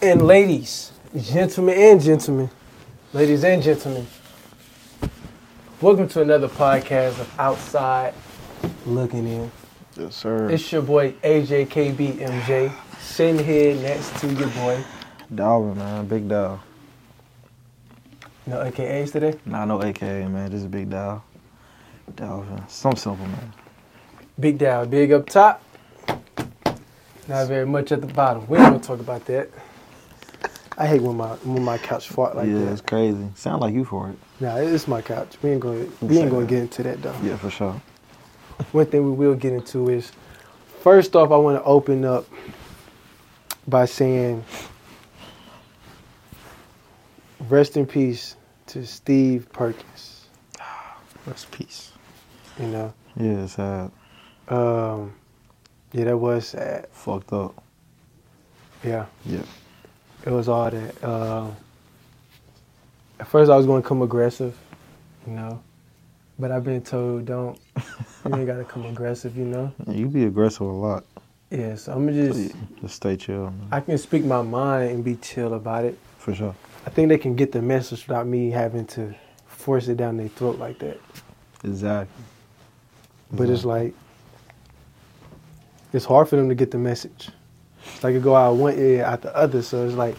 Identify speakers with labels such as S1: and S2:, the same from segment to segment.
S1: and ladies, gentlemen and gentlemen, ladies and gentlemen, welcome to another podcast of Outside Looking In.
S2: Yes, sir.
S1: It's your boy AJKBMJ sitting here next to your boy,
S2: Dalvin, man. Big Dow.
S1: no AKAs today.
S2: Nah, no AKA, man. This is Big Dow. Dalvin. Some simple, man.
S1: Big down, big up top, not very much at the bottom. We ain't gonna talk about that. I hate when my when my couch fart like
S2: yeah,
S1: that.
S2: it's crazy. Sound like you for it.
S1: Nah, it's my couch. We ain't going to we
S2: Say
S1: ain't going
S2: that.
S1: to get into that though.
S2: Yeah, for sure.
S1: One thing we will get into is first off, I want to open up by saying rest in peace to Steve Perkins.
S2: Rest peace.
S1: You know,
S2: Yeah, it's sad.
S1: um, yeah, that was sad.
S2: Fucked up.
S1: Yeah,
S2: Yeah.
S1: it was all that. Um at first, I was going to come aggressive, you know, but I've been told don't. You ain't got to come aggressive, you know.
S2: You be aggressive a lot.
S1: Yeah, so I'm gonna just.
S2: Just stay chill, man.
S1: I can speak my mind and be chill about it.
S2: For sure.
S1: I think they can get the message without me having to force it down their throat like that.
S2: Exactly.
S1: But it's like it's hard for them to get the message. It's like it go out one ear out the other. So it's like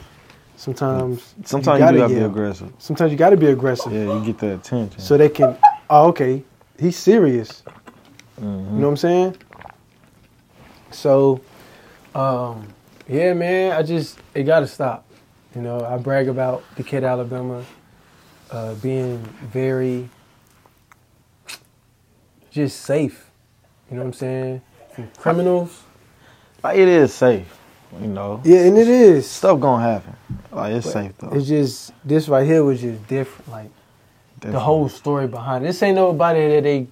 S1: sometimes
S2: Sometimes you, gotta, be
S1: yell.
S2: aggressive.
S1: Sometimes you gotta be aggressive.
S2: Yeah, you get the attention.
S1: So they can oh okay, he's serious. You
S2: Mhm.
S1: know what I'm saying? So, um, yeah, man, I just it gotta stop. You know, I brag about Decatur, Alabama, uh, being very just safe. You know what I'm saying? From criminals.
S2: Like, it is safe, you know.
S1: Yeah, and it is.
S2: Stuff gonna happen. Like it's
S1: But
S2: safe though.
S1: It's just this right here was just different. Like the
S2: Definitely.
S1: whole story behind it. This ain't nobody that they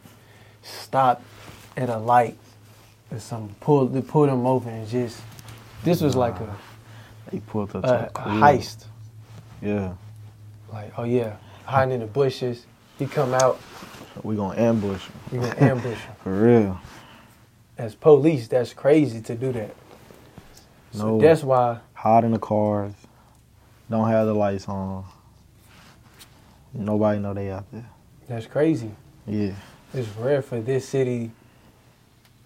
S1: stopped at a light or something. Pull they pulled them over and just this was like a
S2: they pulled up to
S1: a,
S2: the
S1: a
S2: crib.
S1: heist.
S2: Yeah.
S1: Like, oh yeah, hiding in the bushes. He come out,
S2: We gonna ambush him.
S1: we gonna ambush him.
S2: For real.
S1: As police, that's crazy to do that. So
S2: No.
S1: that's why,
S2: Hide in the cars. Don't have the lights on. Nobody know they out there.
S1: that's crazy.
S2: Yeah.
S1: It's rare for this city,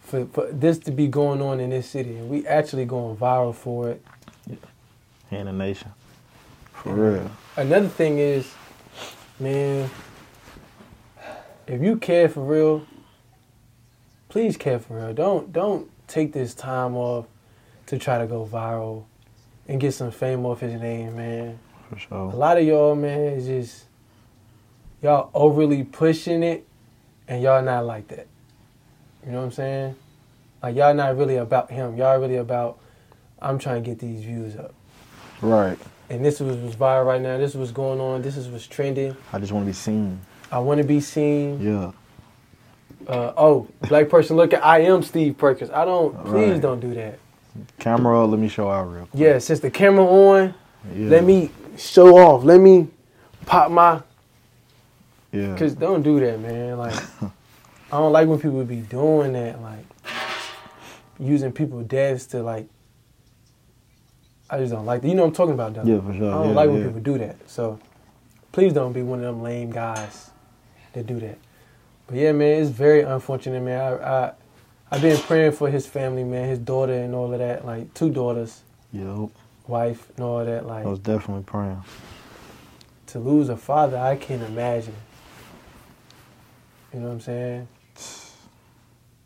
S1: for, for this to be going on in this city. And we actually going viral for it.
S2: In the nation. For real.
S1: Another thing is, man, if you care for real, please care for real. Don't don't take this time off to try to go viral and get some fame off his name, man.
S2: For
S1: A
S2: sure.
S1: lot of y'all, man, is just y'all overly pushing it and y'all not like that. You know what I'm saying? Like y'all not really about him. Y'all really about I'm trying to get these views up.
S2: Right.
S1: And this was was viral right now. This is what's going on. This is what's trending.
S2: I just wanna be seen.
S1: I want to be seen.
S2: Yeah.
S1: Uh, oh, black person looking. I am Steve Perkins. I don't. Please
S2: Right.
S1: don't do that.
S2: Camera up, let me show out real quick.
S1: Yeah, since the camera on,
S2: Yeah.
S1: let me show off. Let me pop my.
S2: Yeah.
S1: Cause don't do that, man. Like, I don't like when people be doing that. Like, using people deaths to like. I just don't like that. You know what I'm talking about, though.
S2: Yeah, for sure.
S1: I don't
S2: yeah,
S1: like when
S2: yeah.
S1: people do that. So please don't be one of them lame guys that do that. But yeah, man, it's very unfortunate, man. I, I I've been praying for his family, man, his daughter and all of that, like two daughters,
S2: Yup.
S1: wife and all of that. Like
S2: I was definitely praying.
S1: to lose a father, I can't imagine. You know what I'm saying?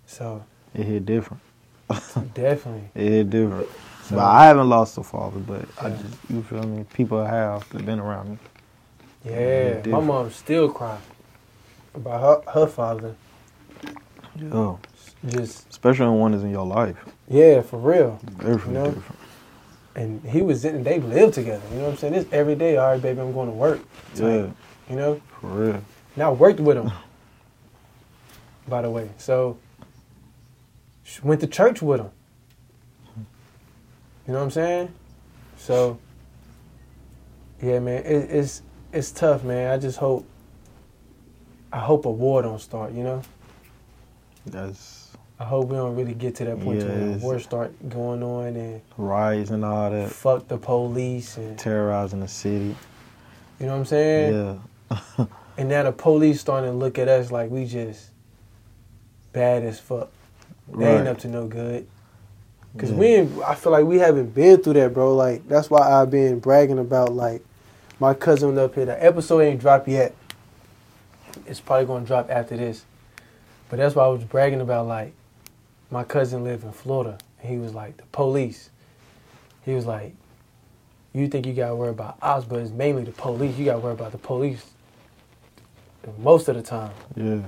S1: So
S2: It hit different.
S1: definitely,
S2: It hit different.
S1: So-
S2: but I haven't lost a father, but I
S1: Yeah.
S2: just you feel me? People have that been around me.
S1: yeah. My
S2: Different.
S1: mom still cry about her, her father.
S2: Yeah.
S1: Just
S2: Oh, Especially when one is in your life.
S1: yeah, for real.
S2: Everything
S1: Yeah.
S2: different.
S1: and he was in they lived together. You know what I'm saying? This every day, all right, baby, I'm going to work.
S2: Yeah.
S1: type, You know?
S2: For real.
S1: And I worked with him, by the way. So sh- went to church with him. You know what I'm saying? So yeah, man, it, it's it's tough, man. I just hope I hope a war don't start, you know?
S2: That's
S1: I I hope we don't really get to that point to where
S2: Yes.
S1: wars start going on and
S2: Riots and all that,
S1: fuck the police and
S2: terrorizing the city.
S1: you know what I'm saying.
S2: Yeah,
S1: And now the police starting to look at us like we just bad as fuck. They ain't up to no good. Cause
S2: Yeah.
S1: we, ain't, I feel like we haven't been through that, bro. Like that's why I've been bragging about like my cousin up here. The episode ain't dropped yet. It's probably gonna drop after this, but that's why I was bragging about like my cousin lived in Florida. And he was like the police. He was like, you think you gotta worry about us, but it's mainly the police. You gotta worry about the police most of the time.
S2: yeah,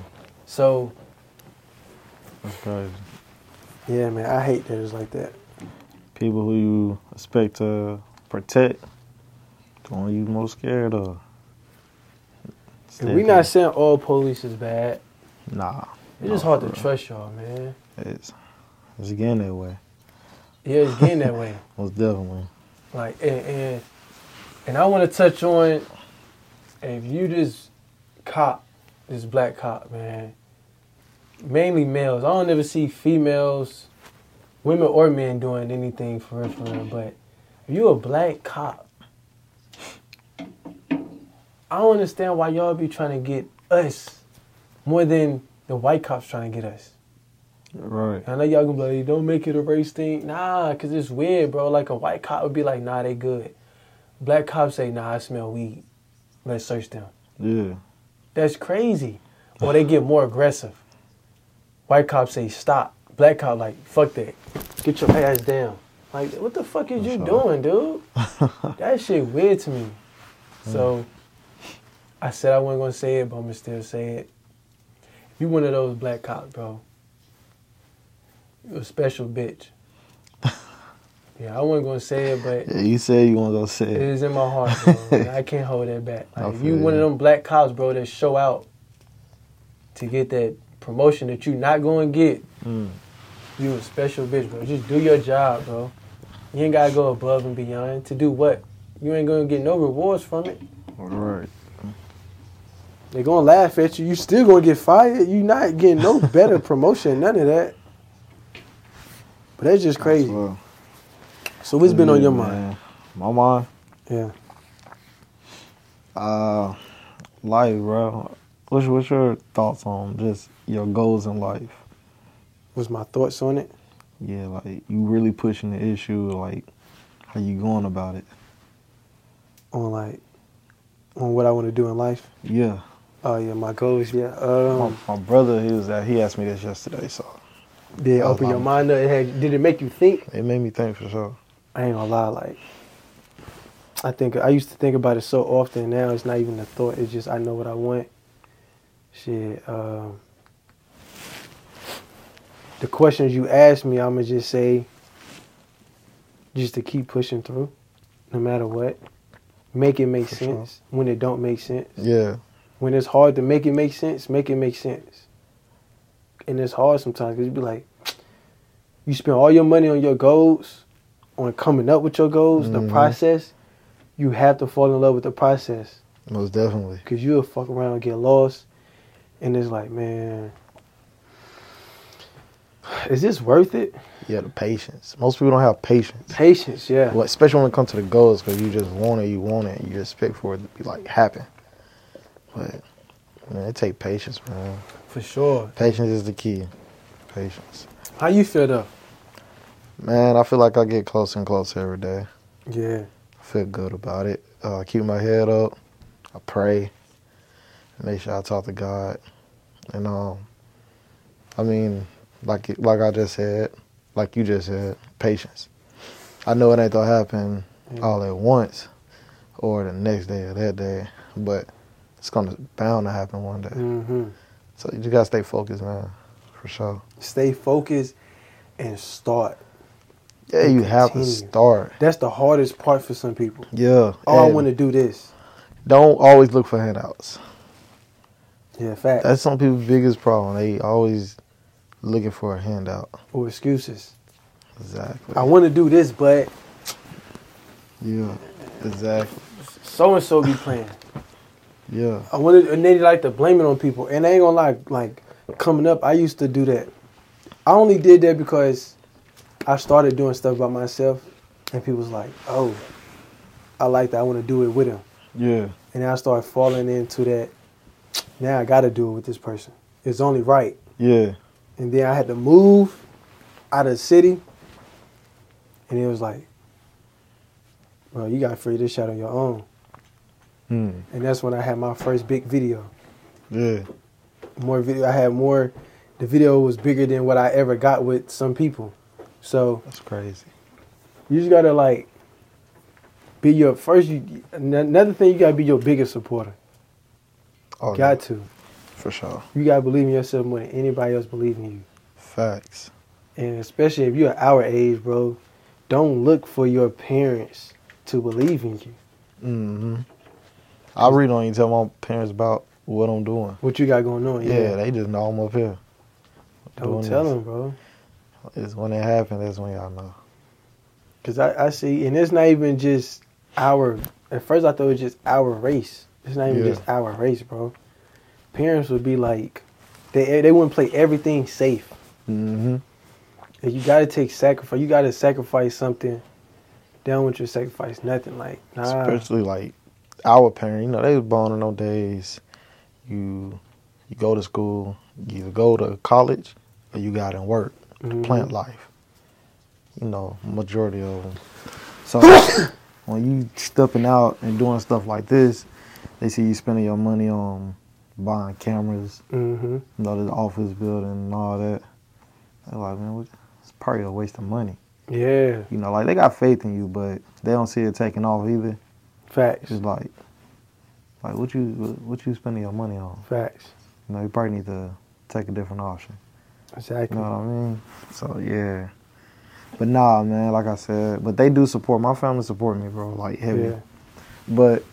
S1: So
S2: that's crazy.
S1: yeah, man, I hate that it's like that.
S2: People who you expect to protect, the one you most scared of.
S1: And we not saying all police is bad.
S2: Nah,
S1: It's just
S2: Nah,
S1: hard to
S2: for real.
S1: trust y'all, man.
S2: it's it's getting that way.
S1: Yeah, it's getting that way.
S2: Most definitely.
S1: Like, and and, and I want to touch on if you this cop, this black cop, man. Mainly males. I don't ever see females, women or men doing anything for real, for real. But if you a black cop, I don't understand why y'all be trying to get us more than the white cops trying to get us.
S2: Right.
S1: I know y'all gonna be like, don't make it a race thing. Nah, cause it's weird, bro. Like a white cop would be like, nah, they good. Black cops say, nah, I smell weed. Let's search them.
S2: Yeah.
S1: That's crazy. Or they get more aggressive. White cops say, stop. Black cop like, fuck that. Get your ass down. Like, what the fuck is you
S2: That's
S1: doing, dude? that shit weird to me. So, I said I wasn't gonna say it, but I'm gonna still say it. If you one of those black cops, bro, you a special bitch. yeah, I wasn't gonna say it, but
S2: Yeah, you said you want to go sit.
S1: it is in my heart, bro. Like, I can't hold that back.
S2: I
S1: Like, if
S2: feel
S1: you one of
S2: you.
S1: them black cops, bro, that show out to get that promotion that you not going to get,
S2: Mm.
S1: you a special bitch, bro. Just do your job, bro. You ain't got to go above and beyond. To do what? You ain't going to get no rewards from it.
S2: Right.
S1: they going to laugh at you. You still going to get fired. You not getting no better promotion, none of that. But that's just crazy.
S2: Well,
S1: So what's been on
S2: yeah,
S1: your mind?
S2: man. My mind.
S1: Yeah.
S2: Uh, life, bro. What's what's your thoughts on just your goals in life?
S1: What's my thoughts on it?
S2: Yeah, like you really pushing the issue. Like, how you going about it?
S1: On like, on what I want to do in life?
S2: Yeah.
S1: Oh yeah, my goals. Yeah, um,
S2: my, my brother, he was at. He asked me this yesterday, so
S1: did it
S2: Oh,
S1: open your
S2: my-
S1: mind up? It had, did it make you think?
S2: it made me think for sure.
S1: I ain't gonna lie, like I think I used to think about it so often. Now it's not even a thought. It's just I know what I want. Shit. Um, the questions you ask me, I'ma just say, just to keep pushing through, no matter what. Make it make
S2: For sure.
S1: sense when it don't make sense.
S2: Yeah.
S1: when it's hard to make it make sense, make it make sense. And it's hard sometimes because you be like, you spend all your money on your goals, on coming up with your goals, the
S2: Mhm.
S1: process. You have to fall in love with the process
S2: Most definitely.
S1: because you'll fuck around and get lost. And it's like, man, is this worth it?
S2: Yeah, the patience. Most people don't have patience.
S1: Patience, yeah.
S2: Well, especially when it comes to the goals, because you just want it, you want it, you expect for it to be like happen. But man, it take patience, man.
S1: For sure.
S2: Patience is the key. Patience,
S1: How you feel though?
S2: man. I feel like I get closer and closer every day.
S1: Yeah.
S2: I feel good about it. Uh, I keep my head up. I pray. Make sure I talk to God. And um, I mean, like like I just said, like you just said, patience. I know it ain't gonna happen
S1: Yeah.
S2: all at once or the next day or that day, but it's gonna bound to happen one day.
S1: Mm-hmm.
S2: So you just gotta stay focused, man, for sure.
S1: Stay focused and start.
S2: Yeah, you have to
S1: Continue.
S2: start.
S1: That's the hardest part for some people.
S2: Yeah.
S1: Oh, I
S2: and
S1: want to do this.
S2: don't always look for handouts.
S1: Yeah, facts
S2: That's some people's biggest problem. They always looking for a handout.
S1: or excuses.
S2: Exactly.
S1: I want to do this, but
S2: yeah. Exactly.
S1: so and so be playing.
S2: Yeah.
S1: I wanted, and they like to blame it on people. And I ain't gonna lie, like coming up, I used to do that. I only did that because I started doing stuff by myself, and people was like, "Oh, I like that. I want to do it with him."
S2: Yeah.
S1: And I started falling into that. Now I got to do it with this person. It's only right.
S2: Yeah.
S1: And then I had to move out of the city, and it was like, "Well, you got to figure this out on your own."
S2: Mm.
S1: And that's when I had my first big video.
S2: Yeah.
S1: more video. I had more. The video was bigger than what I ever got with some people. So
S2: That's crazy.
S1: you just gotta like be your first. You, an- another thing you gotta be your biggest supporter.
S2: Oh,
S1: got
S2: yeah,
S1: to.
S2: for sure.
S1: You gotta believe in yourself more than anybody else believe in you.
S2: Facts.
S1: And especially if you're our age, bro, don't look for your parents to believe in you.
S2: Mm-hmm. I really don't even tell my parents about what I'm doing.
S1: What you got going on?
S2: Yeah, they just know I'm up here.
S1: don't
S2: doing
S1: tell
S2: this.
S1: them, bro.
S2: It's when it happens. That's when y'all know.
S1: Cause I, I see, and it's not even just our. At first, I thought it was just our race. It's not even
S2: Yeah.
S1: just our race, bro. Parents would be like, they they wouldn't play everything safe.
S2: Mm-hmm.
S1: And you gotta take sacrifice. You gotta sacrifice something. They don't want you to sacrifice nothing. Like nah,
S2: Especially like our parents. You know, they was born in those days. You you go to school. You either go to college or you got in work.
S1: Mhm.
S2: Plant life. You know, majority of them. So when you stepping out and doing stuff like this, they see you spending your money on buying cameras,
S1: Mhm.
S2: you know, the office building and all that. They're like, man, what- it's probably a waste of money.
S1: Yeah.
S2: You know, like they got faith in you, but they don't see it taking off either.
S1: Facts.
S2: It's like, like what you what you spending your money on?
S1: Facts.
S2: You know, you probably need to take a different option. You
S1: Exactly.
S2: know what I mean? So yeah, but nah, man. Like I said, but they do support my family. Support me, bro. Like heavy.
S1: yeah.
S2: But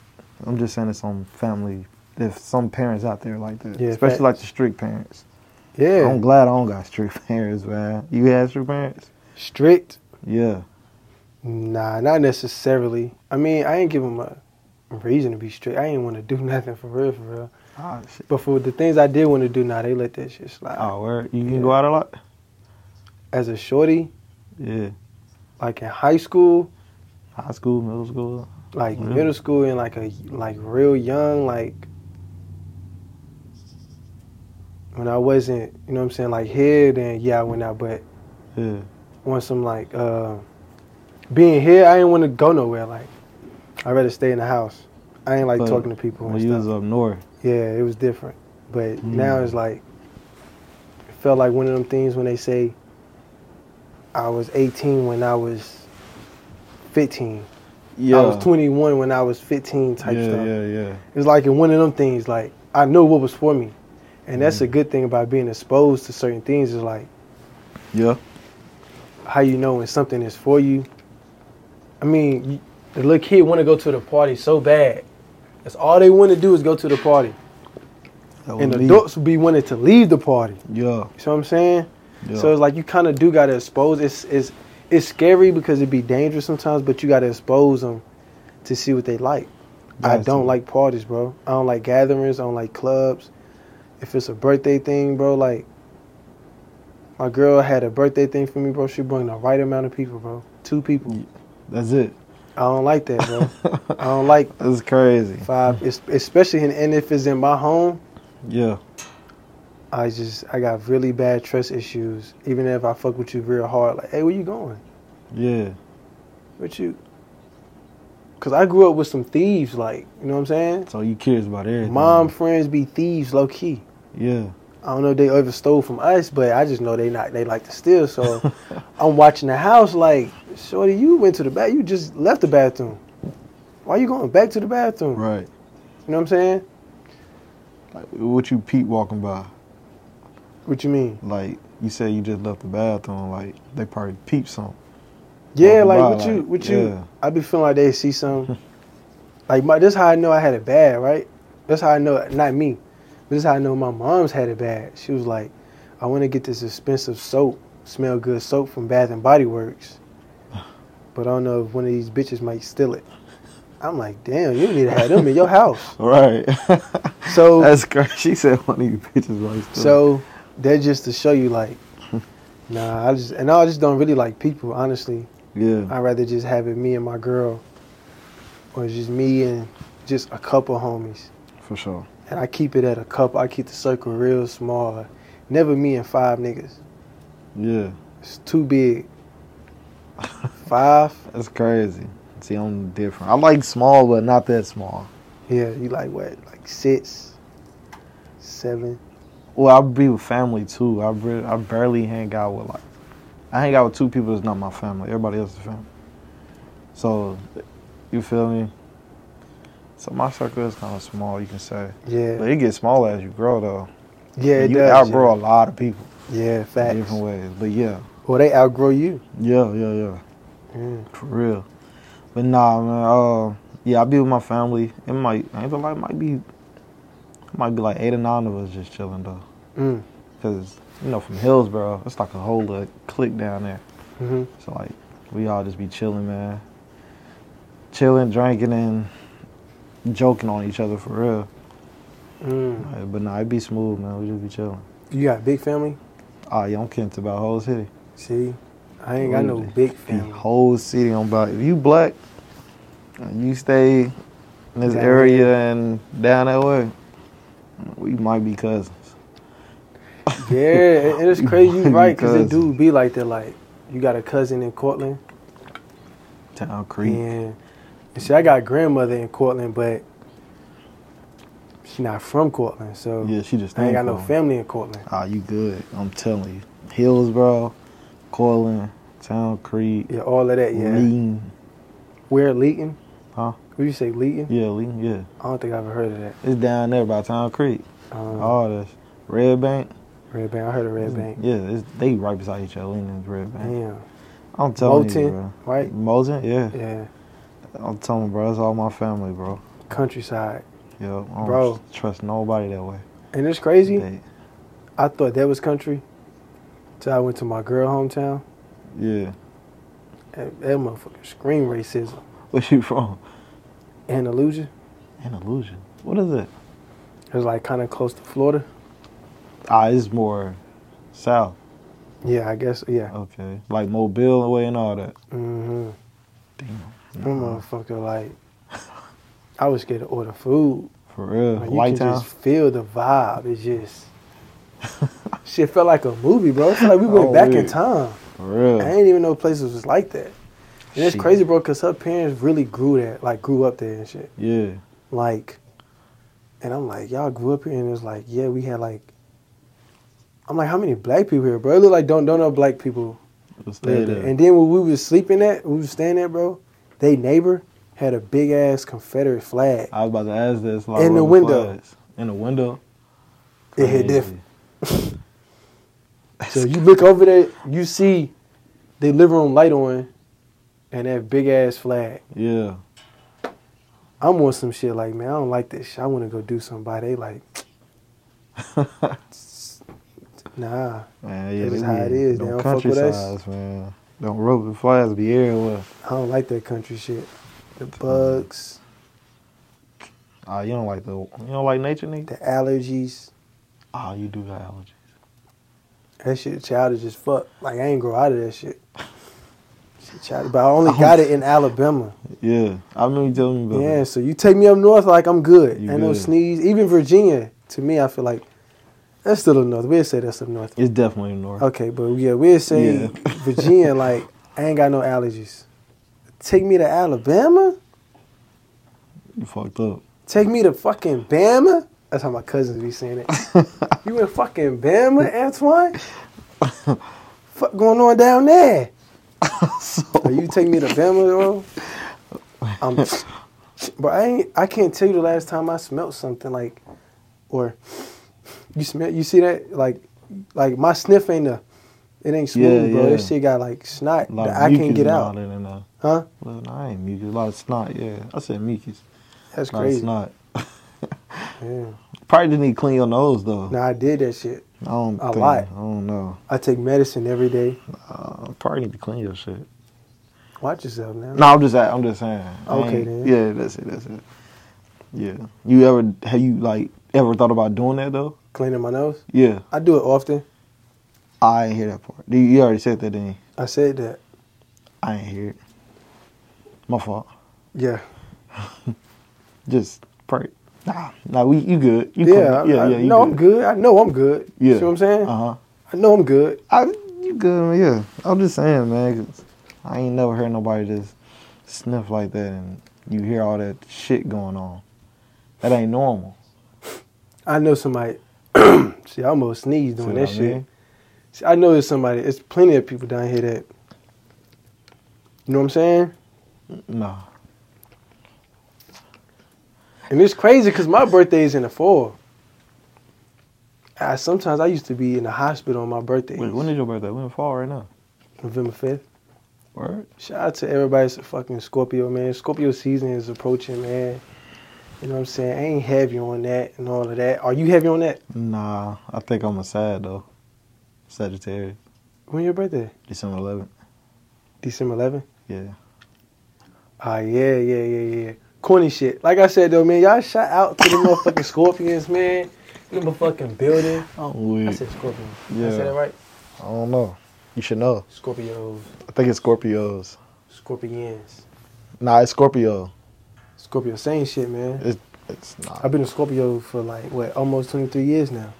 S2: I'm just saying, it's some family. If some parents out there like that,
S1: Yeah,
S2: especially
S1: facts.
S2: like the strict parents.
S1: Yeah.
S2: I'm glad I don't got strict parents, man. You had strict parents?
S1: Strict.
S2: Yeah.
S1: Nah, not necessarily. I mean, I ain't give them a reason to be strict. I ain't want to do nothing for real, for real.
S2: Oh, shit.
S1: But for the things I did want to do, now they let that shit slide.
S2: Oh, where you can
S1: Yeah.
S2: go out a lot?
S1: As a shorty,
S2: Yeah.
S1: like in high school,
S2: High school, middle school.
S1: like
S2: Really?
S1: middle school, and like a like real young, like when I wasn't, you know what I'm saying, like here, then yeah, I went out. But
S2: Yeah.
S1: once I'm like uh, being here, I didn't want to go nowhere. Like I rather stay in the house. I ain't like
S2: But
S1: talking to people.
S2: When
S1: And
S2: you
S1: stuff.
S2: was up north.
S1: Yeah, it was different. But
S2: Mm.
S1: now it's like it felt like one of them things when they say I was 18 when I was 15.
S2: Yeah.
S1: I was 21 when I was 15 type
S2: yeah,
S1: stuff.
S2: Yeah, yeah,
S1: It's like in one of them things like I know what was for me. And that's
S2: Hmm.
S1: a good thing about being exposed to certain things is like
S2: yeah.
S1: how you know when something is for you. I mean, you- the little kid want to go to the party so bad. That's all they want to do is go to the party.
S2: That
S1: And
S2: was me.
S1: adults will be wanting to leave the party.
S2: Yeah.
S1: You see what I'm saying?
S2: yeah.
S1: So it's like you kind of do gotta expose. It's it's it's scary because it'd be dangerous sometimes, but you gotta expose them to see what they like. I
S2: Got
S1: don't
S2: to.
S1: like parties, bro. I don't like gatherings. I don't like clubs. If it's a birthday thing, bro, like my girl had a birthday thing for me, bro. She brought the right amount of people, bro. Two people.
S2: That's it.
S1: I don't like that, bro. I don't like
S2: That's crazy.
S1: five, es- especially in, and if it's in my home.
S2: Yeah.
S1: I just I got really bad trust issues. Even if I fuck with you real hard, like, hey, where you going?
S2: Yeah.
S1: What you? Cause I grew up with some thieves, like you know what I'm saying.
S2: So you curious about everything.
S1: Mom friends be thieves, low key.
S2: Yeah.
S1: I don't know if they ever stole from us, but I just know they not they like to steal. So I'm watching the house, like shorty, you went to the bath, you just left the bathroom. Why you going back to the bathroom?
S2: Right.
S1: You know what I'm saying?
S2: Like what you peep walking by.
S1: What you mean?
S2: Like you said you just left the bathroom, like they probably peep something.
S1: Yeah,
S2: Walking
S1: like
S2: by,
S1: what you,
S2: like,
S1: what you.
S2: yeah.
S1: I be feeling like they see something. like my, this how I know I had it bad, right? That's how I know, not me, but this how I know my mom's had it bad. She was like, I want to get this expensive soap, smell good soap from Bath and Body Works, but I don't know if one of these bitches might steal it. I'm like, damn, you need to have them in your house.
S2: Right.
S1: So,
S2: That's crazy. She said one of you bitches like
S1: so that just to show you, like, Nah, I just and I just don't really like people. Honestly,
S3: Yeah.
S1: I'd rather just have it me and my girl, or just me and just a couple homies.
S3: For sure.
S1: And I keep it at a couple. I keep the circle real small. Never me and five niggas.
S3: Yeah.
S1: It's too big. Five.
S2: That's crazy. See, I'm different. I like small, but not that small.
S1: Yeah, you like what? Like six, seven.
S2: Well, I be with family too. I bar- I barely hang out with like I hang out with two people that's not my family. Everybody else is family. So, you feel me? So my circle is kind of small, you can say,
S1: Yeah,
S2: but it gets smaller as you grow though.
S1: yeah, it
S2: you
S1: does.
S2: outgrow a lot of people
S1: Yeah,
S2: in
S1: facts.
S2: different ways. But yeah,
S1: Well, they outgrow you.
S2: yeah, yeah, yeah.
S1: Mm.
S2: For real. But nah, man. Uh, yeah, I be with my family. It might, I ain't gonna lie, it might be, it might be like eight or nine of us just chilling though.
S1: Mm.
S2: Cause you know from Hillsboro, it's like a whole little clique down there.
S1: hmm
S2: So like, we all just be chilling, man. Chilling, drinking, and joking on each other for real.
S1: Mm.
S2: Like, but nah, it be smooth, man. We just be chilling.
S1: You got a big family?
S2: Ah, yeah, I'm kidding it's about whole city.
S1: See, I ain't got no
S2: Really?
S1: big
S2: The
S1: family.
S2: whole city on about. If you black, and you stay in this
S1: Down
S2: area and down that way, we might be cousins.
S1: Yeah, and- and it's crazy, you right? Because it
S2: Because-
S1: do be like that. Like, you got a cousin in Cortland,
S2: Town Creek.
S1: and, and see, I got a grandmother in Cortland, but she not from Cortland, so
S2: Yeah, she just
S1: I ain't
S2: named
S1: got no
S2: Corlin.
S1: family in Cortland.
S2: Ah, you good? I'm telling you, Hillsboro, Corlin, Town Creek,
S1: Yeah, all of that. Yeah,
S2: Lean.
S1: where Leeton?
S2: Huh?
S1: Would you say Leeton?
S2: Yeah, Lean. Yeah,
S1: I don't think I've ever heard of that.
S2: it's down there by Town Creek.
S1: Um,
S2: All this Red Bank.
S1: Red Bank. I heard of Red Bank.
S2: Oh. Yeah, it's, they right beside each other. Lean and Red Bank.
S1: Damn.
S2: I'm telling you,
S1: Moulton,
S2: bro.
S1: right?
S2: Moulton, yeah.
S1: Yeah.
S2: I'm telling you, bro, that's all my family, bro.
S1: Countryside.
S2: Yeah, I don't
S1: Bro.
S2: trust nobody that way.
S1: And it's crazy.
S2: They-
S1: I thought that was country. Till I went to my girl hometown.
S2: yeah.
S1: That, that motherfucker scream racism
S2: Where you from?
S1: and illusion.
S2: An illusion. What is it?
S1: It was like kind of close to Florida.
S2: Ah, it's more south.
S1: Yeah, I guess. Yeah.
S2: Okay. Like Mobile away and all that.
S1: Mm-hmm.
S2: Damn.
S1: That motherfucker like. I was scared to order food.
S2: For real.
S1: Like, you
S2: White
S1: can
S2: town.
S1: just feel the vibe. It's just. Shit felt like a movie, bro. It's like we went
S2: Oh,
S1: back in
S2: weird.
S1: time.
S2: For real.
S1: I didn't even know places was like that. And it's
S2: Shit.
S1: crazy, bro, because her parents really grew that, like grew up there and shit.
S2: Yeah.
S1: Like, and I'm like, y'all grew up here, and it's like, yeah, we had like, I'm like, how many black people here, bro? It look like don't don't know black people.
S2: We'll stay
S1: lived
S2: there.
S1: there. And then when we was sleeping at, we was staying at, bro. They neighbor had a big ass Confederate flag.
S2: I was about to ask this. Like,
S1: In the
S2: what
S1: window.
S2: flies? In the window.
S1: It hit
S2: Crazy.
S1: different. So you look over there, you see the living room light on, and that big ass flag.
S2: Yeah.
S1: I'm on some shit like, man, I don't like this shit. I want to go do somebody. They like, nah.
S2: Man, yeah.
S1: That's
S2: they
S1: just how
S2: be-
S1: it is. They
S2: Them
S1: don't fuck with us.
S2: countrysides, man. Don't rope the flags be everywhere.
S1: I don't like that country shit. The bugs,
S2: Ah, you don't like the you don't like nature, nigga.
S1: the allergies.
S2: Ah, you do got allergies.
S1: That shit childish as fuck. Like I ain't grow out of that shit. Shit childish. But I only got it in Alabama.
S2: Yeah, I remember you telling me about
S1: Yeah,
S2: that.
S1: so you take me up north, like I'm good.
S2: You
S1: ain't no
S2: good.
S1: sneeze. Even Virginia, to me, I feel like that's still up north. We'll say that's up north.
S2: It's definitely north.
S1: Okay, but yeah, we'll say
S2: Yeah.
S1: Virginia, like, I ain't got no allergies. Take me to Alabama?
S2: You fucked up.
S1: Take me to fucking Bama? That's how my cousins be saying it. you in fucking Bama, Antoine? Fuck going on down there? Are you take me to Bama, bro? I'm, bro, I ain't, I can't tell you the last time I smelled something like, or you smell, you see that like, like my sniff ain't a, it ain't smooth,
S2: Yeah,
S1: bro.
S2: yeah.
S1: This shit got like snot
S2: A lot
S1: that
S2: of
S1: I can't
S2: mucus
S1: get
S2: and
S1: out,
S2: all that in there.
S1: huh?
S2: Well, no, I ain't mucus. A lot of snot. Yeah, I said mucus.
S1: That's
S2: No, it's
S1: crazy.
S2: not.
S1: Yeah.
S2: Probably didn't need to clean your nose though.
S1: Now I did that shit.
S2: I don't.
S1: A
S2: think-
S1: lot.
S2: I don't know.
S1: I take medicine every day.
S2: Uh, probably need to clean your shit.
S1: Watch yourself now.
S2: No, I'm just. I'm just saying. I
S1: Okay,
S2: ain't-
S1: then.
S2: Yeah, that's it. That's it. Yeah. You ever have you like ever thought about doing that though?
S1: Cleaning my nose.
S2: Yeah.
S1: I do it often.
S4: I ain't hear that part. You- You already said that, didn't you?
S2: I said that.
S4: I ain't hear it. My fault.
S2: Yeah.
S4: Just pray. Nah, nah, we you good. You
S2: Yeah.
S4: cool. yeah,
S2: I,
S4: yeah.
S2: I
S4: You
S2: know I'm good. I know I'm good. You see what I'm saying?
S4: Uh huh.
S2: I know I'm good.
S4: I you good? man, Yeah. I'm just saying, man. 'cause I ain't never heard nobody just sniff like that, and you hear all that shit going on. That ain't normal.
S1: I know somebody. see, I almost sneezed doing
S4: See
S1: that
S4: what I
S1: shit.
S4: mean?
S1: See, I know there's somebody. It's plenty of people down here that. You know what I'm saying?
S4: Nah.
S1: And it's crazy because my birthday is in the fall. I, sometimes I used to be in the hospital on my birthday.
S4: Wait, when is your birthday? We in fall right now.
S1: November 5th.
S4: Word.
S1: Shout out to everybody that's a fucking Scorpio, man. Scorpio season is approaching, man. You know what I'm saying? I ain't heavy on that and all of that. Are you heavy on that?
S4: Nah, I think I'm a sad though. Sagittarius,
S1: When your birthday?
S4: December 11th.
S1: December 11th?
S4: Yeah.
S1: Ah, yeah, yeah, yeah, yeah. Corny shit. Like I said, though, man, y'all shout out to the motherfucking Scorpions, man. In the motherfucking building.
S4: Oh,
S1: I
S4: weird.
S1: said Scorpion. I
S4: Yeah.
S1: said it right?
S2: I don't know. You should know.
S1: Scorpios.
S2: I think it's Scorpios.
S1: Scorpions.
S2: Nah, it's Scorpio.
S1: Scorpio, same shit, man.
S2: It's not.
S1: I've been a Scorpio for like, what, almost 23 years now.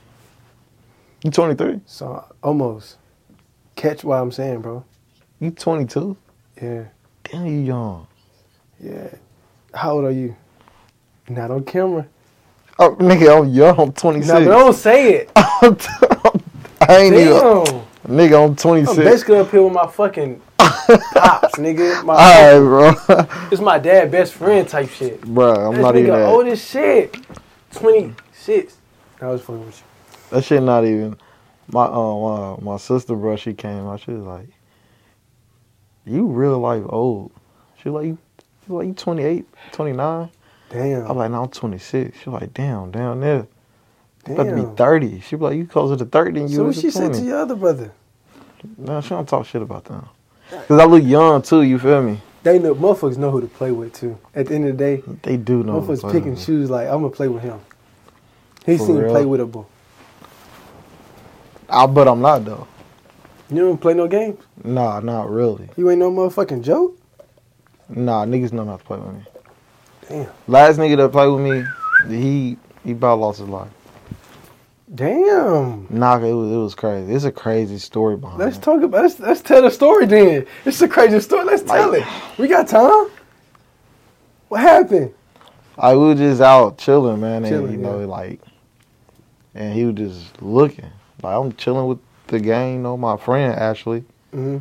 S2: You 23?
S1: So, almost. Catch what I'm saying, bro.
S2: You 22?
S1: Yeah.
S2: Damn, you young.
S1: Yeah. How old are you? Not on camera.
S2: Oh, nigga, I'm young. I'm 26.
S1: No, but don't say it.
S2: I'm t- I'm- I ain't even.
S1: Damn.
S2: Nigga, I'm
S1: I'm
S2: 26.
S1: basically up here with my fucking pops, nigga. My,
S2: Alright, bro.
S1: It's my dad best friend type shit.
S2: Bruh, I'm
S1: this
S2: not
S1: nigga
S2: even that.
S1: old as shit. 26. I was fucking with
S2: That shit not even. My uh, my, my sister, bro, she came out. She was like, "You real life old." She like, "You, you like you 28, 29?
S1: you. Damn.
S2: I'm like, "No, I'm 26." She like, "Damn, down there,
S1: Damn.
S2: about to be 30." She be like, "You closer to 30 than you
S1: so
S2: is
S1: what
S2: to
S1: she
S2: 20."
S1: said to your other brother?
S2: No, she don't talk shit about them. Cause I look young too. You feel me?
S1: They know motherfuckers know who to play with too. At the end of the day,
S2: They do know.
S1: motherfuckers
S2: but-
S1: pick and choose like I'm gonna play with him. He
S2: For
S1: seen
S2: real?
S1: play with a boy.
S2: I but I'm not though.
S1: You don't play no games.
S2: Nah, not really.
S1: You ain't no motherfucking joke.
S2: Nah, niggas know not to play with me.
S1: Damn.
S2: Last nigga that played with me, he he about lost his life.
S1: Damn.
S2: Nah, it was it was crazy. It's a crazy story behind.
S1: Let's
S2: it.
S1: talk about let's, let's tell the story then. It's a crazy story. Let's tell it. We got time. What happened?
S2: I we was just out chilling, man, and
S1: Chilling,
S2: you know,
S1: yeah.
S2: like, and he was just looking. Like I'm chilling with the gang, you know, my friend Ashley.
S1: hmm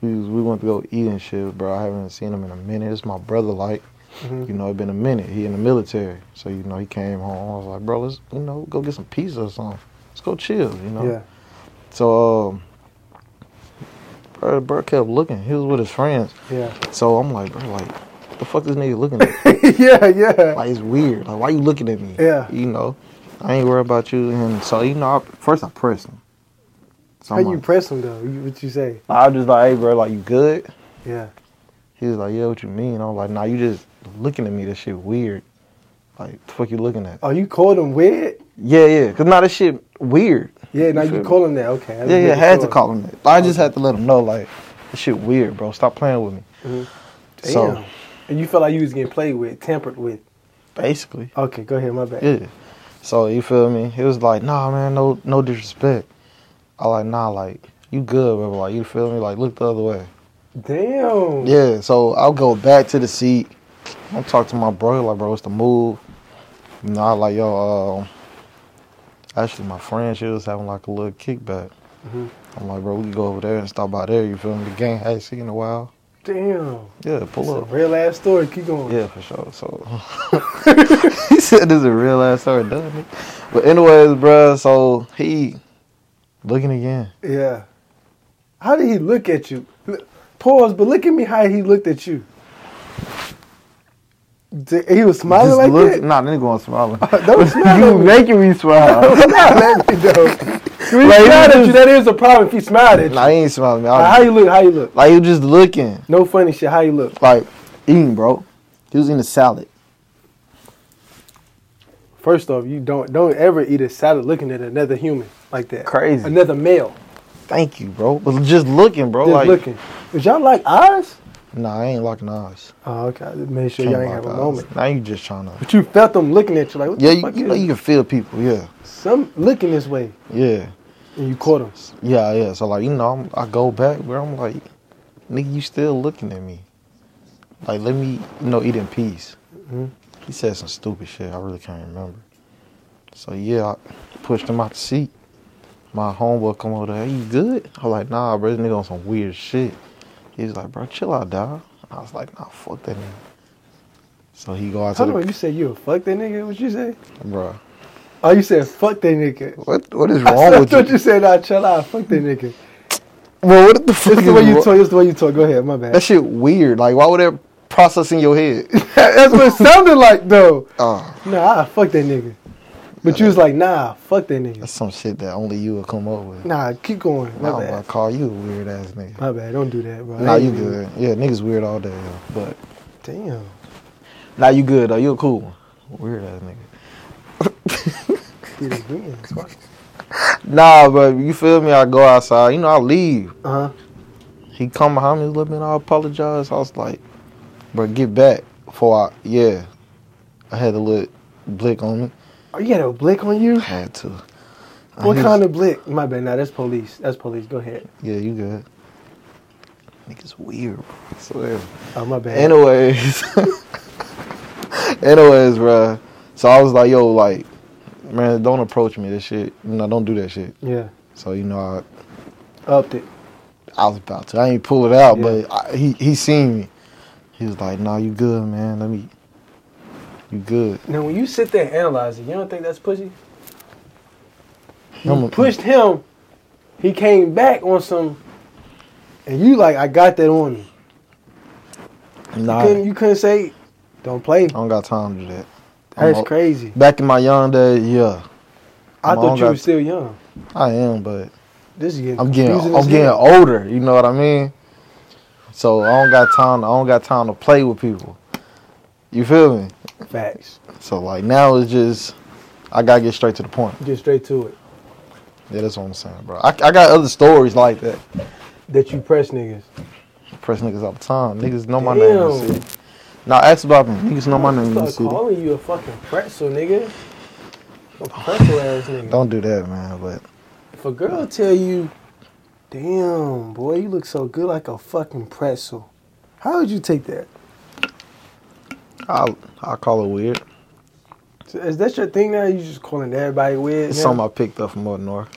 S2: We was, we went to go eat and shit, bro. I haven't seen him in a minute. It's my brother, like,
S1: Mhm.
S2: you know, it been a minute. He in the military, so you know, he came home. I was like, bro, let's you know go get some pizza or something. Let's go chill, you know.
S1: Yeah.
S2: So, um, bro, bro kept looking. He was with his friends,
S1: Yeah.
S2: so I'm like, bro, like, the fuck this nigga looking at?
S1: yeah. Yeah.
S2: Like it's weird. Like why you looking at me?
S1: Yeah.
S2: You know, I ain't worried about you. And so you know, I, first I press him. So
S1: How
S2: I'm
S1: you
S2: like,
S1: press him though? You, what you say?
S2: I was just like, hey, bro, like you good?
S1: Yeah.
S2: He was like, yeah, what you mean? I was like, nah, you just looking at me. That shit weird. Like the fuck you looking at?
S1: Oh, you called him weird.
S2: Yeah, yeah. Cause now that shit weird.
S1: Yeah. Now
S2: You
S1: you
S2: feel
S1: call him that. Okay. I
S2: Yeah, yeah.
S1: didn't
S2: Had to
S1: sure.
S2: call him that. I just had to let him know, like, this shit weird, bro. Stop playing with me.
S1: Mhm. Damn.
S2: So
S1: and you felt like you was getting played with, tampered with.
S2: basically,
S1: Okay. Go ahead. My bad.
S2: Yeah. So you feel me? He was like, nah, man, no, no disrespect. I like, nah, like you good, bro. Like you feel me? Like look the other way.
S1: Damn.
S2: Yeah. So I'll go back to the seat. I'm talking to my bro. Like, bro, what's the move? You know, I like, yo. Um, actually, my friend, she was having like a little kickback.
S1: Mhm.
S2: I'm like, bro, we can go over there and stop by there. You feel me? The gang hadn't seen in a while.
S1: Damn.
S2: Yeah,
S1: It's
S2: pull
S1: a
S2: up.
S1: real ass story. Keep going.
S2: Yeah, for sure. So he said this is a real ass story, doesn't it? But anyways, bruh, so he looking again.
S1: Yeah. How did he look at you? Look- Pause, but look at me how he looked at you. D- He was smiling
S2: Just
S1: like
S2: look-
S1: that?
S2: Nah, nigga going smiling.
S1: Don't smile
S2: you
S1: at me.
S2: making me smile.
S1: Smile at me, though. If he smiled
S2: Like, he
S1: at you,
S2: just-
S1: that is a problem if he smiled at you.
S2: nah, he ain't smiling. Man.
S1: Like,
S2: I-
S1: how you look, how you look.
S2: like he was just looking,
S1: No funny shit, how you look.
S2: like eating, bro. He was eating a salad.
S1: First off, you don't don't ever eat a salad looking at another human like that.
S2: Crazy.
S1: Another male.
S2: Thank you, bro. But just looking, bro.
S1: Just
S2: like,
S1: looking. But y'all like eyes?
S2: nah, I ain't locking eyes.
S1: Oh, okay. Make sure
S2: Can't
S1: y'all ain't
S2: lock
S1: have a
S2: eyes.
S1: moment.
S2: Now you just trying to.
S1: But you felt them looking at you like, what
S2: Yeah,
S1: the
S2: you,
S1: fuck
S2: you
S1: is
S2: know you can feel people. Yeah,
S1: Some looking this way,
S2: yeah,
S1: and you caught them.
S2: yeah, yeah. So like, you know, I'm, I go back where I'm like, nigga, you still looking at me. Like, let me, you know, eat in peace.
S1: Mhm.
S2: He said some stupid shit. I really can't remember. So yeah, I pushed him out the seat. My homeboy come over there. Hey, you good? I'm like, nah, bro. This nigga on some weird shit. He's like, bro, chill out, dog. I was like, nah, fuck that nigga. So he go out to
S1: Hold on,
S2: the
S1: you said you a fuck that nigga? What you say?
S2: bro.
S1: Oh, you said fuck that nigga.
S2: What what is
S1: I
S2: wrong with
S1: thought you?
S2: you?
S1: said I chill out, fuck that nigga.
S2: Bro, what the fuck
S1: It's
S2: is
S1: the way you
S2: wrong-
S1: talk. It's the way you talk. Go ahead, my bad.
S2: That shit weird. Like, why would that process in your head?
S1: That's what it sounded like though.
S2: Oh,
S1: Nah, I fuck that nigga. But you was like, nah, fuck that nigga.
S2: that's some shit that only you would come up with.
S1: Nah, keep going. My
S2: Nah, I'm gonna
S1: bad.
S2: call you a weird ass nigga.
S1: My bad. Don't do that, bro. I
S2: Nah, you
S1: ain't even-
S2: good. Yeah, niggas weird all day, yo. but
S1: Damn.
S2: nah, you good though. You a cool one. Weird ass nigga.
S1: Did it again.
S2: Nah, but you feel me? I go outside. You know, I leave.
S1: Uh huh.
S2: He come behind me a little bit. I apologize. I was like, bro, get back. Before I, yeah, I had a little blick on me.
S1: Oh, you had a blick on
S2: I
S1: you?
S2: had to.
S1: What kind of blick? My bad. Nah, that's police. That's police. Go ahead.
S2: Yeah, you good. Niggas weird. Bro. I swear.
S1: Oh, my bad.
S2: Anyways, anyways, bruh. So I was like, yo, like, man, don't approach me. This shit, you know, don't do that shit.
S1: yeah.
S2: So you know, I,
S1: Upped it.
S2: I was about to. I ain't pull it out,
S1: Yeah.
S2: but I, he he seen me. He was like, nah, you good, man. Let me. You good?
S1: Now, when you sit there and analyze it, you don't think that's pussy? You
S2: I'm a-
S1: pushed him. He came back on some, and you like, I got that on me. You
S2: Nah, I
S1: couldn't, you couldn't say, don't play.
S2: don't got time to do that. I'm
S1: That's
S2: o-
S1: crazy.
S2: Back in my young days, yeah,
S1: I
S2: I'm
S1: thought
S2: on
S1: you
S2: that-
S1: were still young.
S2: I am, but
S1: This is getting
S2: I'm getting
S1: confusing
S2: I'm
S1: as
S2: getting
S1: hell.
S2: older. You know what I mean? So I don't got time. I don't got time to play with people. You feel me?
S1: Facts.
S2: So like now it's just I gotta get straight to the point.
S1: Get straight to it.
S2: Yeah, that's what I'm saying, bro. I, I got other stories like that.
S1: That you press niggas.
S2: Press niggas all the time. Niggas know my name. in
S1: Damn.
S2: the city. Now ask about me. Niggas know my name in the
S1: Start
S2: city.
S1: calling you a fucking pretzel, nigga. A pretzel ass nigga.
S2: Don't do that, man. But
S1: If a girl tell you, damn, boy, you look so good like a fucking pretzel, how would you take that?
S2: I I call it weird.
S1: So is that your thing now? You just calling everybody weird?
S2: It's
S1: now?
S2: something I picked up from up north.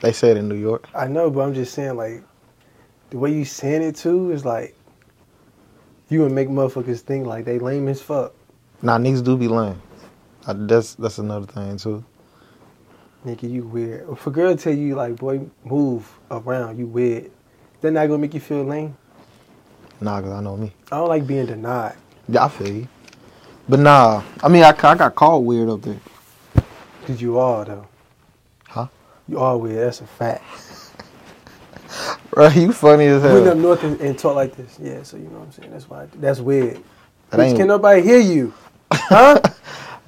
S2: They said in New York.
S1: I know, but I'm just saying, like, the way you saying it too is like, you would make motherfuckers think like they lame as fuck.
S2: Nah, niggas do be lame. I, that's that's another thing too.
S1: Nigga, you weird. If a girl tell you, like, boy, move around, you weird, they're not gonna make you feel lame.
S2: Nah, cause I know me.
S1: I don't like being denied.
S2: Yeah, I feel you. But nah, I mean, I, ca- I got called weird up there.
S1: Because you are, though.
S2: Huh?
S1: You are weird. That's a fact.
S2: Bro, you funny as
S1: Went up
S2: hell.
S1: north and, and talk like this. Yeah, so you know what I'm saying? That's why. I, that's weird.
S2: That
S1: Bitch,
S2: ain't-
S1: can nobody hear you? Huh?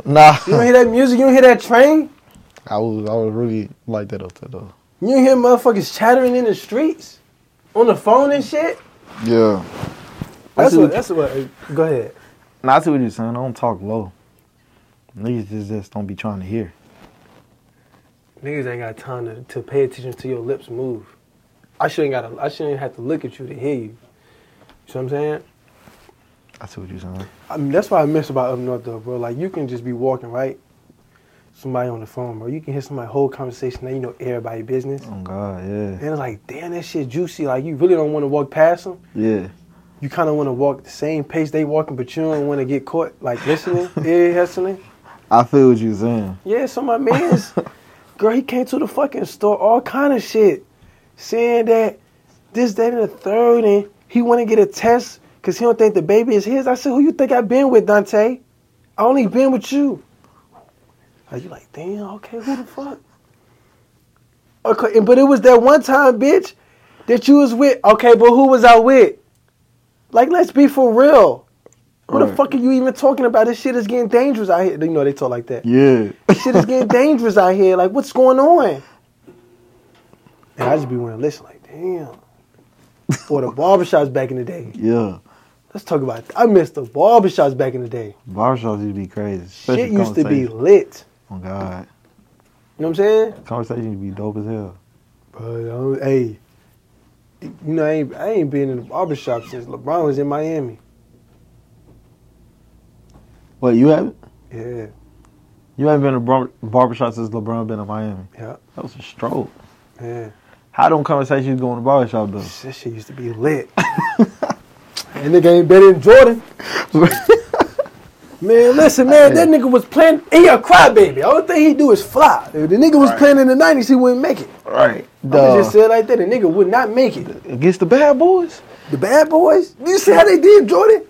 S2: Nah,
S1: you don't hear that music? You don't hear that train?
S2: I was I was really like that up there though.
S1: You don't hear motherfuckers chattering in the streets? On the phone and shit?
S2: Yeah.
S1: That's
S2: see
S1: what,
S2: what-
S1: that's what. Go ahead.
S2: Nah, I see what you're saying. I don't talk low. Niggas just, just don't be trying to hear.
S1: Niggas ain't got time to, to pay attention to your lips move. I shouldn't got. I shouldn't have to look at you to hear you. You know what I'm saying?
S2: I see what you're saying.
S1: I mean, that's what I miss about up north, though, bro. Like you can just be walking right, somebody on the phone, bro. You can hear somebody whole conversation. Now you know everybody business.
S2: Oh God, yeah,
S1: And it's like, damn, that shit juicy. Like you really don't want to walk past them.
S2: yeah.
S1: You kind of want to walk the same pace they walking, but you don't want to get caught like listening, ear hustling.
S2: I feel what you're saying.
S1: Yeah, so my man's girl, he came to the fucking store, all kind of shit, saying that this, that, and the third, and he want to get a test because he don't think the baby is his. I said, who you think I've been with, Dante? I only been with you. Are you like, damn, okay, who the fuck? Okay, and- but it was that one time, bitch, that you was with. Okay, but who was I with? Like, let's be for real. What the
S2: Right.
S1: fuck are you even talking about? This shit is getting dangerous out here. You know they talk like that
S2: Yeah.
S1: shit is getting dangerous out here. Like, what's going on? And I just be wanting to listen, like, damn. or the barbershops back in the day.
S2: Yeah.
S1: Let's talk about I miss the barbershops back in the day.
S2: Barbershops used to be crazy. especially
S1: Shit used to be
S2: conversations.
S1: lit.
S2: Oh, God.
S1: You know what I'm saying?
S2: Conversation used to be dope as hell.
S1: But I don't- hey, you know I ain't, I ain't been in the barbershop since LeBron was in Miami.
S2: Wait, you haven't?
S1: Yeah,
S2: You haven't been to bar- barbershop since LeBron been in Miami.
S1: Yeah.
S2: That was a stroke.
S1: yeah.
S2: How them conversations go in the barbershop, though?
S1: That shit used to be lit. and nigga ain't better than Jordan. Man, listen, man, that nigga was playing. He a crybaby. Only thing he do is fly. If the nigga was playing in the '90s, he wouldn't make it.
S2: Right.
S1: I just said like that. The nigga would not make it.
S2: Against the bad boys?
S1: The bad boys. You see how they did Jordan?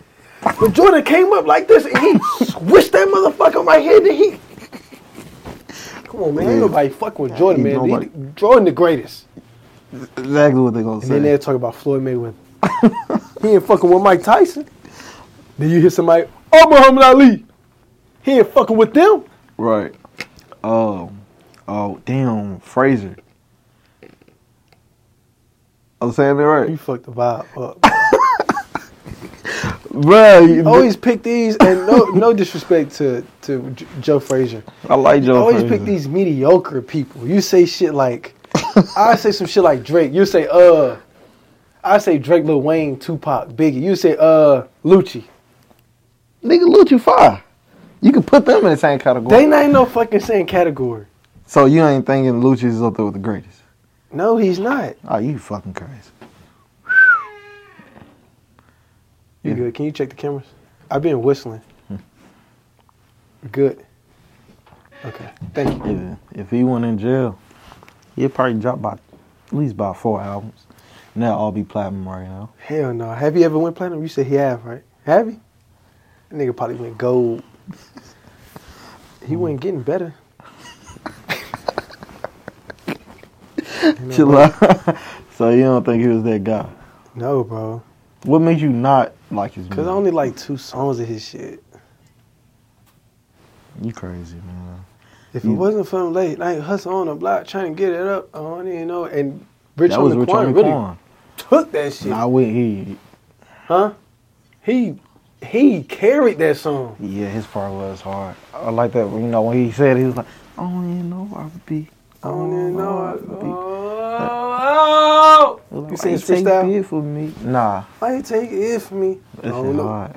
S1: When Jordan came up like this and he swished that motherfucker right here, then he. Come on, man. Ain't
S2: Yeah.
S1: nobody fuck with Jordan,
S2: ain't
S1: man.
S2: nobody-
S1: He- Jordan the greatest.
S2: Exactly what they going to
S1: And then
S2: say.
S1: they'll talk about Floyd Mayweather. he ain't fucking with Mike Tyson. Then you hear somebody, oh, Muhammad Ali. He ain't fucking with them.
S2: Right. Um. Oh damn, Fraser. I'm saying it
S1: You
S2: right,
S1: fucked the vibe up.
S2: bro. You,
S1: always pick these, and no no disrespect to, to J- Joe Frazier.
S2: I like Joe.
S1: always
S2: Frazier.
S1: pick these mediocre people. You say shit like, I say some shit like Drake. You say, uh, I say Drake, Lil Wayne, Tupac, Biggie. You say, uh, Lucci.
S2: nigga. Loot you fire. You can put them in the same category.
S1: They not in no fucking same category.
S2: so you ain't thinking Lucci's up there with the greatest?
S1: No, he's not.
S2: Oh, you fucking crazy.
S1: You
S2: Yeah. Hmm.
S1: good? Can you check the cameras? I've been whistling. Good. Okay. Thank you.
S2: If, if he went in jail, he'd probably drop by at least about four albums. And they'll all be platinum right now.
S1: Hell no. Have you ever went platinum? You said he have, right? Have you? That nigga probably went gold. He wasn't getting better.
S2: Chill out. so you don't think he was that guy?
S1: No, bro.
S2: What made you not like his music?
S1: Cause I only like two songs of his shit.
S2: You crazy, man.
S1: If it
S2: You-
S1: wasn't for him late, like hustle on the block trying to get it up, I don't even know. And Rich
S2: that
S1: on
S2: was
S1: the
S2: Rich
S1: corner
S2: on
S1: really
S2: Quan.
S1: took that shit,
S2: Nah, I went he
S1: huh? He he carried that song.
S2: yeah, his part was hard. I like that you know when he said he was like, I don't even know where I would be.
S1: I don't even know. I,
S2: where
S1: oh,
S2: I would be.
S1: you seen his
S2: Like, take
S1: freestyle? Oh,
S2: it for me. Nah,
S1: Why you take it from me? I
S2: that
S1: don't
S2: shit
S1: know.
S2: hard.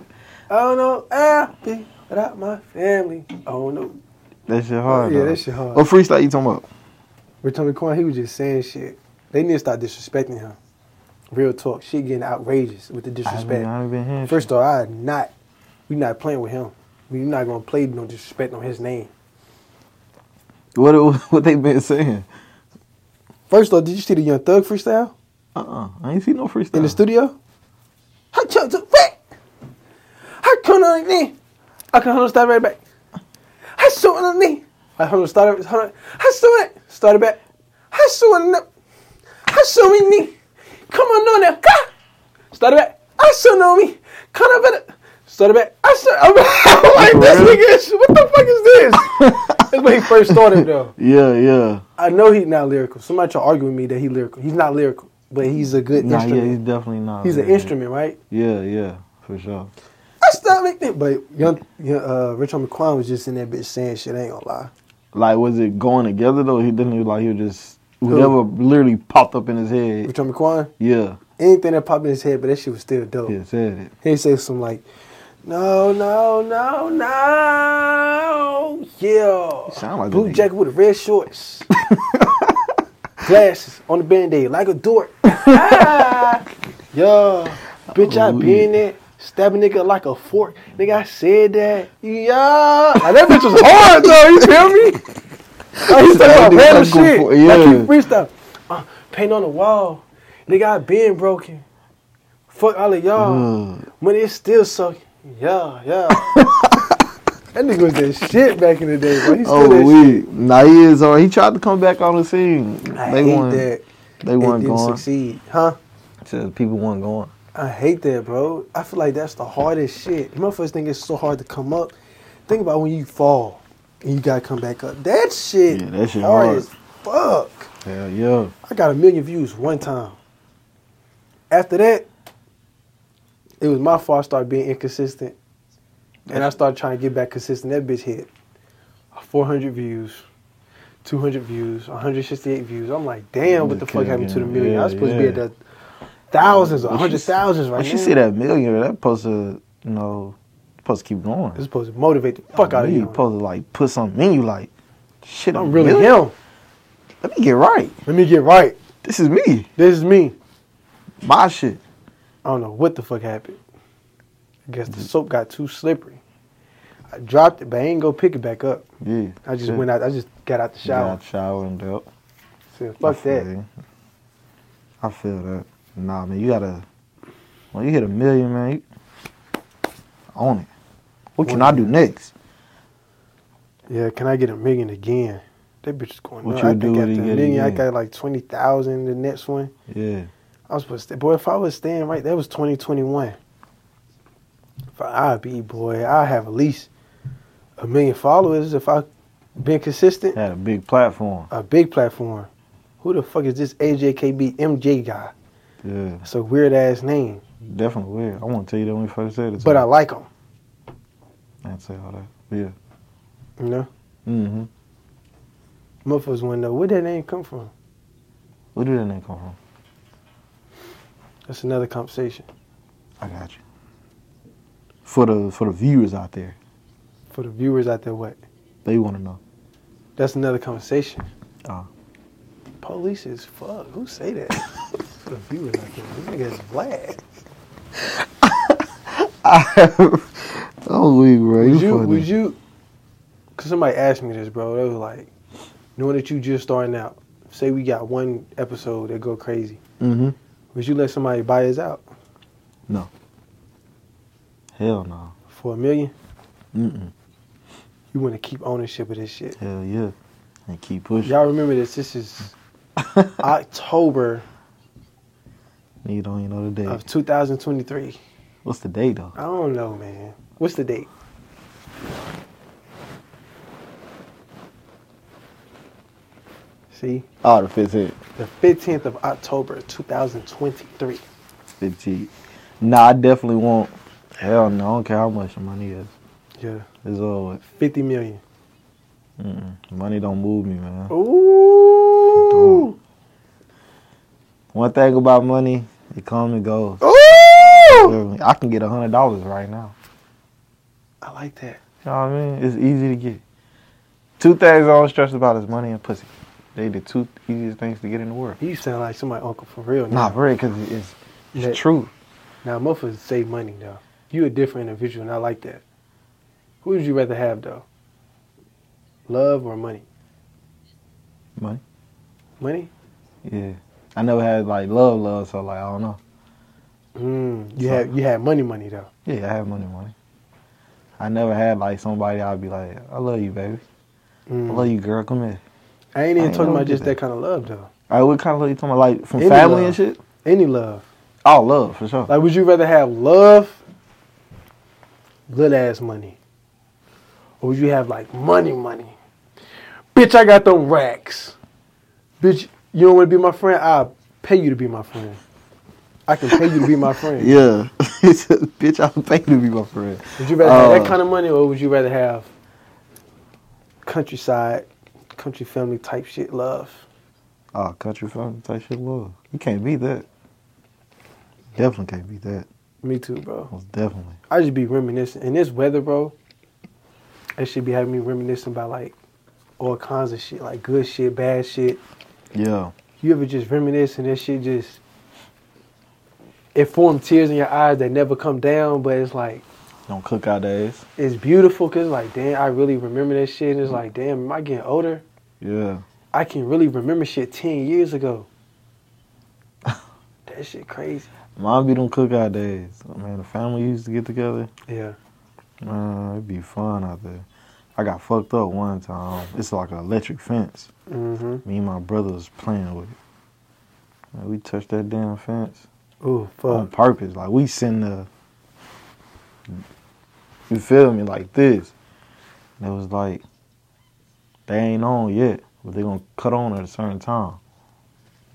S1: I don't know. I'll be without my family. I don't know.
S2: That shit hard.
S1: yeah,
S2: dog.
S1: that shit hard.
S2: What freestyle you talking about?
S1: Rich on the corner, he was just saying shit. They need to start disrespecting him. Real talk, shit getting outrageous with the
S2: I haven't,
S1: disrespect.
S2: I haven't been hearing
S1: First
S2: shit.
S1: off, I not we not playing with him. We not gonna play no disrespect on his name.
S2: What it- what they been saying?
S1: First off, did you see the Young Thug freestyle
S2: Uh uh I ain't seen no freestyle.
S1: in the studio? I chose to wet. I come on the knee. I can hold start right back. I saw it on the knee. I hold on start hold on. I saw it. Started back. I saw it. up. I saw me knee. Come on on there. Ka! Started back. I saw no me. Come on better. Started back. I saw. I'm like this
S2: Really?
S1: nigga. is- What the fuck is this? That's when he first started though.
S2: Yeah, yeah.
S1: I know he's not lyrical. Somebody try to argue with me that he lyrical. He's not lyrical, but he's a good
S2: Nah, yeah,
S1: instrument.
S2: he's definitely not.
S1: he's an
S2: man.
S1: instrument, right?
S2: Yeah, yeah, for sure.
S1: I stopped making it. But young, young uh, Richard McQuan was just in that bitch saying shit. I ain't gonna lie.
S2: Like, was it going together though? He didn't. he was Like, he was just whatever literally popped up in his head.
S1: Richard McQuan,
S2: Yeah,
S1: anything that popped in his head, but that shit was still dope.
S2: he said it.
S1: He say some like, no, no, no, no, yeah.
S2: sound like
S1: Blue
S2: the nigga.
S1: jacket with the red shorts. Glasses on the band-aid like a dork. ah, yeah. Bitch, I
S2: Ooh,
S1: been it. Stab a nigga like a fork. Nigga, I said that. Yeah. Like, that bitch was hard, though. You feel me? Like, he's talking Oh, about
S2: That nigga
S1: random
S2: like a
S1: shit.
S2: fork,
S1: Like,
S2: yeah.
S1: he freestyle. Uh, paint on the wall. Nigga, I been broken. Fuck all of y'all.
S2: Ugh.
S1: When it's still sucking. Yeah, yeah. that nigga was that shit back in the day, bro. He still
S2: Oh,
S1: that shit.
S2: we nah, he is. Or he tried to come back on the scene.
S1: I
S2: they
S1: hate
S2: weren't.
S1: that.
S2: They
S1: It
S2: weren't
S1: didn't
S2: going.
S1: succeed. Huh?
S2: Said people weren't going.
S1: I hate that, bro. I feel like that's the hardest shit. You motherfuckers think it's so hard to come up. Think about when you fall and you gotta come back up. That shit,
S2: Yeah, that shit hard.
S1: as fuck.
S2: Hell yeah.
S1: I got a million views one time. After that, it was my fault I started being inconsistent. And I started trying to get back consistent. That bitch hit 400 views, 200 views, 168 views. I'm like, damn, what the fuck happened to the million? I was supposed to be at the thousands, a
S2: When she-
S1: hundred thousands right
S2: When
S1: now.
S2: she see that million, that supposed to, you know, supposed to keep going.
S1: It's supposed to motivate the fuck out of
S2: Oh, you.
S1: you.
S2: supposed to like put something in you, like, shit. a
S1: I'm really
S2: million?
S1: him.
S2: Let me get right.
S1: Let me get right.
S2: This is me.
S1: This is me.
S2: My shit.
S1: I don't know what the fuck happened. I guess the soap got too slippery. I dropped it, but I ain't go pick it back up.
S2: Yeah.
S1: I just went out. I just got out the shower.
S2: shower and dealt.
S1: Said,
S2: I
S1: fuck
S2: feel
S1: that.
S2: you. I feel that. Nah, man, you gotta. When you hit a million, man, you own it. What can I do next?
S1: Yeah, can I get a million again? That bitch is going
S2: What
S1: nuts.
S2: you
S1: I think
S2: do
S1: after
S2: to
S1: a
S2: get it
S1: million, I
S2: again?
S1: got like twenty thousand. The next one,
S2: Yeah.
S1: I was supposed to. Boy, if I was staying right, that was twenty twenty one. If I I'd be boy, I have at least a million followers if I been consistent.
S2: Had a big platform.
S1: A big platform. Who the fuck is this AJKB MJ guy?
S2: Yeah.
S1: It's a weird ass name,
S2: Definitely weird. I want to tell you that when you first said it.
S1: but I like him.
S2: I didn't say all that. Yeah.
S1: You know,
S2: Mm-hmm.
S1: motherfuckers want to know where that name come from.
S2: Where did that name come from?
S1: That's another conversation
S2: I got you. For the for the viewers out there,
S1: for the viewers out there. What?
S2: they want to know.
S1: That's another conversation.
S2: Ah.
S1: Police is fuck. Who say that? For the viewers out there, this nigga is black.
S2: Oh, we bro.
S1: Would you? Would you? Cause somebody asked me this, bro. They was like, knowing that you just starting out. Say we got one episode that go crazy.
S2: Mm-hmm.
S1: Would you let somebody buy us out
S2: Hell no.
S1: for a million?
S2: Mm-mm.
S1: You want to keep ownership of this shit.
S2: Hell yeah. And keep pushing.
S1: Y'all remember this? This is October
S2: You don't even know the date.
S1: of 2023.
S2: What's the date though?
S1: I don't know, man. What's the date? See,
S2: Oh, the fifteenth.
S1: the 15th of October, 2023.
S2: Fifteenth. Nah, I definitely won't. Hell no. I don't care how much the money is.
S1: Yeah,
S2: It's always
S1: 50 million.
S2: mm-mm. money don't move me, man.
S1: Ooh.
S2: One thing about money, it comes and goes.
S1: Ooh.
S2: I can get a hundred dollars right now.
S1: I like that.
S2: You know what I mean? It's easy to get. Two things I don't stress about is money and pussy. They the two easiest things to get in the world.
S1: You sound like somebody uncle for real.
S2: Nah,
S1: Now.
S2: for real, because it's, it's
S1: Yeah.
S2: true.
S1: Now, motherfuckers save money, though. You a different individual, and I like that. Who would you rather have, though? Love or money?
S2: Money.
S1: Money?
S2: Yeah. I never had like love, love, so like I don't know.
S1: Mm, you
S2: So-
S1: had you had money, money though.
S2: Yeah, I have money, money. I never had like somebody I'd be like, I love you, baby.
S1: Mm.
S2: I love you, girl. Come here.
S1: I ain't
S2: I
S1: even
S2: ain't
S1: talking
S2: gonna
S1: about
S2: do
S1: just that.
S2: that.
S1: kind of love though.
S2: All right, what kind of love you talking about? Like from
S1: Any
S2: family
S1: love.
S2: and shit?
S1: Any love.
S2: All love for sure.
S1: Like, would you rather have love, good ass money, or would you have like money, money? Bitch, I got them racks. Bitch, you don't want to be my friend? I'll pay you to be my friend. I can pay you to be my friend.
S2: yeah. Bitch, I'm thinking to be my friend.
S1: Would you rather have that
S2: Uh,
S1: kind of money, or would you rather have countryside, country family type shit love?
S2: Oh, country family type shit love. You can't beat that. Definitely can't beat that.
S1: Me too, bro.
S2: Most definitely.
S1: I just be reminiscing. And this weather, bro, it should be having me reminiscing about like all kinds of shit, like good shit, bad shit.
S2: Yeah.
S1: You ever just reminisce and that shit just it formed tears in your eyes that never come down, but it's like
S2: Don't cook our days.
S1: it's beautiful because like damn, I really remember that shit. And it's like damn, am I getting older?
S2: Yeah.
S1: I can really remember shit ten years ago. that shit crazy.
S2: Mine be them cookout days. Man, the family used to get together.
S1: Yeah.
S2: Man, it'd be fun out there. I got fucked up one time. It's like an electric fence.
S1: Mm-hmm.
S2: Me and my brother was playing with it. Man, we touched that damn fence
S1: Ooh,
S2: on
S1: fuck.
S2: purpose. Like we sitting there. You feel me? Like this. And it was like, they ain't on yet, but they gonna cut on at a certain time.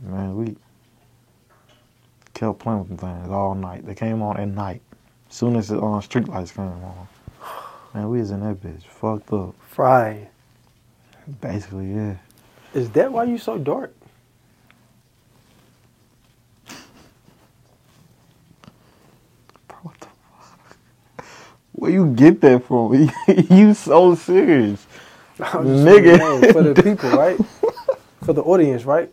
S2: Man, we kept playing with them things all night. They came on at night. Soon as the uh, street lights came on. Man, we was in that bitch fucked up.
S1: Fry.
S2: Basically, yeah.
S1: Is that why you so dark?
S2: Bro, what the fuck? Where you get that from? you so serious.
S1: I'm just
S2: Nigga.
S1: saying, for the people, right? For the audience, right?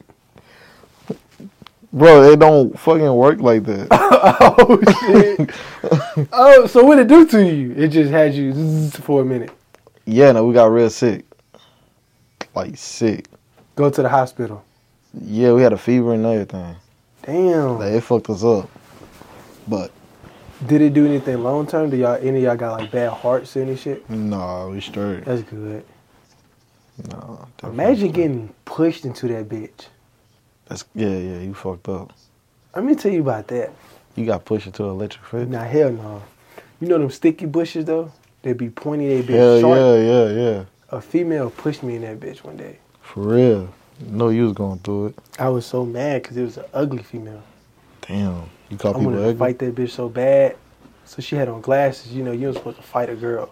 S2: Bro, it don't fucking work like that.
S1: Oh shit. oh, so what it do to you? It just had you zzz for a minute.
S2: yeah, no, we got real sick. Like sick.
S1: Go to the hospital.
S2: Yeah, we had a fever and everything.
S1: Damn.
S2: Like, it fucked us up. But
S1: Did it do anything long term? Do y'all any of y'all got like bad hearts or any shit?
S2: nah, we straight.
S1: That's good.
S2: Nah. definitely
S1: Imagine
S2: straight.
S1: getting pushed into that bitch.
S2: That's yeah, yeah. You fucked up.
S1: Let me tell you about that.
S2: You got pushed into an electric fence.
S1: Now hell no. You know them sticky bushes though? They be pointy, they be
S2: Hell
S1: sharp.
S2: yeah, yeah, yeah.
S1: A female pushed me in that bitch one day.
S2: For real. No, you was going through it.
S1: I was so mad because it was an ugly female.
S2: Damn. You call
S1: I wanted
S2: people
S1: to
S2: ugly.
S1: fight that bitch so bad. So she had on glasses. You know, you don't supposed to fight a girl.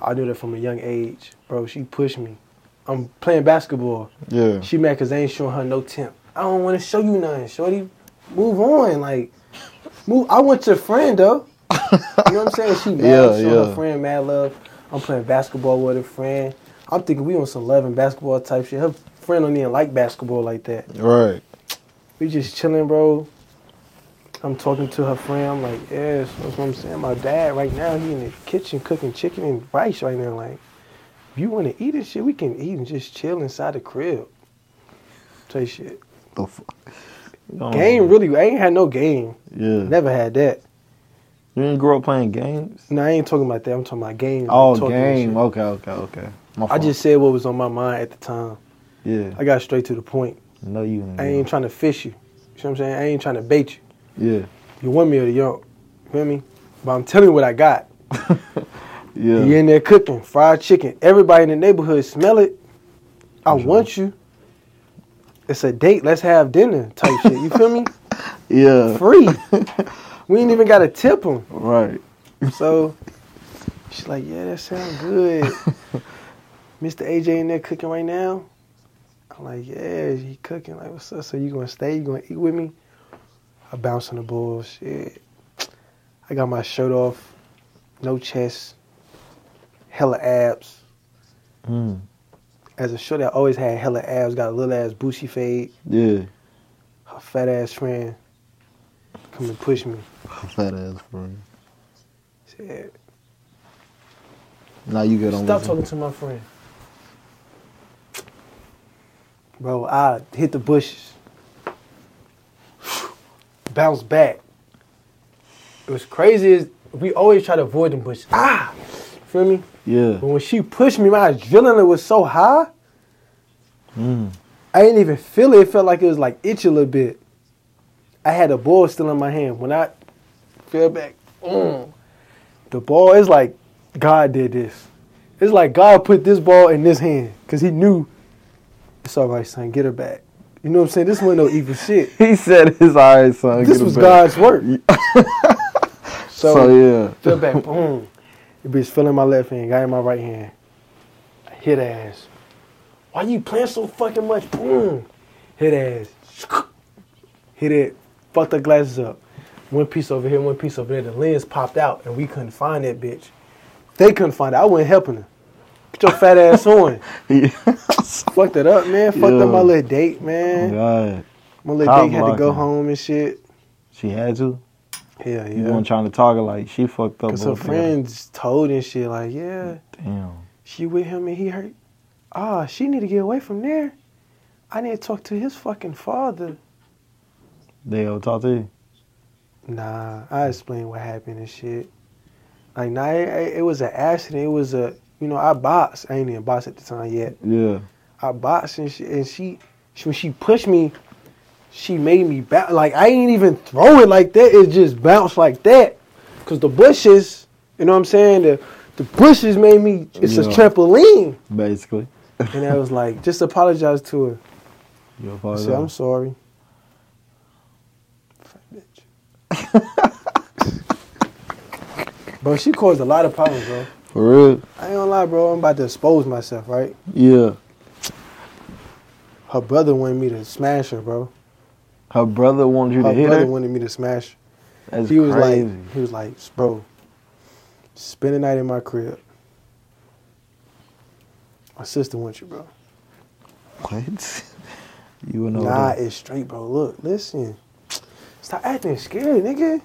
S1: I knew that from a young age, bro. She pushed me. I'm playing basketball.
S2: Yeah.
S1: She mad because I ain't showing her no temp. I don't want to show you nothing, shorty. Move on, like move. I want your friend though. You know what I'm saying? She mad.
S2: Yeah,
S1: I'm showing
S2: yeah.
S1: her friend mad love. I'm playing basketball with her friend. I'm thinking we on some love and basketball type shit. Her friend don't even like basketball like that.
S2: Right.
S1: We just chilling, bro. I'm talking to her friend. I'm like, yes, that's what I'm saying. My dad right now, he in the kitchen cooking chicken and rice right now. Like, if you want to eat this shit, we can eat and just chill inside the crib. Say shit.
S2: The fuck. Um,
S1: Game really, I ain't had no game.
S2: Yeah.
S1: Never had that.
S2: you didn't grow up playing games.
S1: No, I ain't talking about that. I'm talking about games.
S2: Oh,
S1: talking and
S2: game.
S1: shit.
S2: Okay, okay, okay. My
S1: I
S2: fault.
S1: just said what was on my mind at the time.
S2: yeah.
S1: I got straight to the point.
S2: no, you. Didn't
S1: I ain't trying to fish you. You know what I'm saying? I ain't trying to bait you.
S2: yeah.
S1: You want me or you don't. You feel me? But I'm telling you what I got.
S2: Yeah.
S1: You in there cooking fried chicken. Everybody in the neighborhood smell it. I
S2: Mhm.
S1: want you. It's a date. Let's have dinner type shit. You feel me?
S2: Yeah.
S1: Free. We ain't even gotta tip them.
S2: Right.
S1: So she's like, "Yeah, that sounds good." Mr. AJ in there cooking right now. I'm like, "Yeah, he cooking. Like, what's up? So you gonna stay? You gonna eat with me?" I bounce on the bullshit. I got my shirt off, no chest, hella abs. Hmm.
S2: Mm.
S1: As a shorty, I always had hella abs, got a little ass bushy fade.
S2: Yeah.
S1: Her fat ass friend come and push me.
S2: Fat ass friend.
S1: Said,
S2: Now you get on.
S1: Stop talking to my friend. Bro, I hit the bushes. Bounce back. It was crazy is we always try to avoid them bushes. Ah! Feel me?
S2: Yeah.
S1: But when she pushed me, my adrenaline was so high, Hmm.
S2: Mm.
S1: I didn't even feel it. It felt like it was like itch a little bit. I had a ball still in my hand. When I fell back, mm, the ball is like God did this. It's like God put this ball in this hand because He knew it's all right, son. Get her back. You know what I'm saying? This wasn't no evil shit.
S2: He said his eyes, son.
S1: This
S2: get
S1: was
S2: him back."
S1: God's work.
S2: So, yeah.
S1: Fell back, boom. The bitch fell in my left hand, got in my right hand. I hit ass. Why you playing so fucking much? Boom. Hit ass. Hit it. Fucked the glasses up. One piece over here, one piece over there. The lens popped out and we couldn't find that bitch. They couldn't find it. I wasn't helping her. Put your fat ass on. Fucked it up, man. Fucked
S2: Yeah.
S1: up my little date, man.
S2: God.
S1: My little date
S2: Cock
S1: had to go
S2: blocking.
S1: home and shit.
S2: She had to.
S1: Hell
S2: You weren't
S1: yeah.
S2: trying to talk her like she fucked up.
S1: Because her
S2: over there.
S1: friends told and shit, like, yeah.
S2: Damn.
S1: She with him and he hurt. Ah, she need to get away from there. I need to talk to his fucking father.
S2: They all talk to you.
S1: Nah, I explained what happened and shit. Like, nah, it, it- it was an accident. It was a, you know, I boxed. I ain't even boxed at the time yet.
S2: Yeah.
S1: I boxed and she, and she, she when she pushed me, she made me back. Like, I ain't even throw it like that. It just bounced like that. Cause the bushes, you know what I'm saying? The, the bushes made me, it's a
S2: Yeah.
S1: trampoline.
S2: Basically.
S1: And I was like, just apologize to her.
S2: You
S1: I
S2: apologize.
S1: said, I'm sorry. Bro, she caused a lot of problems, bro.
S2: For real?
S1: I ain't gonna lie, bro. I'm about to expose myself, right?
S2: Yeah.
S1: Her brother wanted me to smash her, bro.
S2: Her brother wanted you
S1: Her
S2: to hit
S1: brother
S2: her.
S1: wanted me to smash her.
S2: That's
S1: he was
S2: crazy.
S1: like, he was like, bro, spend the night in my crib. My sister wants you, bro.
S2: what? You and
S1: nah,
S2: all
S1: it's straight, bro. Look, listen. Stop acting scared, nigga.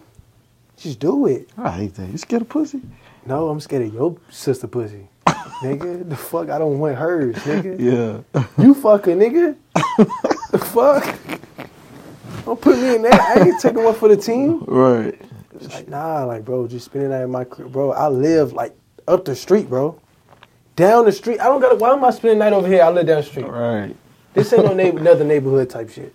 S1: Just do it.
S2: I hate that. You scared of pussy?
S1: No, I'm scared of your sister pussy. nigga, the fuck, I don't want hers, nigga.
S2: Yeah.
S1: You fucking nigga. the fuck? Don't put me in that. I ain't taking one for the team.
S2: right.
S1: It's like, nah, like, bro, just spending that in my crib. Bro, I live, like, up the street, bro. Down the street. I don't gotta, why am I spending night over here? I live down the street.
S2: Right.
S1: This ain't no neighbor, another neighborhood type shit.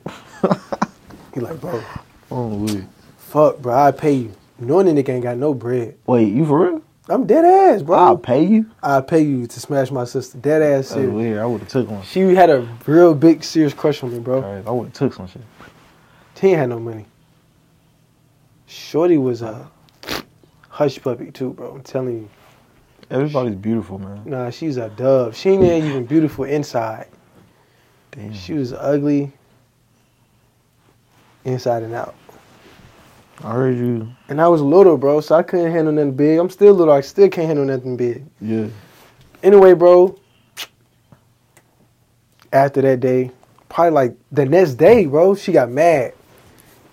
S1: He like, bro,
S2: Oh, wait.
S1: fuck, bro, I pay you. Knowing the nigga ain't got no bread.
S2: Wait, you for real?
S1: I'm dead ass,
S2: I'll
S1: bro.
S2: pay you.
S1: I pay you to smash my sister. Dead ass
S2: That's
S1: serious.
S2: weird. I would have took one.
S1: She had a real big, serious crush on me, bro.
S2: Right. I would have took some shit.
S1: He ain't had no money. Shorty was a hush puppy too, bro. I'm telling you.
S2: Everybody's beautiful, man.
S1: Nah, she's a dove. She ain't even beautiful inside.
S2: Damn.
S1: She was ugly inside and out.
S2: I heard you.
S1: And I was little, bro, so I couldn't handle nothing big. I'm still little. I still can't handle nothing big.
S2: Yeah.
S1: Anyway, bro, after that day, probably like the next day, bro, she got mad.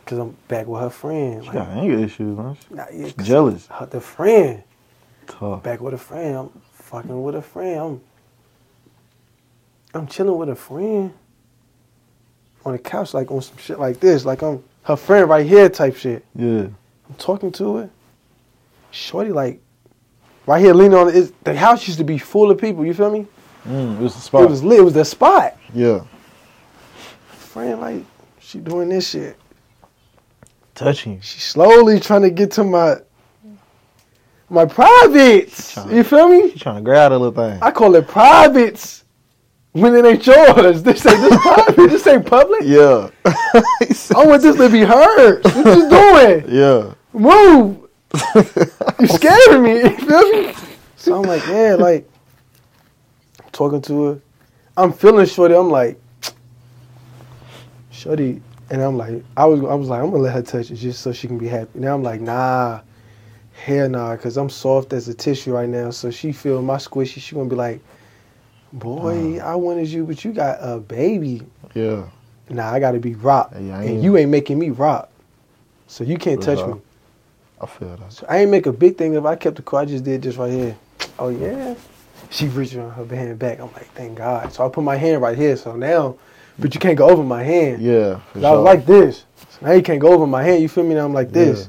S1: Because I'm back with her friend.
S2: She
S1: Like,
S2: got anger issues, man. She
S1: nah, yeah, 'cause
S2: Jealous.
S1: her- the friend.
S2: Tough.
S1: back with a friend. I'm fucking with a friend. I'm I'm chilling with a friend on the couch, like on some shit like this. Like I'm her friend right here type shit.
S2: Yeah.
S1: I'm talking to her. Shorty like right here leaning on it. It's- The house used to be full of people, you feel me?
S2: Mm, it was a spot.
S1: It was lit, it was the spot.
S2: yeah.
S1: Friend like she doing this shit.
S2: Touching you.
S1: She slowly trying to get to my my privates.
S2: Tryna-
S1: You feel me?
S2: She trying to grab that little thing.
S1: I call it privates when it ain't yours. This ain't this private. This ain't public.
S2: yeah.
S1: I want this to be hers. What you doing?
S2: yeah.
S1: Move. You scaring me. You feel me? So I'm like, yeah, like talking to her. I'm feeling shorty. I'm like, shorty, and I'm like, I was, I was like, I'm gonna let her touch it just so she can be happy. Now I'm like, nah, hell nah, cause I'm soft as a tissue right now. So she feel my squishy. She gonna be like, boy, I wanted you, but you got a baby.
S2: Yeah.
S1: Nah, I gotta be rock,
S2: Yeah, I
S1: and
S2: ain't-
S1: you ain't making me rock, so you can't touch me.
S2: Right. I feel that.
S1: So I ain't make a big thing if I kept the car. I just did this right here. Oh yeah. She reached on her hand back. I'm like, thank God. So I put my hand right here. So now, but you can't go over my hand.
S2: Yeah. For
S1: 'Cause I was like this. So now you can't go over my hand. You feel me? Now I'm like this.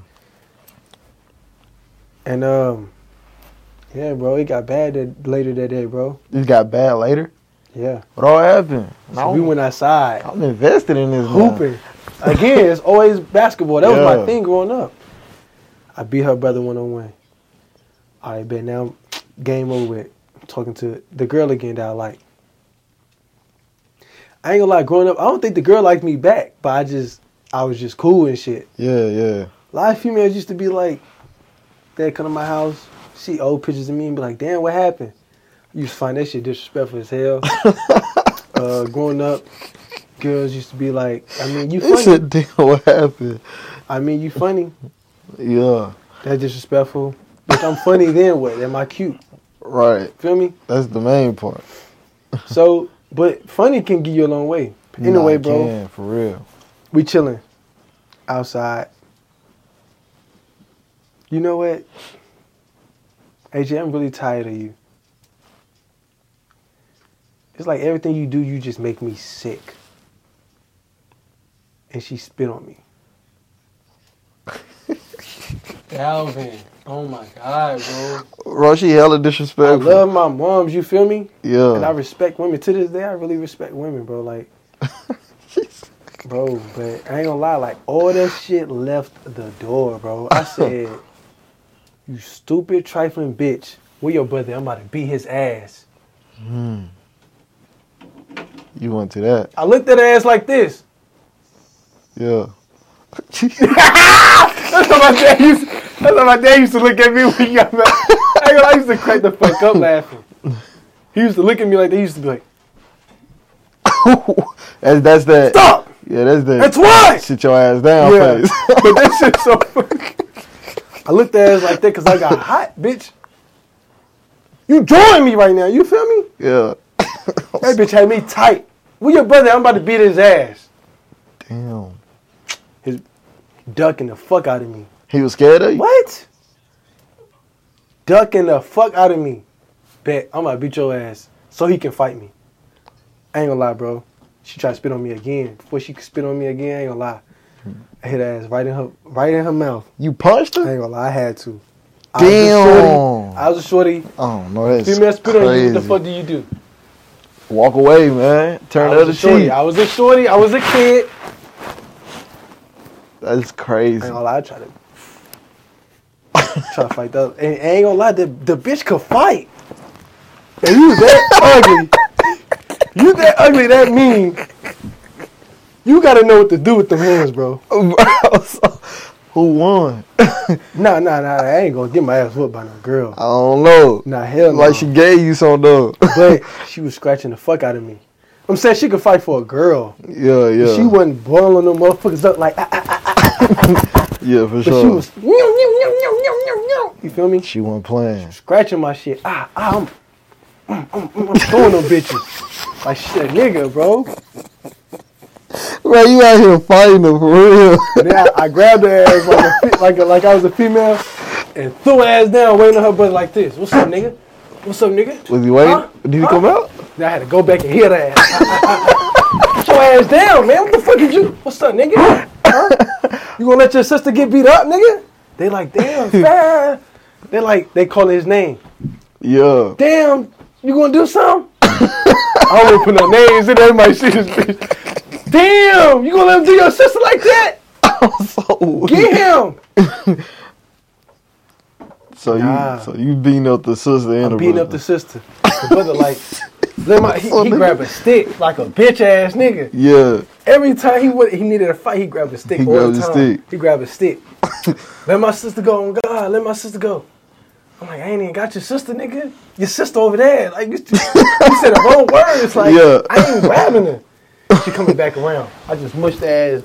S1: And um, yeah, bro, it got bad that, later that day, bro.
S2: This got bad later.
S1: Yeah.
S2: What all happened?
S1: So we went outside
S2: I'm invested in this now.
S1: hooping. Again, it's always basketball. That was my
S2: Yeah.
S1: thing growing up. I beat her brother one on one. All right, bet now game over with. I'm talking to the girl again that I like. I ain't gonna lie, growing up, I don't think the girl liked me back, but I just, I was just cool and shit.
S2: Yeah. Yeah.
S1: A lot of females used to be like, they come to my house, see old pictures of me, and be like, "Damn, what happened?" You used to find that shit disrespectful as hell. uh, growing up, girls used to be like, "I mean, you
S2: It's a
S1: funny.
S2: deal. What happened?
S1: I mean, you funny.
S2: Yeah.
S1: That's disrespectful. If I'm funny, then what? Am I cute?
S2: Right.
S1: Feel me?
S2: That's the main part.
S1: So, but funny can get you a long way. Anyway,
S2: Nah,
S1: bro,
S2: Can, for real.
S1: we chilling outside. You know what? AJ, I'm really tired of you. It's like everything you do, you just make me sick. And she spit on me. Calvin, oh my God, bro.
S2: Bro, she hella
S1: I
S2: disrespectful.
S1: love my moms, you feel me?
S2: yeah.
S1: And I respect women. To this day, I really respect women, bro. Like, bro, but I ain't gonna lie. Like, all that shit left the door, bro. I said, you stupid, trifling bitch. Where your brother? I'm about to beat his ass.
S2: you went to that.
S1: I looked at her ass like this.
S2: Yeah.
S1: That's how my dad used. That's how my dad used to look at me when he got mad. I, I used to crack the fuck up laughing. He used to look at me like they used to be like,
S2: that's, that's that.
S1: "Stop!"
S2: Yeah, that's that.
S1: That's why.
S2: Sit your ass down,
S1: Yeah.
S2: face.
S1: but that shit's so funny. I looked at it like that because I got hot, bitch. You join me right now. You feel me?
S2: yeah.
S1: That bitch had me tight. With your brother, I'm about to beat his ass.
S2: Damn.
S1: Ducking the fuck out of me.
S2: He was scared of you.
S1: What? Ducking the fuck out of me. Bet I'm gonna beat your ass so he can fight me. I ain't gonna lie, bro. She tried to spit on me again. Before she could spit on me again, I ain't gonna lie. I hit her ass right in her right in her mouth.
S2: You punched
S1: I
S2: her?
S1: ain't gonna lie, I had to.
S2: Damn.
S1: I was a shorty.
S2: Oh no, that's
S1: Female spit on you. What
S2: crazy.
S1: the fuck do you do?
S2: Walk away, man. Turn
S1: I
S2: the
S1: was
S2: other
S1: a shorty.
S2: cheek.
S1: I was a shorty. I was a kid.
S2: That's
S1: I
S2: crazy.
S1: ain't gonna lie, I try to try to fight that. And, and ain't gonna lie, the, the bitch could fight. And you that ugly. You that ugly, that mean. You gotta know what to do with them hands, bro.
S2: Bro, so- who won?
S1: Nah, nah, nah. I ain't gonna get my ass whooped by no girl.
S2: I don't know.
S1: Nah, hell no.
S2: Like she gave you some though.
S1: but she was scratching the fuck out of me. I'm saying she could fight for a girl.
S2: yeah, yeah.
S1: She wasn't boiling them motherfuckers up like, ah, ah, ah,
S2: yeah, for
S1: but
S2: sure.
S1: she was. "Meow, meow, meow, meow, meow, meow, meow." You feel me?
S2: She wasn't playing.
S1: scratching my shit. Ah, ah I'm, mm, mm, mm, I'm throwing them bitches. Like shit, nigga, bro.
S2: Bro, you out here fighting her for real.
S1: And then I, I grabbed her ass like a, fe- like a, like I was a female and threw her ass down, waiting on her butt like this. What's up, nigga? What's up, nigga?
S2: was he waiting?
S1: Huh?
S2: Did he
S1: Huh?
S2: come out?
S1: Then I had to go back and hit her ass. Ah, ah, ah, ah. Get your ass down, man. What the fuck did you? What's up, nigga? Huh? You gonna let your sister get beat up, nigga? They like, damn, fam. They like, they call his name.
S2: Yeah.
S1: damn, you gonna do something? I don't put no names in there, my shit is bitch. Damn, you gonna let him do your sister like that?
S2: so
S1: Get him!
S2: so
S1: Nah.
S2: you so you beating up the sister and
S1: I'm
S2: the
S1: beating up
S2: brother.
S1: the sister. The brother like, let my, he, he grabbed a stick like a bitch ass nigga.
S2: Yeah.
S1: Every time he went, he needed a fight, he grabbed a stick.
S2: He
S1: all
S2: grabbed
S1: the
S2: a
S1: time.
S2: stick.
S1: He grabbed a stick. let my sister go. Oh God, let my sister go. I'm like, I ain't even got your sister, nigga. Your sister over there. Like you, you said the wrong word. It's like
S2: Yeah.
S1: I ain't grabbing her. She coming back around. I just mushed her ass